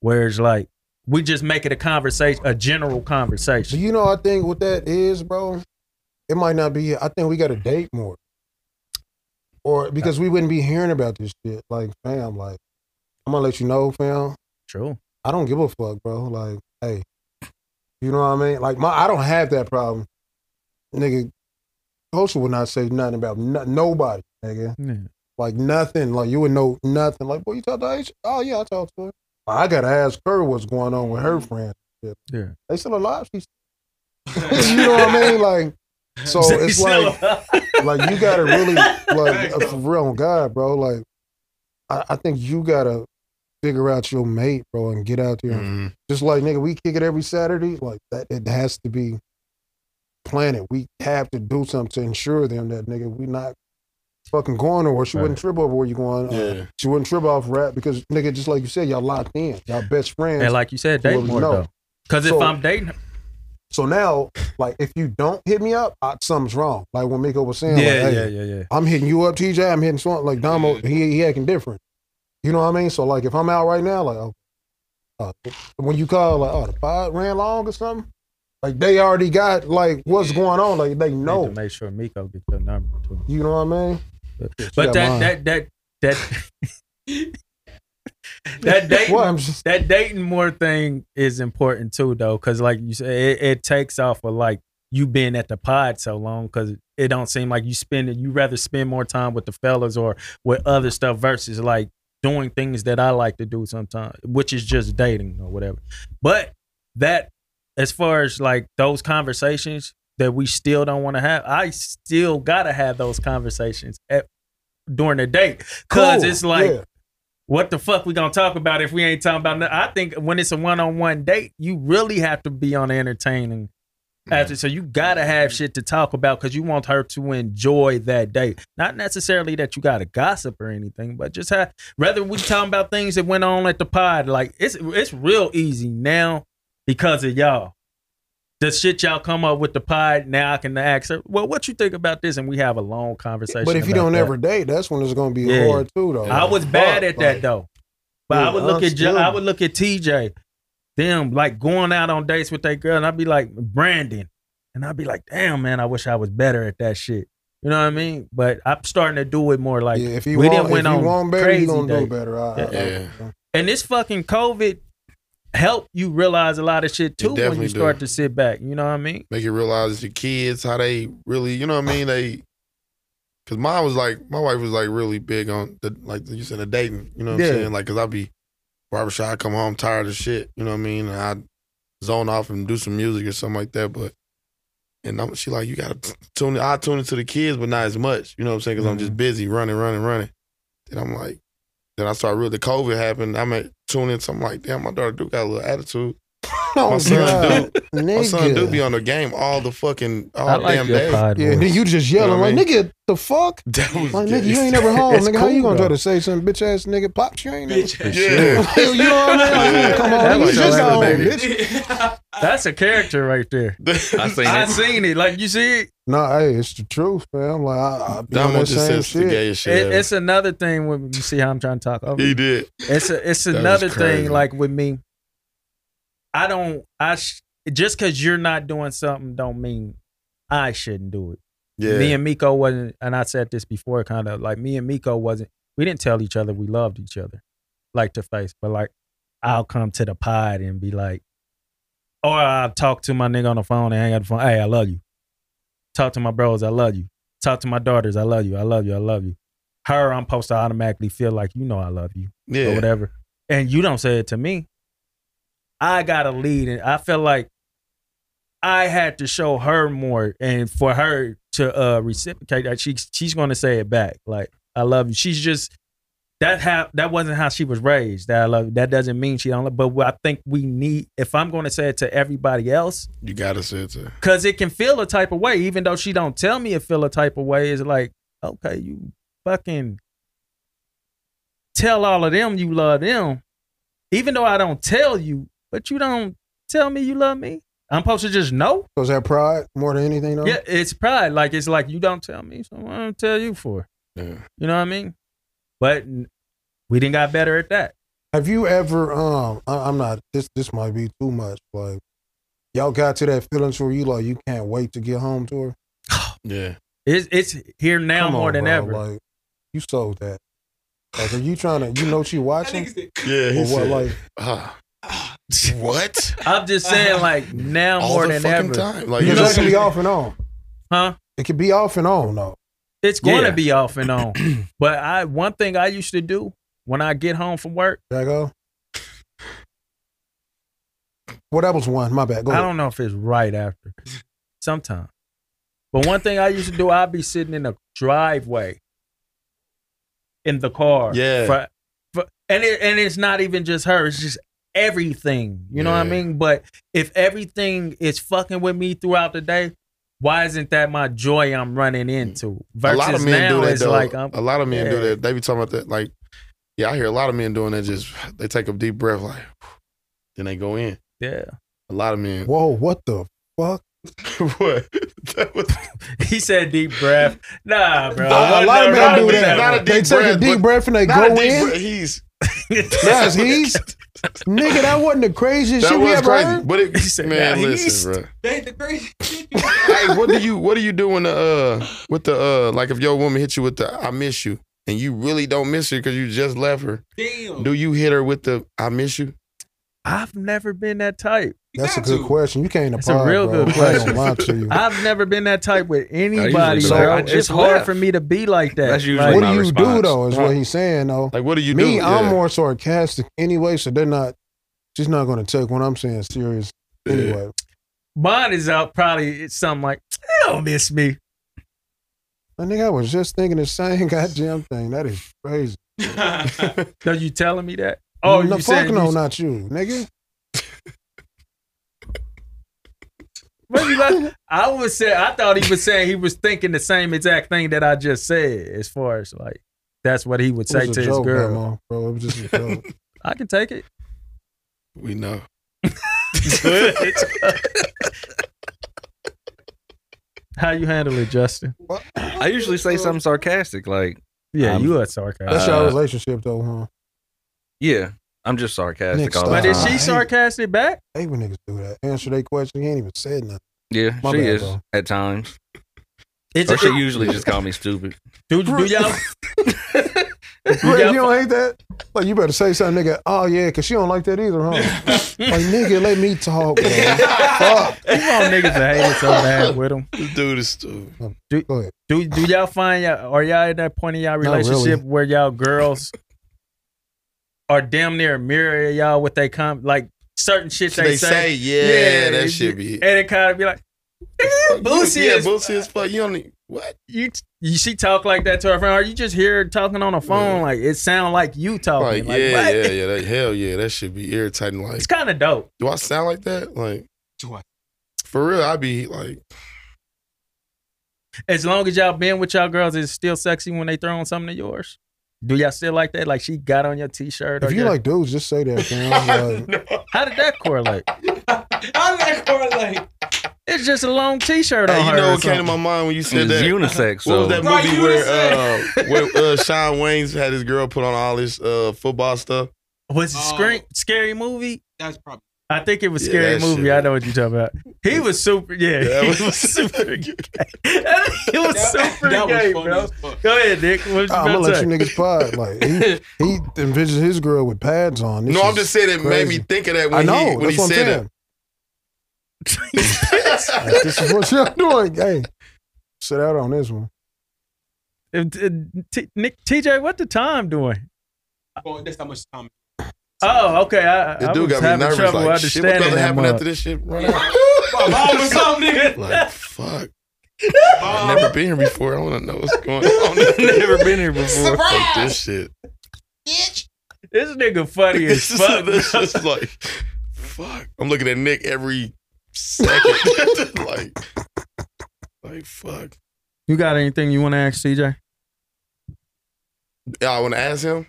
where it's like we just make it a conversation, a general Do conversation. you know I think what that is, bro? It might not be. I think we got to date more, or because we wouldn't be hearing about this shit. Like, fam, like I'm gonna let you know, fam. True. I don't give a fuck, bro. Like, hey, you know what I mean? Like, my I don't have that problem, nigga. Culture would not say nothing about no, nobody, nigga. Yeah. Like nothing. Like you would know nothing. Like, boy, you talk to Aisha? Oh yeah, I talked to her. I gotta ask her what's going on with her friends. Yeah. They still alive. She's, *laughs* you know what I mean? Like, so *laughs* it's like, like you gotta really, like, uh, for real, on God, bro. Like, I, I think you gotta figure out your mate, bro, and get out there. and Mm-hmm. Mhm. Just like nigga, we kick it every Saturday. Like that, it has to be planted. We have to do something to ensure them that nigga, we not fucking going or she wouldn't trip over where you going. Uh, Yeah. she wouldn't trip off rap because nigga, just like you said, y'all locked in, y'all best friends. And like you said, date Well, more no. though. Because So- if I'm dating, her, So now, like, if you don't hit me up, I, something's wrong. Like when Miko was saying, like, hey, yeah, yeah, yeah. I'm hitting you up, TJ. I'm hitting Swamp. Like Domo, he he acting different. You know what I mean? So like, if I'm out right now, like, oh, uh, when you call, like, oh, the pod ran long or something. Like they already got like what's going on. Like they Need know. to make sure Miko get your number too. You know what I mean? But got that, mine. that that that *laughs* that dating Well, I'm just- *laughs* that dating more thing is important too though, because like you said, it, it takes off of like you being at the pod so long because it don't seem like you spend it. You rather spend more time with the fellas or with other stuff versus like doing things that I like to do sometimes, which is just dating or whatever. But that as far as like those conversations that we still don't want to have, I still gotta have those conversations at during the date because Cool, it's like. yeah. What the fuck we gonna talk about if we ain't talking about? nothing? I think when it's a one on one date, you really have to be on the entertaining after. So you gotta have shit to talk about because you want her to enjoy that date. Not necessarily that you gotta gossip or anything, but just have. Rather we talking about things that went on at the pod. Like it's it's real easy now because of y'all. The shit y'all come up with the pod now, I can ask her. Well, what you think about this? And we have a long conversation. But if you about don't that. ever date, that's when it's gonna be Yeah. hard too, though. I was uh, Fuck, bad at that like, though. But I Yeah, would look I'm at J- I still- would look at TJ, them like going out on dates with that girl, and I'd be like Brandon, and I'd be like, damn man, I wish I was better at that shit. You know what I mean? But I'm starting to do it more like yeah, if you we want, didn't went if you on want better, crazy you gonna do dates. better. I, I- Yeah. I- And this fucking COVID helped you realize a lot of shit too when definitely you start do. to sit back. You know what I mean? make you realize the kids how they really you know what I mean they because mine was like my wife was like really big on the like you said the dating you know what Yeah. I'm saying like because I be barbershop I come home tired of shit you know what I mean and I zone off and do some music or something like that but and I'm, she like you gotta t- tune I tune into the kids but not as much you know what I'm saying because I'm just busy running running running then I'm like then I start really the COVID happened I'm at tune in so I'm like damn my daughter do got a little attitude No, My son God, my son do be nigga. on the game all the fucking Oh, all I like damn your day. pod Yeah, and *laughs* then voice. you just know yelling what I like, nigga, the fuck? That was Like, good. nigga, you ain't never home, It's nigga. How you cool, gonna try though. to say some bitch ass nigga pop? You ain't never. Bitch. *laughs* Yeah. *laughs* you know what I mean? Like, come on, That nigga, you was just got home, hilarious. bitch. That's a character right there. I seen I it. seen it. Like you see it. Nah, hey, it's the truth, man. I'm like, I, I be on Damo that just same says the shit. gayest shit. It- ever. It's another thing when you see how I'm trying to talk over. he you. did. It's a, it's was another crazy. thing like with me. I don't I sh- just cuz you're not doing something don't mean I shouldn't do it. Yeah. Me and Miko wasn't and I said this before kind of like me and Miko wasn't we didn't tell each other we loved each other like to face but like I'll come to the pod and be like or I'll talk to my nigga on the phone and hang up the phone, "Hey, I love you." Talk to my bros, "I love you." Talk to my daughters, "I love you. I love you. I love you." Her, I'm supposed to automatically feel like you know I love you or yeah. whatever, and you don't say it to me, I got a lead, and I felt like I had to show her more, and for her to uh, reciprocate that, she she's going to say it back, like I love you. She's just that how that wasn't how she was raised. That I love you. that doesn't mean she don't. Love, but what I think we need, if I'm going to say it to everybody else, You gotta say it to her. because it can feel a type of way, even though she don't tell me it feel a type of way. It's like, okay, you fucking tell all of them you love them, even though I don't tell you, but you don't tell me you love me. I'm supposed to just know. Was that pride more than anything? Though? Yeah, it's pride. Like it's like you don't tell me, so I don't tell you for. Yeah. You know what I mean? But n- we didn't got better at that. Have you ever? Um, I, I'm not. This this might be too much. Like, y'all got to that feeling where you like you can't wait to get home to her. Yeah. It's it's here now Come more on, than bro, ever. Like, you sold that. Like, are you trying to? You know she watching? Yeah. He Or what? said, Like, ah. what? *laughs* I'm just saying, like now All more the than fucking ever, time. Like Oh, you because know- that just can be off and on. huh? It can be off and on though. It's going Yeah. to be off *clears throat* and on. but I one thing I used to do when I get home from work, Jago. Well, that was one. My bad. Go I ahead. don't know if it's right after. Sometimes. But one thing I used to do, I'd be sitting in the driveway in the car. Yeah. For, for, and it, and it's not even just her, it's just everything. You know what I Yeah. mean? But if everything is fucking with me throughout the day, why isn't that my joy I'm running into? Mm. a Versus lot of men now do that it's though. like I'm a lot of men do yeah. that. They be talking about that. Like, yeah, I hear a lot of men doing that. Just they take a deep breath, like, *sighs* then they go in. yeah. A lot of men. *laughs* Whoa! What the fuck? what? *laughs* That was *laughs* He said deep breath. Nah, bro. a What- lot of no, men no, do no, that. no. Not a they deep take a breath, deep but- breath and they not a go deep in. breath. He's That's he's nigga. That wasn't the craziest that shit we was ever crazy. heard. But it, He said, man, "Nah, he's- listen, bro. They the crazy. hey, what do you what do you do when the uh with the uh like if your woman hit you with the I miss you and you really don't miss her because you just left her? Damn. Do you hit her with the I miss you? *laughs* I've never been that type. *laughs* That's a got good to. question. You came to That's a pod, real bro. good I ain't gonna lie to *laughs* you. I've never been that type with usually anybody. do bro. that. I it's just hard left. for me to be like that. That's usually Like, what my do you do response. though? Is what he's saying though. Like what do you do? Me, I'm Yeah. more sarcastic anyway, so they're not. She's not going to take what I'm saying serious Yeah. anyway. mine is out probably it's something like, "You don't miss me. I think I was just thinking the same *laughs* goddamn thing. That is crazy. Are you telling me that? Oh, no, fuck you said no, you, not you, nigga. But *laughs* you like- I was say I thought he was saying he was thinking the same exact thing that I just said. As far as like, that's what he would It was say a to his joke, girl. Grandma, bro. It was just a *laughs* joke. I can take it. We know. *laughs* How you handle it, Justin? I usually say something sarcastic, like Yeah, Um, you are sarcastic. That's Uh, your relationship though, huh? yeah, I'm just sarcastic Nick, Uh, all the stop. but time. is I she hate- sarcastic back? They when niggas do that. Answer their question. He ain't even said *laughs* nothing. yeah, My she bad, is bro. at times, It's or she usually just call me stupid. *laughs* Oh, do, *laughs* do y'all Greg, got- you don't hate that? Like you better say something, nigga. Oh yeah, cause she don't like that *laughs* either, huh? like nigga, let me talk. Bro. Fuck. you all niggas that hate it *laughs* so bad with them. This dude is stupid. Go ahead. Do do y'all find y'all are y'all at that point in y'all Not really. relationship where y'all girls are damn near mirror y'all what they come like certain shit They, they, say, yeah, that it- should be. And it kind of be like, "Eh, Boosie yeah, is Boosie as fuck. You don't need, what? you, you. She talk like that to her friend, or you just hear her talking on the phone. Yeah. Like it sound like you Like, talking. Like, yeah, what? yeah, yeah. That, hell yeah, that should be irritating. Like, It's kind of dope. do I sound like that? Like, Do I? For real, I'd be like, As long as y'all been with y'all girls, it's still sexy when they throw on something of yours. Do y'all still like that? Like she got on your t-shirt. If or you your- like dudes, just say that, *laughs* fam. Like, how did that correlate? How does that correlate? It's just a long t-shirt on hey, you her. know or what came to something. my mind when you said Mm, It's that? unisex, What so was that Right, movie you where uh, just *laughs* where uh, Sean Wayne's had his girl put on all this uh, football stuff? Was it Oh. scary, scary movie? That's *laughs* probably. I think it was Yeah, scary that movie. shit I was- know what you're talking about. He was super. Yeah, Yeah, he that was, was- *laughs* super. Gay. *laughs* he was super that was funny gay, bro. as fuck. Go ahead, Nick. What was you I'm gonna about to let say? you niggas pod. Like he, *laughs* he envisions his girl with pads on. This no, I'm is- just saying it made crazy. me think of that when I know. he when that's he what I'm said saying. Like, this is what y'all doing. Hey, sit out on this one. If- uh, T- Nick, TJ, what the time doing? Well, that's how much time. Oh, okay. I, that. I The dude was got me having nervous. trouble Like, shit, what's understanding gonna that happen after mug. this shit? *laughs* Right Bro, mom or something, nigga. Like, fuck. I've never been here before. I want to know what's going on. *laughs* Never been here before. Like this shit. *laughs* This nigga funny as This is fuck. this *laughs* bro. is like, fuck. I'm looking at Nick every second. *laughs* like, like fuck. You got anything you want to ask TJ? Yeah, I want to ask him.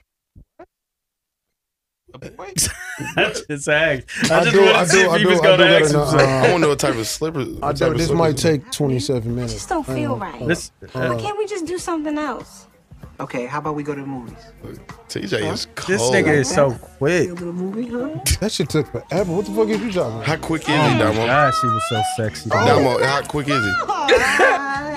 I just asked. I I just do- wanted I to see do- if I he do- was I do going to gotta ask know, him something. uh, I want to know what type of slippers. *laughs* I what type do. of This slippers- might take 27 minutes. just don't feel right. This- Uh, Why can't we just do something else? Okay, how about we go to the movies? TJ is cold. This nigga is so quick. Go to the movie, huh? That shit took forever. What the fuck is you talking about? How quick is he, Damo? God, she was so sexy. though. Damo, how quick is he?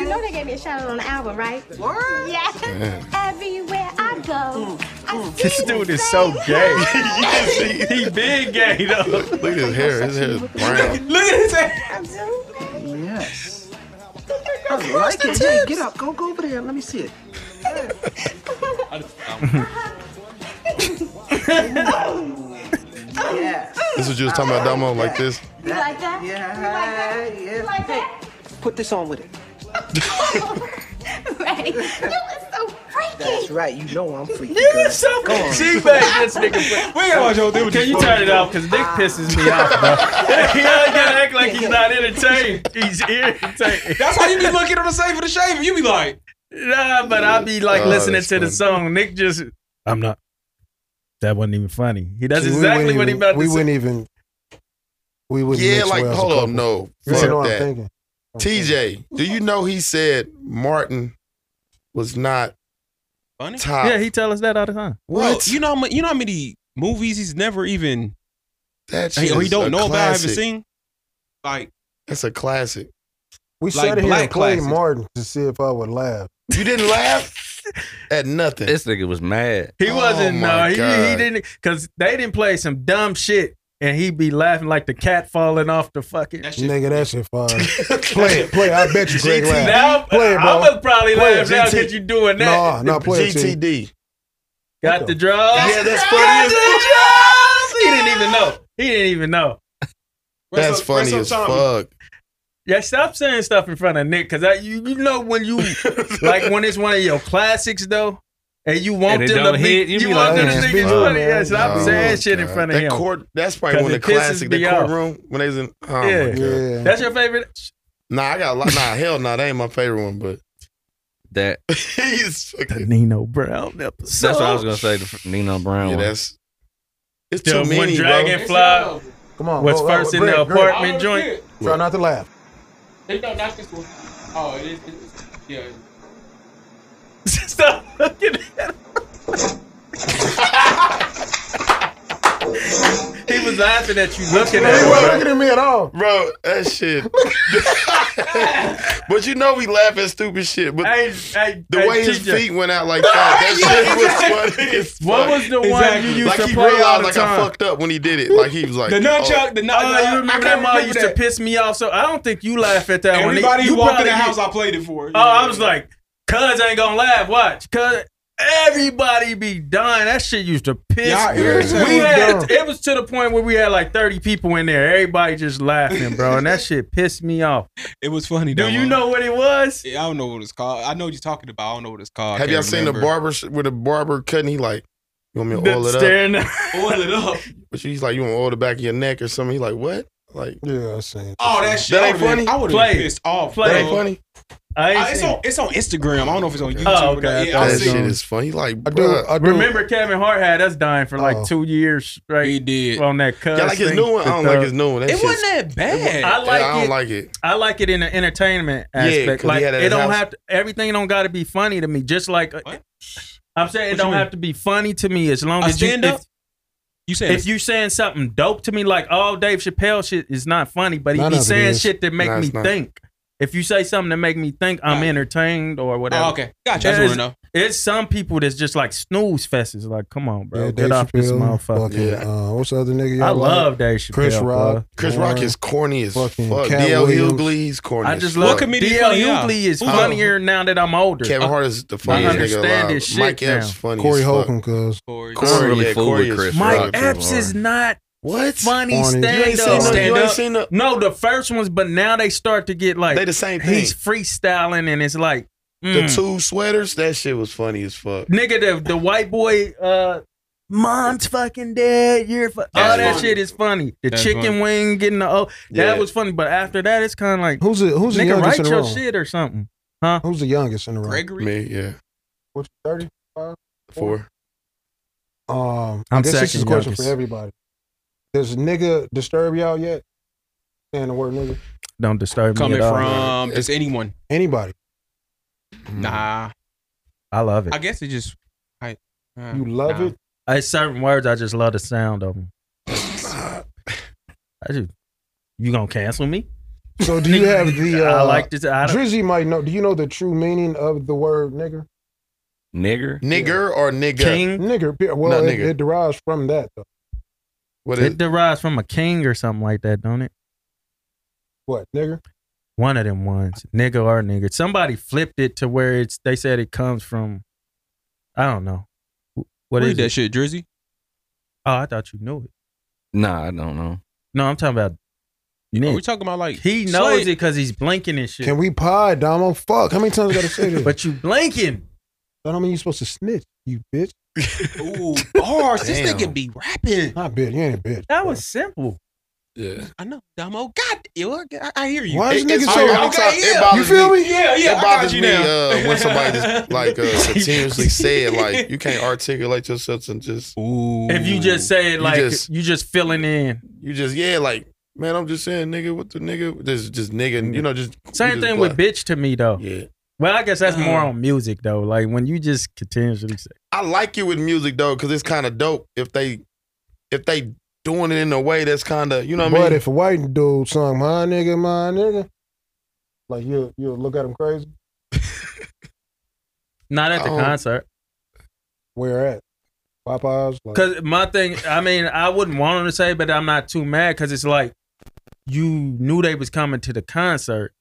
you know they gave me a shout out on the album, right? Word. Yeah. *laughs* Everywhere I go, Mm. I see This the dude is so same gay. girl. he big gay though. Look, look at his hair. His hair is *laughs* brown. Look at his ass. I'm so gay. Yes. I like it. Yeah, get up. Go, go over there. Let me see it. Yes. This is what you was talking about, Damo, like this. You like that? You like that? Yeah. You Yeah. like that? Put this on with it. right. *laughs* You was so freaky. That's right. You know I'm freaky. You girl. was so Go on. she made this nigga. We gotta watch whole thing. Can you turn it off? Cause Nick pisses me off, bro. *laughs* he always gotta act like he's not entertained. He's irritated. That's how you be looking on the same for the shaving. You be like, Nah, but I be like Oh, listening that's to the funny. song. Nick just, I'm not. That wasn't even funny. He does See, we exactly wouldn't what he even- about We to say. wouldn't even We would yeah, mix like well as a hold up, couple. no, You know fuck what I'm that. thinking. TJ, do you know he said Martin was not Funny? top? Yeah, he tell us that all the time. What? you know, how mu- you know how many movies he's never even That he, shit or he is don't a know about, haven't classic. seen. Like that's a classic. We Like sat here black and played classes. Martin to see if I would laugh. You didn't laugh at nothing. This nigga was mad. Oh He wasn't. my no, he, he God. didn't. Because they didn't play some dumb shit, and he'd be laughing like the cat falling off the fucking. Nigga, that shit *laughs* fire. play it, play it. I bet you Greg GT laugh. now, play it, bro. I would probably Play laugh it, now GT. because you doing that. Nah, nah, play it, T. GTD. Got the drugs. Yeah, that's Got funny as the fuck. drugs! He didn't even know. He didn't even know. That's Rest up- funny rest up, as Tommy. fuck. Yeah, stop saying stuff in front of Nick because you you know when *laughs* you like when it's one of your classics though, and you want it them don't to hit, be you you, be want like, them to "Man, think it's fuck, funny. Yeah, man." stop Oh, saying shit in front of that him. Court, that's probably 'Cause one it of the pisses classic. The me off. courtroom when they was in. Oh yeah. my god. that's your favorite. Nah, I got a lot. Nah, hell, nah, that ain't my favorite one, but *laughs* that he's fucking Nino Brown episode. That's what I was gonna say. The f- Nino Brown. Yeah, one. that's it's The too one many. dragonfly bro. Come on, was Oh, go, go, first in Greg, the Greg. apartment joint. Try not to laugh. oh, They don't knock this one. Oh, it is. It's, yeah. *laughs* Stop looking at him. he was laughing at you looking He wasn't at looking him. at me at all. Bro, that *laughs* shit. *laughs* but you know we laugh at stupid shit. But Hey, hey, the hey, way his TJ. feet went out like *laughs* that, that shit was funny. as What fuck. was the one you used like to he play all realized the like time? I fucked up when he did it. Like he was like The nunchuck, oh. the Oh, nunchuck. you remember that mom used to piss me off? So I don't think you laugh at that one. Everybody You who walked in the probably- house, I played it for. Oh, I was like, cuz ain't gonna laugh. Watch, cuz everybody be dying. That shit used to piss Y'all me. irritated. We We had dumb. it was to the point where we had like 30 people in there. Everybody just laughing, bro. And that shit pissed me off. It was funny. Do though, you man. know what it was? Yeah, I don't know what it's called. I know what you're talking about. I don't know what it's called. oh, Have y'all seen the barber sh- where the barber cutting? He like, you want me to oil it up? Staring *laughs* Oil it up. But she's like, you want to oil the back of your neck or something? He like, what? Like yeah, I seen. *laughs* Oh, that shit. That I ain't would've been- funny? I would have Play been it. pissed off. Play that bro. ain't funny. Ah, *laughs* I ain't Uh, it's seen on. It's on Instagram. I don't know if it's on YouTube. Oh, but, okay. Yeah, I that seen shit it. is funny. He Like, I do. bruh. I do. Remember Kevin Hart had us dying for like Oh. two years straight He did. on that cuz. Y'all like his thing. new one? I don't The like thug- his new one. That It shit's- wasn't that bad. I like yeah, I it. don't like it. I like it in the entertainment Yeah, 'cause aspect. he like had it at it his don't house. have to, everything don't got to be funny to me. Just like uh, What? I'm saying, it What you don't mean? have to be funny to me as long I as you. stand up. If, You said if you saying something dope to me, like all Dave Chappelle shit is not funny, but he None be of it saying is. shit that make Nah, me it's not. think. If you say something that make me think, I'm Right. entertained or whatever. Oh, okay. Gotcha. I just want to know. It's some people that's just like snooze fest. It's like, come on, bro, Yeah, get Dave off this Chappelle, motherfucker. fucking, Yeah. uh, what's the other nigga? Y'all I like? love Dave Chappelle. Chris Rock. bro. Chris Warren. Rock is corny as fuck. Fucking Cat DL Williams. Hughley, he's corny. I as just fuck. love comedian DL funny, yeah. Oh, Hughley is Who's funnier now that I'm older. Kevin Hart is the funniest nigga understand alive. his shit Mike Epps now. funny. Corey as fuck. Holcomb, cuz. Corey. I don't Corey, really yeah, fool Corey with is Chris funny. Rock Mike too Epps hard. is not What? Corny. funny You You ain't stand seen up. no. You Stand ain't up. seen no. No, the first ones, but now they start to get like They the same thing. he's freestyling and it's like The mm. two sweaters. That shit was funny as fuck. nigga the the white boy uh mom's fucking dead you're fu- all that funny. shit is funny the That's chicken funny. wing getting the oh that Yeah. was funny but after that it's kind of like Who's the Who's the nigga youngest write in the your room? shit or something Who's the youngest in the room? Gregory. Me, yeah, What's thirty? four. Um, I I'm guess this second is a question youngest. for everybody. Does nigga disturb y'all yet? Saying the word nigga. don't disturb me Coming at all. from just anyone. Anybody? Mm. Nah. I love it I guess it just. I, uh, You love nah. it? it's certain words I just love the sound *sighs* of them I just you gonna cancel me So do you *laughs* have the? Uh, I like this I don't, Drizzy might know. Do you know the true meaning of the word nigger? nigger. Nigger or nigga? king Nigger. pe- Well, Not it, nigger. it derives from that though. What is? it derives from a king or something like that don't it What nigger? one of them ones, nigga or nigga. Somebody flipped it to where it's. They said it comes from. I don't know. Wh- What Read is that it? shit, Drizzy? Oh, I thought you knew it. Nah, I don't know. No, I'm talking about Are Nick. we talking about like *laughs* he knows Slade? it because he's blinking and shit. Can we pod, Domo? Fuck. How many times I *laughs* gotta say this? but but you blinking. that don't mean you supposed to snitch. You bitch. Ooh, bars. this Damn. nigga be rapping. Not bitch. You ain't a bitch. That was simple. Yeah. I know, Damo. God, you are- I, I hear you. Why is It- it's niggas fine. so? I'm sorry. It yeah. You bothers feel me. me? Yeah, yeah. it I got bothers you me now. uh, when somebody *laughs* *laughs* just like uh, continuously said like you can't articulate yourself and just Ooh. If you just say it You like you just, just- filling in, you just yeah like Man, I'm just saying, nigga, what the nigga? Just, just nigga, you know, just Same you just thing black. with bitch to me though. Yeah. Well, I guess that's more Uh-huh. on music though. Like when you just continuously say, I like it with music though, because it's kind of dope if they, if they doing it in a way that's kind of, you know what but I mean? if a white dude sung my nigga, my nigga, like you you look at him crazy. not at the Oh. concert. Where at? Popeyes. Like, Because my thing, I mean, I wouldn't want him to say, but I'm not too mad because it's like you knew they was coming to the concert,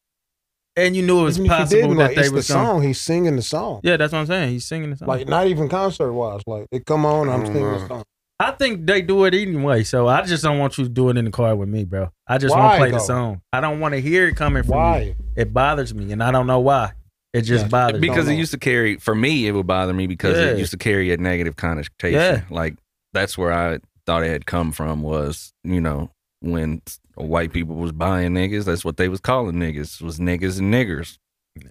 and you knew it was even if he possible didn't, that like, they it's was the gonna- song. He's singing the song. Yeah, that's what I'm saying. He's singing the song. Like not even concert wise. Like it come on, I'm Mm. singing Mm-hmm. the song. I think they do it anyway, so I just don't want you to do it in the car with me, bro. I just want Why, to play the though? song. I don't want to hear it coming from Why? you. It bothers me, and I don't know why. It just bothers because me. it used to carry for me it would bother me because Yeah. it used to carry a negative connotation Yeah. like that's where i thought it had come from was you know when white people was buying niggas that's what they was calling niggas was niggas and niggers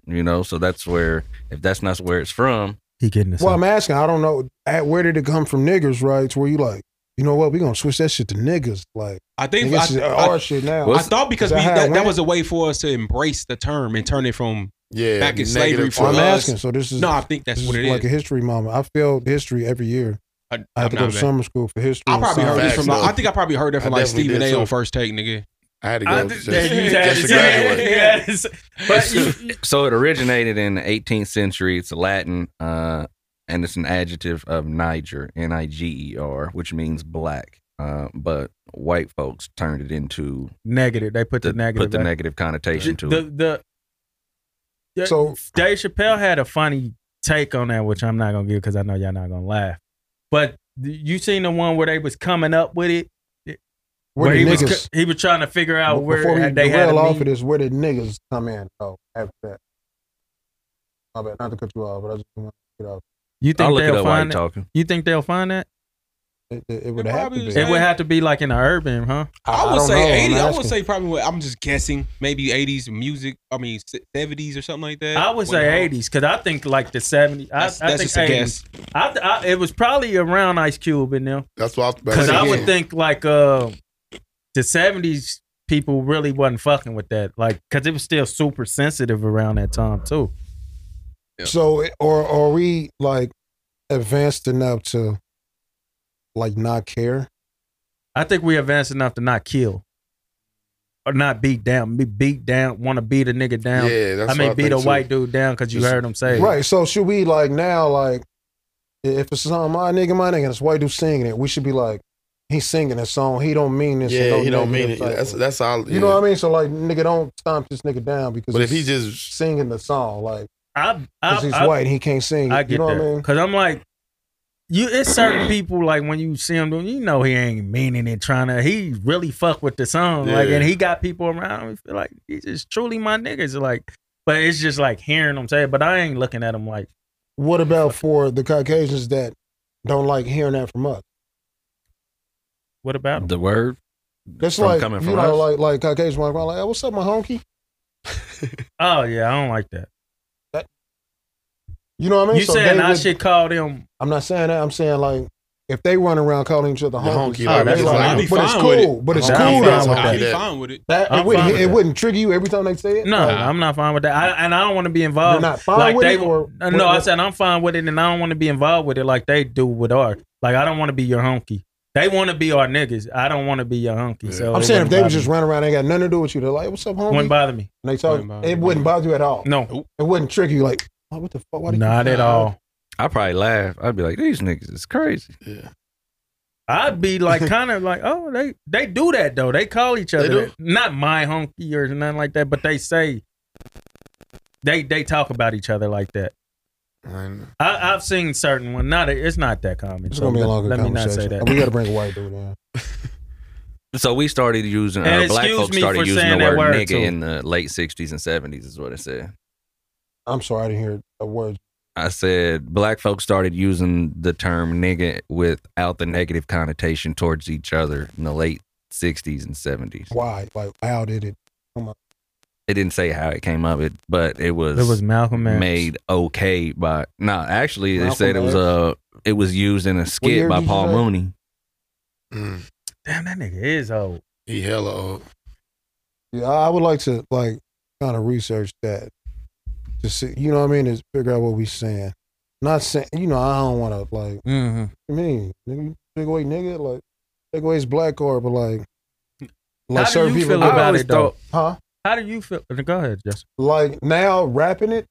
you know so that's where if that's not where it's from he getting Well, I'm asking. I don't know. At where did it come from, niggas? Right? To where you like, you know what? We gonna switch that shit to niggas. Like *laughs* I think niggas I, is I- our shit now. I thought because Is we, how it that, that went? was a way for us to embrace the term and turn it from yeah back in slavery. For I'm us. asking. So this is no. I think that's this what it is. like a history moment. I failed history every year. I, I had to I'm go to not mad. summer school for history. I and probably heard science. this from. Like, I think I probably heard that from like Stephen A. on first take, nigga. I had to go just- Yeah, you had just to- to graduate. *laughs* Yes. *laughs* But you- so it originated in the 18th century. It's Latin, uh, and it's an adjective of Niger, N I G E R, which means black. Uh, but white folks turned it into negative. They put the, negative. put the back. negative connotation to the, it. The, the, so Dave Chappelle had a funny take on that, which I'm not gonna give because I know y'all not gonna laugh. But th- you seen the one where they was coming up with it, It- Where the he was niggas- co- he was trying to figure out where Before we had- they had a derail off meeting. of this, where did niggas come in though? After that, my bad. Not to cut you off, but I just want to get off. You think I'll look it they'll up while find you it? talking. You think they'll find that? It, it, would have to be. It would have to be like in the urban, huh? I, would say 80. I would say probably. what- I'm just guessing. Maybe 80s music. I mean se- 70s or something like that. I would When- say 80s because I think like the 70s. I, That's- I that's think just a 80s. I, th- I, it was probably around Ice Cube in there. That's what I was about to Because I say. would think like uh, the 70s people really wasn't fucking with that. Like, because it was still super sensitive around that time too. So, or are we like advanced enough to like not care? I think we advanced enough to not kill. Or not beat down, be beat down, want to beat a nigga down. Yeah, that's I mean, what I beat a think, too. white dude down because you Just- heard him say it. Right. So should we like now like i- if it's on my nigga, my nigga, and it's white dude singing it, we should be like, he's singing that song. He don't mean this. Yeah, and no he don't mean negative it. type That's of- that's all. You know what I mean? So like, nigga, don't stomp this nigga down because. But if he's he just singing the song, like, I, I, because he's I- white, and he can't sing. it, I get you know that what I mean? because I'm like, you. It's certain people like when you see him doing, you know, he ain't meaning it. Trying to, he really fuck with the song, like, Yeah. and he got people around him. who Feel like he's just truly my niggas, like. But it's just like hearing them say it, but I ain't looking at him like What about for the Caucasians that don't like hearing that from us? what about him? the word. That's from like coming you from know, like us. like Caucasians walk around like, "Hey, what's up, my honky? Oh yeah, I don't like that. You know what I mean? you So saying they I would- should call them? I'm not saying that. I'm saying like if they run around calling each other The honky, honky, like, they that's like, fine. I'd be but it's fine with cool. it. But it's I'm cool. fine though. with I'd be Like, fine with it. That, it I'm wouldn't, fine with it that. wouldn't trigger you every time they say it. No, Like, I'm not fine with that, I, and I don't want to be involved. You're not fine like with they, it, or- no, I said I'm fine with it, and I don't want to be involved with it like they do with our. Like I don't want to be your honky. They want to be our niggas. I don't want to be your honky. So I'm it saying if wouldn't they bother was just me. running around, they got nothing to do with you. They're like, "What's up, homie? wouldn't bother me. And they talk, it wouldn't bother you at all. No, it wouldn't trigger you. Like, oh, what the fuck? Why they keep saying I probably laugh. I'd be like, these niggas is crazy. Yeah. I'd be *laughs* like, kind of like, oh, they they do that though. They call each other, do? that. not my honky or nothing like that, but they say they they talk about each other like that. I, I've seen certain one. Not it's not that common. It's so gonna be a let- longer let me not say conversation. that. We got to bring a white dude in. So we started using, And uh, black excuse folks me started for using saying the that word, word, nigga too. in the late 60s and 70s, is what it said. I'm sorry, I didn't hear a word. I said black folks started using the term nigga without the negative connotation towards each other in the late 60s and 70s. Why? Like, how did it? Come on. It didn't say how it came up, it but it was It was Malcolm X. made okay by no. Actually, they Malcolm said it was X? uh it was used in a year skit by did you Paul say? Mooney. Damn, that nigga is old. mm, He hella old. Yeah, I would like to like kind of research that to see, you know what I mean, is figure out what we saying. Not saying, you know, I don't want to like. Mm-hmm. Mhm. I mean, nigga, you take away nigga, like take away his black card, but like, How do certain you feel I about always it, though? Huh? How do you feel? Go ahead, Justin. Like now rapping it,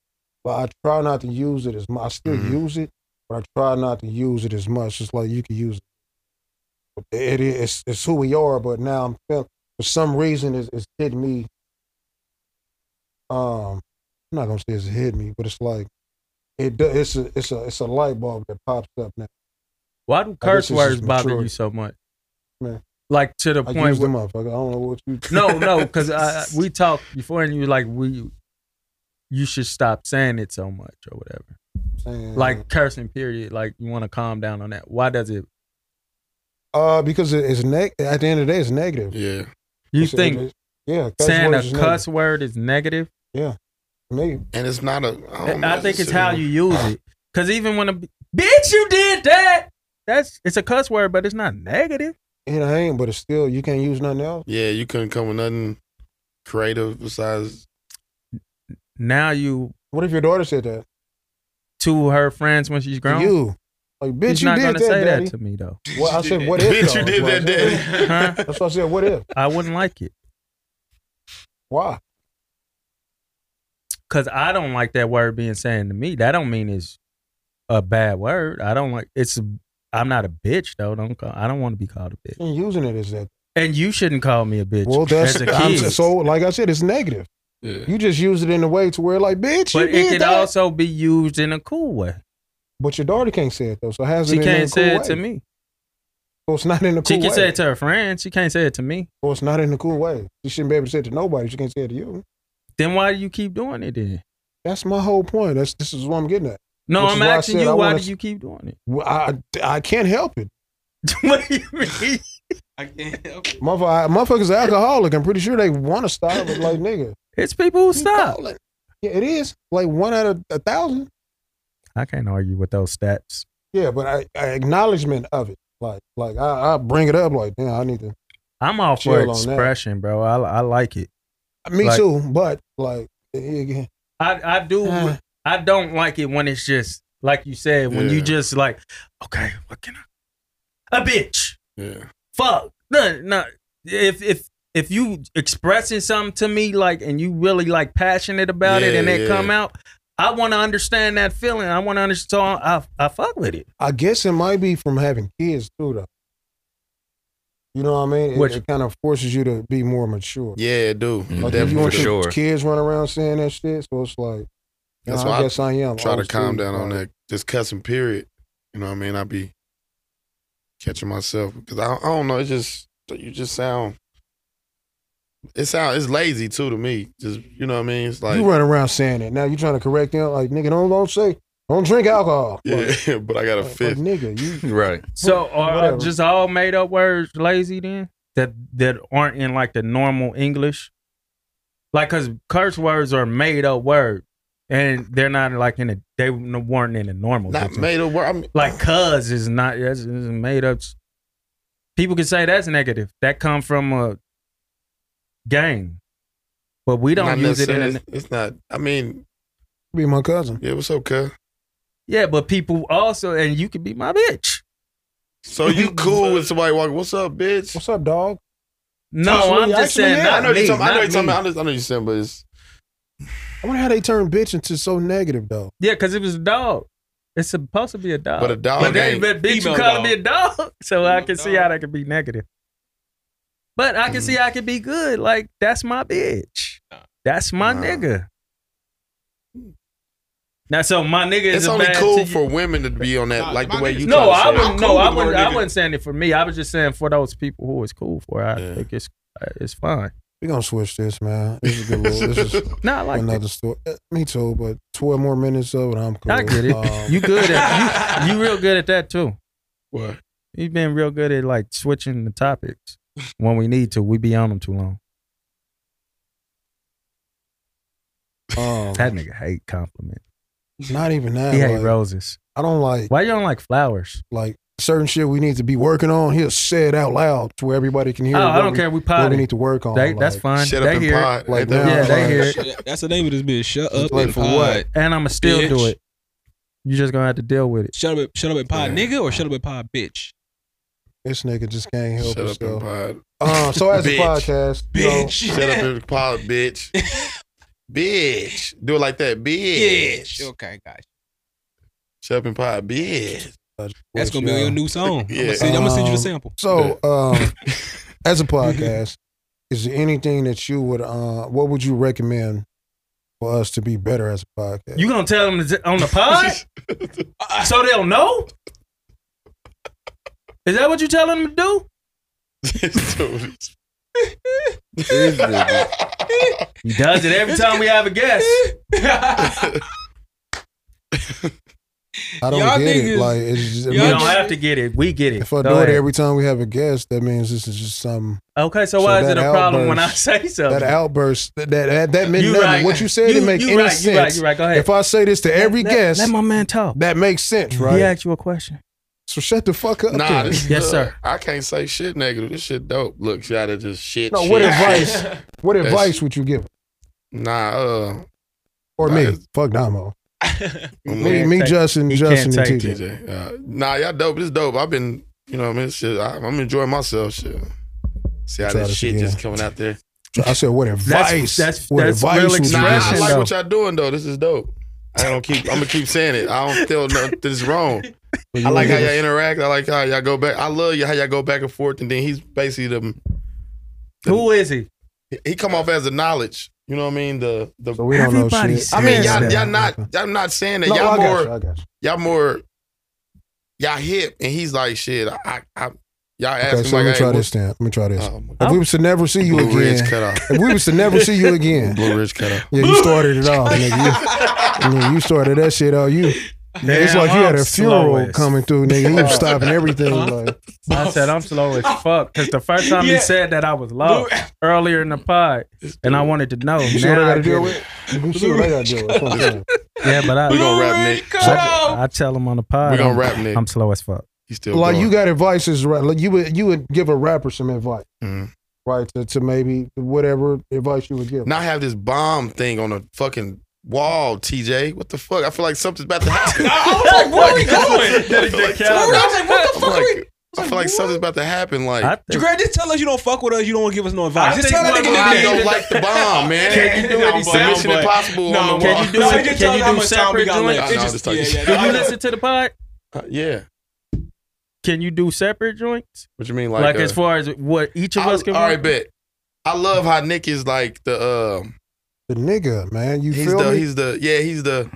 but I try not to use it as much. I still Mm-hmm. use it, but I try not to use it as much. It's like you can use it. But It is it's, it's who we are, but now I'm feel for some reason it's, it's hitting me. Um, I'm not gonna say it's hit me, but it's like it. do- It's a it's a it's a light bulb that pops up now. Why do guess curse it's words just bother maturity. you so much? Man. Like to the I point use where them up. I don't know what you. *laughs* no, no, because we talked before, and you were like, we, you should stop saying it so much or Mm-hmm. whatever. Saying- Like cursing, period. Like you want to calm down on that. Why does it? Uh, because it- it's neg. At the end of the day, it's negative. Yeah. You It's- think? it's- yeah, cuss saying words a is cuss word is negative. Yeah, maybe. And it's not a. Oh, I, don't I know, think it's it's how a- you *sighs* use it. Because even when a b- bitch, you did that. That's it's a cuss word, but it's not negative. It ain't, but it's still you can't use nothing else. Yeah, you couldn't come with nothing creative besides. Now you. What if your daughter said that to her friends when she's grown? You. Like, bitch, She's you not did gonna that, say daddy. that to me though. Well, I *laughs* said, what if? Bitch, though? you did That's that, what I said. daddy. *laughs* Huh? That's why I said, what if? I wouldn't like it. Why? Cause I don't like that word being saying to me. That don't mean it's a bad word. I don't like it's. A, I'm not a bitch though. Don't call. I don't want to be called a bitch. And using it as that. And you shouldn't call me a bitch. Well, that's as a I'm kid. s- so. Like I said, it's negative. You just use it in a way to where, like, bitch, but you it did could that. also be used in a cool way. but your daughter can't say it though, so how's She it? in can't a cool say it way? to me. So it's not in a cool she can way. say it to her friends. She can't say it to me. Well, it's not in a cool way. She shouldn't be able to say it to nobody. She can't say it to you. Then why do you keep doing it? Then That's my whole point. That's this is what I'm getting at. no, Which is why I'm I asking said you. I Why wanna- do you keep doing it? *laughs* Well, I I can't help it. what do you mean? I can't help it. Motherfucker, motherfuckers are alcoholic. I'm pretty sure they want to stop, but like *laughs* nigga, it's people who stop. Yeah, it is like one out of a thousand. I can't argue with those stats. Yeah, but I, I acknowledgement of it. Like like I, I bring it up. Like damn, I need to. I'm all for Chill on that. expression, bro. I, I like it. Me Like, too, but like here again, I, I *sighs* do. I don't like it when it's just like you said. When you Yeah. just like, okay, what can I? A bitch. *laughs* Yeah. Fuck. No, no. If if if you expressing something to me like, and you really like passionate about it, and Yeah, it yeah. come out, I want to understand that feeling. I want to understand. I I fuck with it. I guess it might be from having kids too, though. You know what I mean? It, Which- it kind of forces you to be more mature. Yeah, it do. Like, Definitely. Mm-hmm. Oh, you want your kids run around saying that shit, so it's like, That's nah, why I guess I, am. Oh, Try to always calm too, down on like, that. Just cussing, period. You know what I mean? I be catching myself because I, I don't know. It just you just sound. It sound it's lazy too to me. Just you know what I mean? It's like you run around saying it. Now you trying to correct them, like nigga, don't don't say, don't drink alcohol. *laughs* yeah, but I got *laughs* a Like, fifth. nigga, you Right. So are, are Whatever. just all made up words lazy then that that aren't in like the normal English, like because curse words are made up words and they're not like in a they weren't in the normal. Not dictionary. made up word. I mean, like cuz is not that's is made up. People can say that's negative. That come from a gang, but we don't not use it in. necessarily- A, It's, it's not. I mean, be my cousin. Yeah, what's up, cuz? yeah, but people also and you could be my bitch. So *laughs* you cool with somebody walking? What's up, bitch? What's up, dog? No, Actually, I'm just actually, saying. yeah. not I know me, you're talking. I know not you're talking. me. about- I know- I know you're saying, but it's I wonder how they turn bitch into so negative though. Yeah, because it was a dog. It's supposed to be a dog. But a Oh, dog Uh, But they ain't- but bitch, you Female calling dog. me a dog. *laughs* So I can see how that could be negative. But I Mm-hmm. can see I could be good. Like, that's my bitch. That's my nigga. Now, so my nigga is it's a only bad cool to you- for women to be on that, like the way you. No, try I to say it. wouldn't. no, I wouldn't. I wasn't saying it for me. I was just saying for those people who it's cool for. I think it's uh, it's fine. We gonna switch this, man. This is a good. Little, *laughs* this is Nah, I like another story. Eh, Me too, but twelve more minutes of it, I'm cool. I get it. *laughs* Um, you *laughs* good at you, you real good at that too. What? You've been real good at like switching the topics when we need to. We be on them too long. Um, that nigga hate compliments. Not even that. He hate like, roses. I don't like. Why you don't like flowers? Like certain shit we need to be working on, he'll say it out loud to where everybody can hear. Oh, I what don't we- care, we What potty. we need to work on. They- that's fine. Shut up They and hear it. pod. Like They- now, yeah, they like, hear it. Shut- That's the name of this bitch. Shut up Like and for pod, what? And I'ma still do bitch. it. You just gonna have to deal with it. Shut up, shut up and pod, nigga, or shut up and pod, bitch. This nigga just can't help Shut up and himself. Uh, so as a podcast, you know, bitch, *laughs* shut up and pod, bitch, *laughs* bitch, do it like that, bitch. *laughs* Okay, guys. Shut up and pod, *laughs* bitch. *laughs* That's gonna be on your new song. I'm Yeah. gonna send, I'm gonna send you the Um, sample. *laughs* So, *laughs* um, as a Mm-hmm. podcast, is there anything that you would, uh, what would you recommend for us to be better as a podcast? You gonna tell them to- on the pod? *laughs* so they'll know? Is that what you telling them to do? he does it every time we have a *laughs* guest. I don't Y'all get it. niggas- Like, it's just, it you means- don't have to get it. We get it. if I Go do it ahead. every time we have a guest, that means this is just some. Okay, so why is that it a problem when I outburst- say something? That outburst, that that, that meant You nothing. right. What you said You- didn't make you any right, you sense. right, you right. Go ahead. If I say this to every let- guest, let my man talk. That makes sense, right? He asked you a question. So shut the fuck up. Nah, then. this is good. I can't say shit negative. This shit dope. Look, y'all that just shit. No, shit, what shit. advice? What That's- advice would you give? Nah, uh, Or me? Fuck Damo. me, me, Justin, Justin, and TJ. Uh, nah, y'all dope. This dope. I've been, you know, what I mean, This shit. I, I'm enjoying myself. Shit. See how Try that this shit again. just coming out there. So I said, what advice? what advice would you Nah, I give? like what y'all doing though. This is dope. I don't keep. I'm gonna keep saying it. I don't feel *laughs* nothing is wrong. I like how y'all interact. I like how y'all go back. I love you how y'all go back and forth. And then he's basically the. *laughs* Who is he? He come off as the knowledge. You know what I mean? The the. we don't know Everybody shit. I mean, says y'all that. y'all not. I'm not saying that. No, y'all I got more. you, I got you. all more. Y'all hip, and he's like, shit. I. I y'all ask Okay, him so like, let me hey, try what- this then. Let me try this. if Oh, God. we was to never see you uh, Blue again, Ridge cut off. if we was to never see you *laughs* again, Blue Ridge cut off. yeah, you started it off, nigga. You, nigga, you started that shit all you. Nigga, it's Damn, like you had I'm a funeral slow as coming through, nigga. You was stopping everything. Like, I said I'm slow *laughs* as fuck because the first time Yeah. he said that I *laughs* was low earlier in the pod, and I wanted to know. you see what now I I gotta deal get with? You see what I gotta deal with? That's what I'm saying. it. Yeah, but I We gonna wrap, Nick. I, I tell him on the pod. We gonna I'm- wrap, Nick. I'm slow as fuck. He still like going. you got advice is right. Like you would you would give a rapper some advice, Mm-hmm. right? To, to maybe whatever advice you would give. not have this bomb thing on a fucking wall, TJ. What the fuck? I feel like something's about to *laughs* happen. I was like, where are we going? That is the calendar. I was like, what the fuck are we- I feel like something's about to happen. Like, Greg, just tell us you don't fuck with us. You don't give us no I advice. Just think tell that one nigga of that you don't like the bomb, man. Can you do it? He said- Mission but- Impossible No, on the can wall. you do it? Can you do separate joints? Nah, It nah, just- just like- yeah, yeah, Did you listen to the pod? *laughs* Uh, yeah. Can you do separate joints? What you mean, Like, like, as uh, far as what each of I- us can. All right, work? bet. I love how Nick is like the um, The nigga, man, you he's feel the me? he's the yeah he's the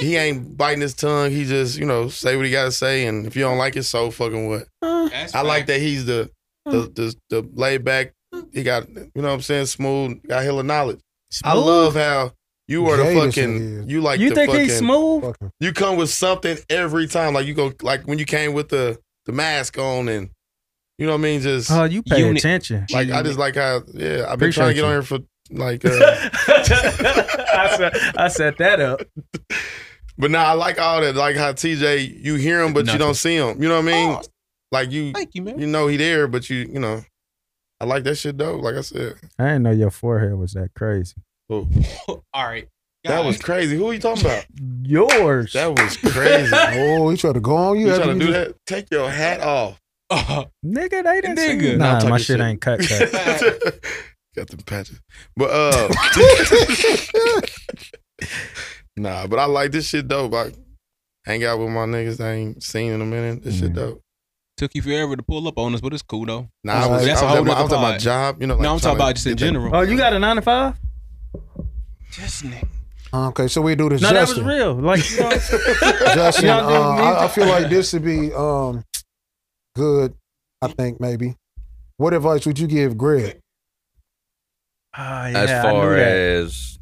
he ain't biting his tongue. He just you know say what he gotta say, and if you don't like it, so fucking what. I like that he's the the, the the laid back. He got you know what I'm saying smooth. Got hella knowledge. I Smooth? love how you are the Jadis fucking. is. You like you the think fucking, he's smooth? You come with something every time. Like you go like when you came with the the mask on and. You know what I mean? Just Oh, you pay *laughs* attention. *laughs* Like I just like how yeah. I've been Appreciate trying to get you. on here for *laughs* like uh, I, set, I set that up. But now I like all that, like how TJ, you hear him but you don't see him. You know what I Oh. mean? like you, you, know he there, but you, you know, I like that shit though. Like I said, I didn't know your forehead was that crazy. All right. that was crazy. Who are you talking about? *laughs* Yours. That was crazy. oh, he tried to go on you. you after trying to do you just- that? Take your hat *laughs* off. Nigga, they didn't see Nigga. you. Nah, I'm Nah, talking my shit shit. ain't cut. cut. Got them patches, but *laughs* uh, nah. But I like this shit dope. I hang out with my niggas. I ain't seen in a minute. This Mm. shit dope. Took you forever to pull up on us, but it's cool though. Nah, I was- that's I a was whole at my- I nother was at my pod. job, you know, like, no, I'm trying talking to about just in get the- *laughs* general. oh, you got a nine to five? Okay, so we do this. No, that was Justin. real. *laughs* Like, you know, Justin, *laughs* Y'all didn't uh, need I, I to- feel like this would be um, good. I think maybe. What advice would you give Greg? Ah, *laughs* as yeah, I knew far that. as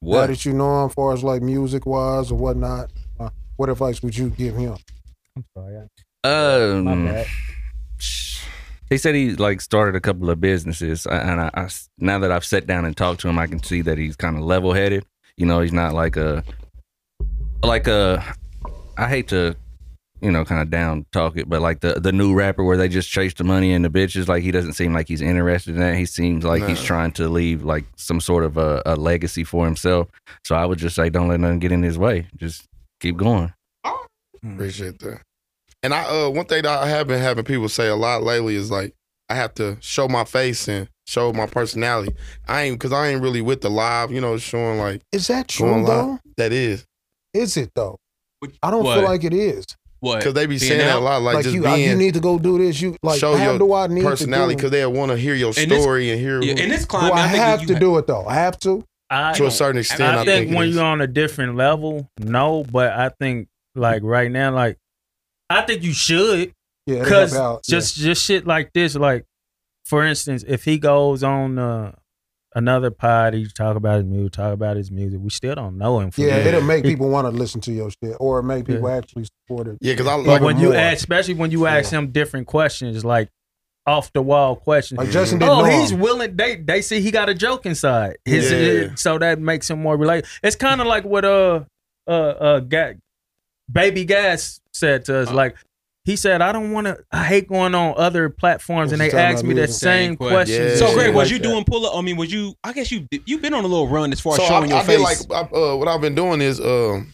Now what that you know him, as far as like music wise or whatnot, uh, what advice would you give him? Um, Mm. My bad. he said he like started a couple of businesses, I- and I, I s- now that I've sat down and talked to him, I can see that he's kind of level headed. You know, he's not like a like a. I hate to you know, kind of down talk it, but like the the new rapper where they just chase the money and the bitches, like he doesn't seem like he's interested in that. He seems like he's No. trying to leave like some sort of a, a legacy for himself. So I would just say, don't let nothing get in his way. Just keep going. Appreciate that. And I uh one thing that I have been having people say a lot lately is like I have to show my face and show my personality. I ain't because I ain't really with the live, you know, showing like Is that true, going live. though? That is. Is it though? I don't what? feel like it is. What? 'Cause they be Being saying that a out? lot, like, just you, I- you being- need to go do this. You like show how your do I need personality to because they want to hear your And this- story and hear. Yeah, and this do it? Do I have to do it though? I have to. I, To a certain extent, I think it when is. you're on a different level, no. But I think like right now, like I think you should. Yeah, it'll because help out, yeah. just just shit like this, like for instance, if he goes on uh, another pod, he talk about his music, talk about his music. We still don't know him. For Yeah, real. it'll make He- people want to listen to your shit, or make people Yeah. actually support it. But when you ask, especially when you ask him different questions, like off the wall questions. Like, Justin didn't oh, know he's him. willing. They they see he got a joke inside. His, Yeah. it- so that makes him more relatable. It's kind of like what uh uh uh Ga- baby gas said to us. Uh. like he said, I don't want to. I hate going on other platforms and they ask me the same questions. So Greg, was Like you that. doing pull up? I mean, was you? I guess you you've been on a little run as far as so showing I, your I face. did like I, uh, what I've been doing is um,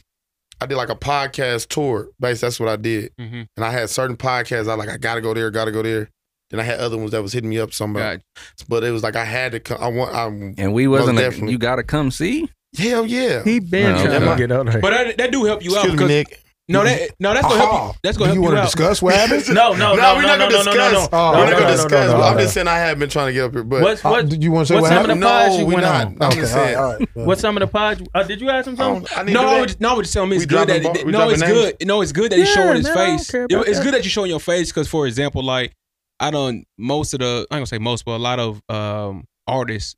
I did like a podcast tour. Basically, that's what I did. Mm-hmm. Mhm. And I had certain podcasts I like. I gotta go there. Gotta go there. Then I had other ones that was hitting me up somebody. But it was like I had to. Come, I want. I, And we most wasn't. A, definitely. you gotta come see. Hell yeah. He been Oh, trying okay. to get out there. But that, that do help you out. Excuse me, because- Nick. No, that no, that's gonna help you. That's gonna Do you help wanna you out. discuss what happened? No, no, no, we're no, not gonna no, no, no, discuss. no, Oh, no. we're not gonna No, no, no, discuss. no, no, but I'm no. just saying I have been trying to get up here, but What's, what, what some of the pods no, you we went not. on? I'm just saying. What some of the pods? Uh, did you ask him something? no, I was, no, I was just telling me it's We good that dropping bar- we no, it's dropping names? good. No, it's good that he's Yeah, showing his man, I don't face. care It- about it's that. good that you're showing your face because, for example, like I don't most of the I ain't gonna say most, but a lot of um artists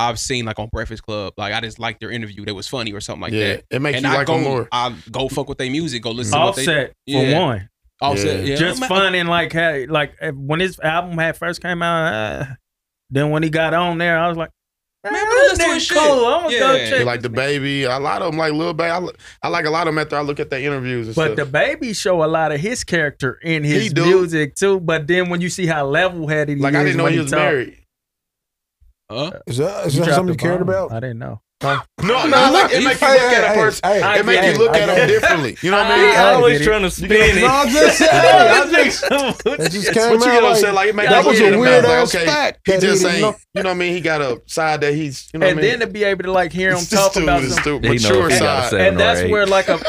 I've seen like on Breakfast Club, like I just liked their interview. They was funny or something like Yeah, that. it make and you I like go, them more. I go fuck with their music. Go listen. to Offset what for they, yeah. one. Offset, yeah. Just I'm- fun and like had like eh, when his album had first came out. Uh, then when he got on there, I was like, man, listen to nigga his shit. cool. I'm gonna go check. Like the baby, a lot of them, like little baby. I, li- I like a lot of them after I look at their interviews and But the stuff. baby show a lot of his character in He his do. music too. But then when you see how level headed he like is, I didn't know when he was talk- married. *laughs* Huh? Is that, is You that dropped something you the cared bomb. about? I didn't know. No, no, I like, it make you look at a person. it make you look at them differently. You know what I mean? uh, No, *laughs* I'm just saying. I'm just, it just came But you get out what I'm like, saying? Like it make that you was look a at him, weird I ass was like, okay, fact. He that just didn't ain't. know. You know what I mean? He got a side that he's. You know and what I then mean? to be able to like hear *laughs* him This talk dude about is some stupid. He knows Mature if he got side. seven and or that's eight. where like a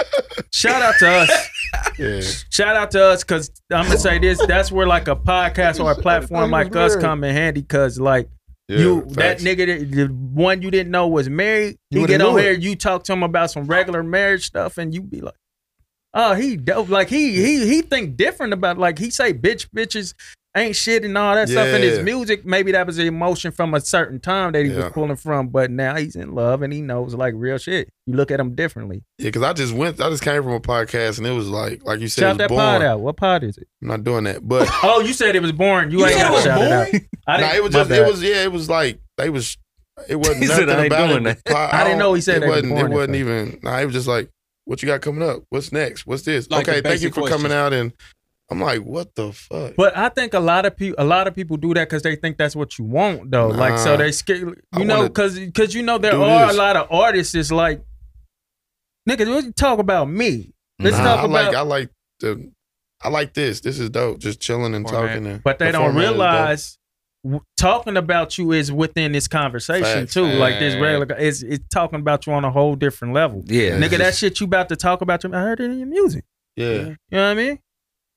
shout out to us. Shout out to us because I'm gonna say this. That's where like a *laughs* podcast or a platform like us come in handy because like you that facts. nigga that- the one you didn't know was married. You You would've get on knew here, you talk to him about some regular marriage stuff, and you be like. Oh, he dope. Like he he he think different about like he say bitch bitches ain't shit and all that stuff in his Yeah. music. Maybe that was an emotion from a certain time that he Yeah. was pulling from, but now he's in love and he knows like real shit. You look at him differently. Yeah, because I just went. I just came from a podcast, and it was like, like you said, Shout it was that born. pod out. What pod is it? I'm not doing that, but Oh, you said it was boring. You, ain't said it got to was shout it out. nah, I didn't- it was my just, it bad. was, yeah, it was like they was. It wasn't He said, nothing "I ain't about doing it. that." But *laughs* I didn't know he said It they was wasn't. It born at wasn't first. even. Nah, it was just like, what you got coming up? What's next? What's this? Like the okay, thank you basic for questions. coming out. And I'm like, what the fuck? But I think a lot of people, a lot of people do that because they think that's what you want, though. like, so Nah. they scared, I you know, wanna because because you know there do are this. a lot of artists. It's like, nigga, what you talk about me? Let's Nah, talk I like, about. I like the, I like this. This is dope. Just chilling and Format. talking. And but they the don't format is dope. realize w- talking about you is within this conversation Facts. too. Like this Yeah. regular, it's it's talking about you on a whole different level. Yeah, nigga, that just- shit you about to talk about. Your, I heard it in your music. Yeah. You know what I mean?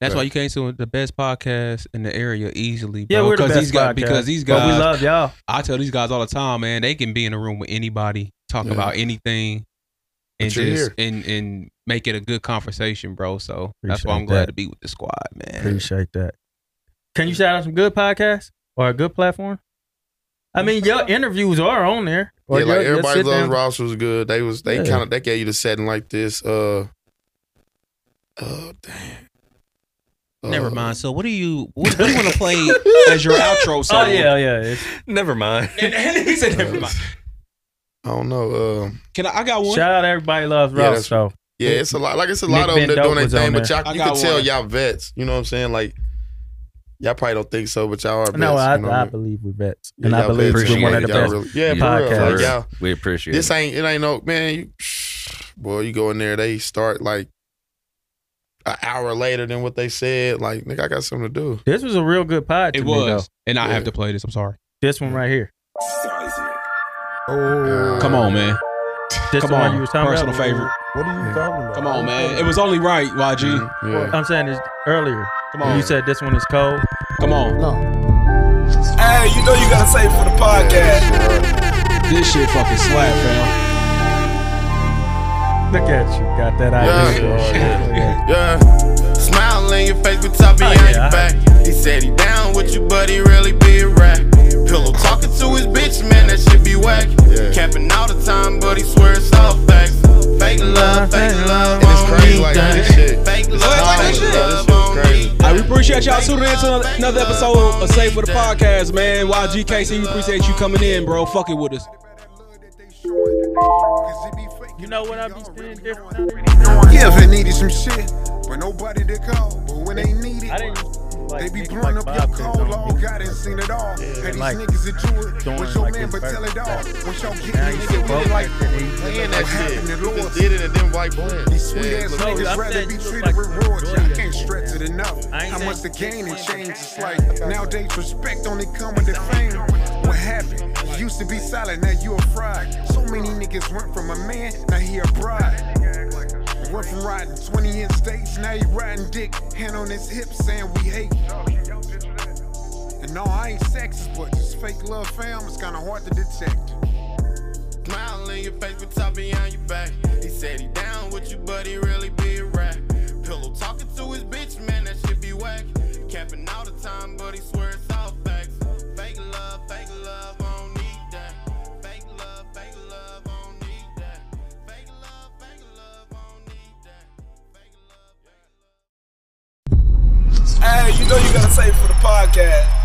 That's why you came to the best podcast in the area easily, Yeah, bro. we're the best these guys, podcast, because these but guys, we love y'all. I tell these guys all the time, man, they can be in a room with anybody, talk Yeah. about anything, and But you're just here. and and make it a good conversation, bro. So that's why Appreciate I'm glad that. to be with the squad, man. Appreciate that. Can you shout out some good podcasts or a good platform? I mean, your interviews are on there. Or yeah, like your- your everybody sit-down- loves Ross was good. They was they Yeah. kind of they gave you the setting like this. Uh, oh damn. Never Uh, mind. So what do you what, what do you want to play as your outro song? Oh yeah, yeah. Never mind. *laughs* And, and he said never mind. I don't know. Um, Can I, I got one? Shout out everybody loves Yeah, Ross that's- though. Yeah, it's a lot. Like it's a lot Nick of them Van that Dope doing their was on thing, but there. y'all, I you got can tell one. y'all vets. You know what I'm saying? Like y'all probably don't think so, but y'all are vets. No, I, you know what I mean? believe we're vets, Yeah, and I y'all believe vets, we're one of the y'all best really- yeah, for real. podcasts. Like, y'all, We appreciate this it. ain't it ain't no man. You, *sighs* boy, you go in there, they start like an hour later than what they said. Like nigga, I got something to do. This was a real good pod. It to me, was, though. and I have to play this. I'm sorry. This one right here. Oh, Come on, man. This Come the one on, you was talking about? personal favorite. What are you talking about? Come on, man. It was only right, Mm-hmm. YG. I'm saying this earlier. Come on. You said this one is cold. Come on. Hey, you know you gotta say for the podcast. This shit fucking slap, fam. Look at you. Got that idea. *laughs* Yeah. Yeah. Smile in your face with Toppy on your back. He said he down with you, but he really be a rat. Pillow talking to his bitch, man, that shit be whack. Capping all the time, but he swear it's all facts. Fake love, fake love. And it's crazy like on this me. shit. Fake love, that fake shit. love on me. All right, we appreciate y'all tuning in to another episode of Save for the Podcast, man. YGKC, we appreciate you coming in, bro. Fuck it with us. You know what I be saying different? Yeah, if they needed some shit, but nobody to call. But when they need it, they be blowing up your call. All God ain't seen it all. Hey, these like, niggas that do it. doing What's your like man? this But tell it all. Once y'all get Now you it, see nigga, both with it like like Playing that shit. happened You just did it and then white playing. These sweet ass Yeah, niggas I'm rather saying be you look treated with like royalty. I Jordan. can't stress it enough. How much the gain and change is like. Nowadays, respect only come with the fame. What happened? You used to be solid, now you a fraud. So *laughs* many niggas went from a man, now he a bride. Went from riding 20 in states, now he riding dick. Hand on his hip saying we hate. And no, I ain't sexist, but this fake love fam is kinda hard to detect. Smile in your face with top behind your back. He said he down with you, but he really be a rat. Pillow talking to his bitch, man, that shit be whack. Capping all the time, but he swear it's all facts. Fake love, fake love, I don't need that. Fake love, fake love, I don't need that. Fake love, fake love, I don't need that. Fake love, fake love. Hey, you know you gotta say for the podcast.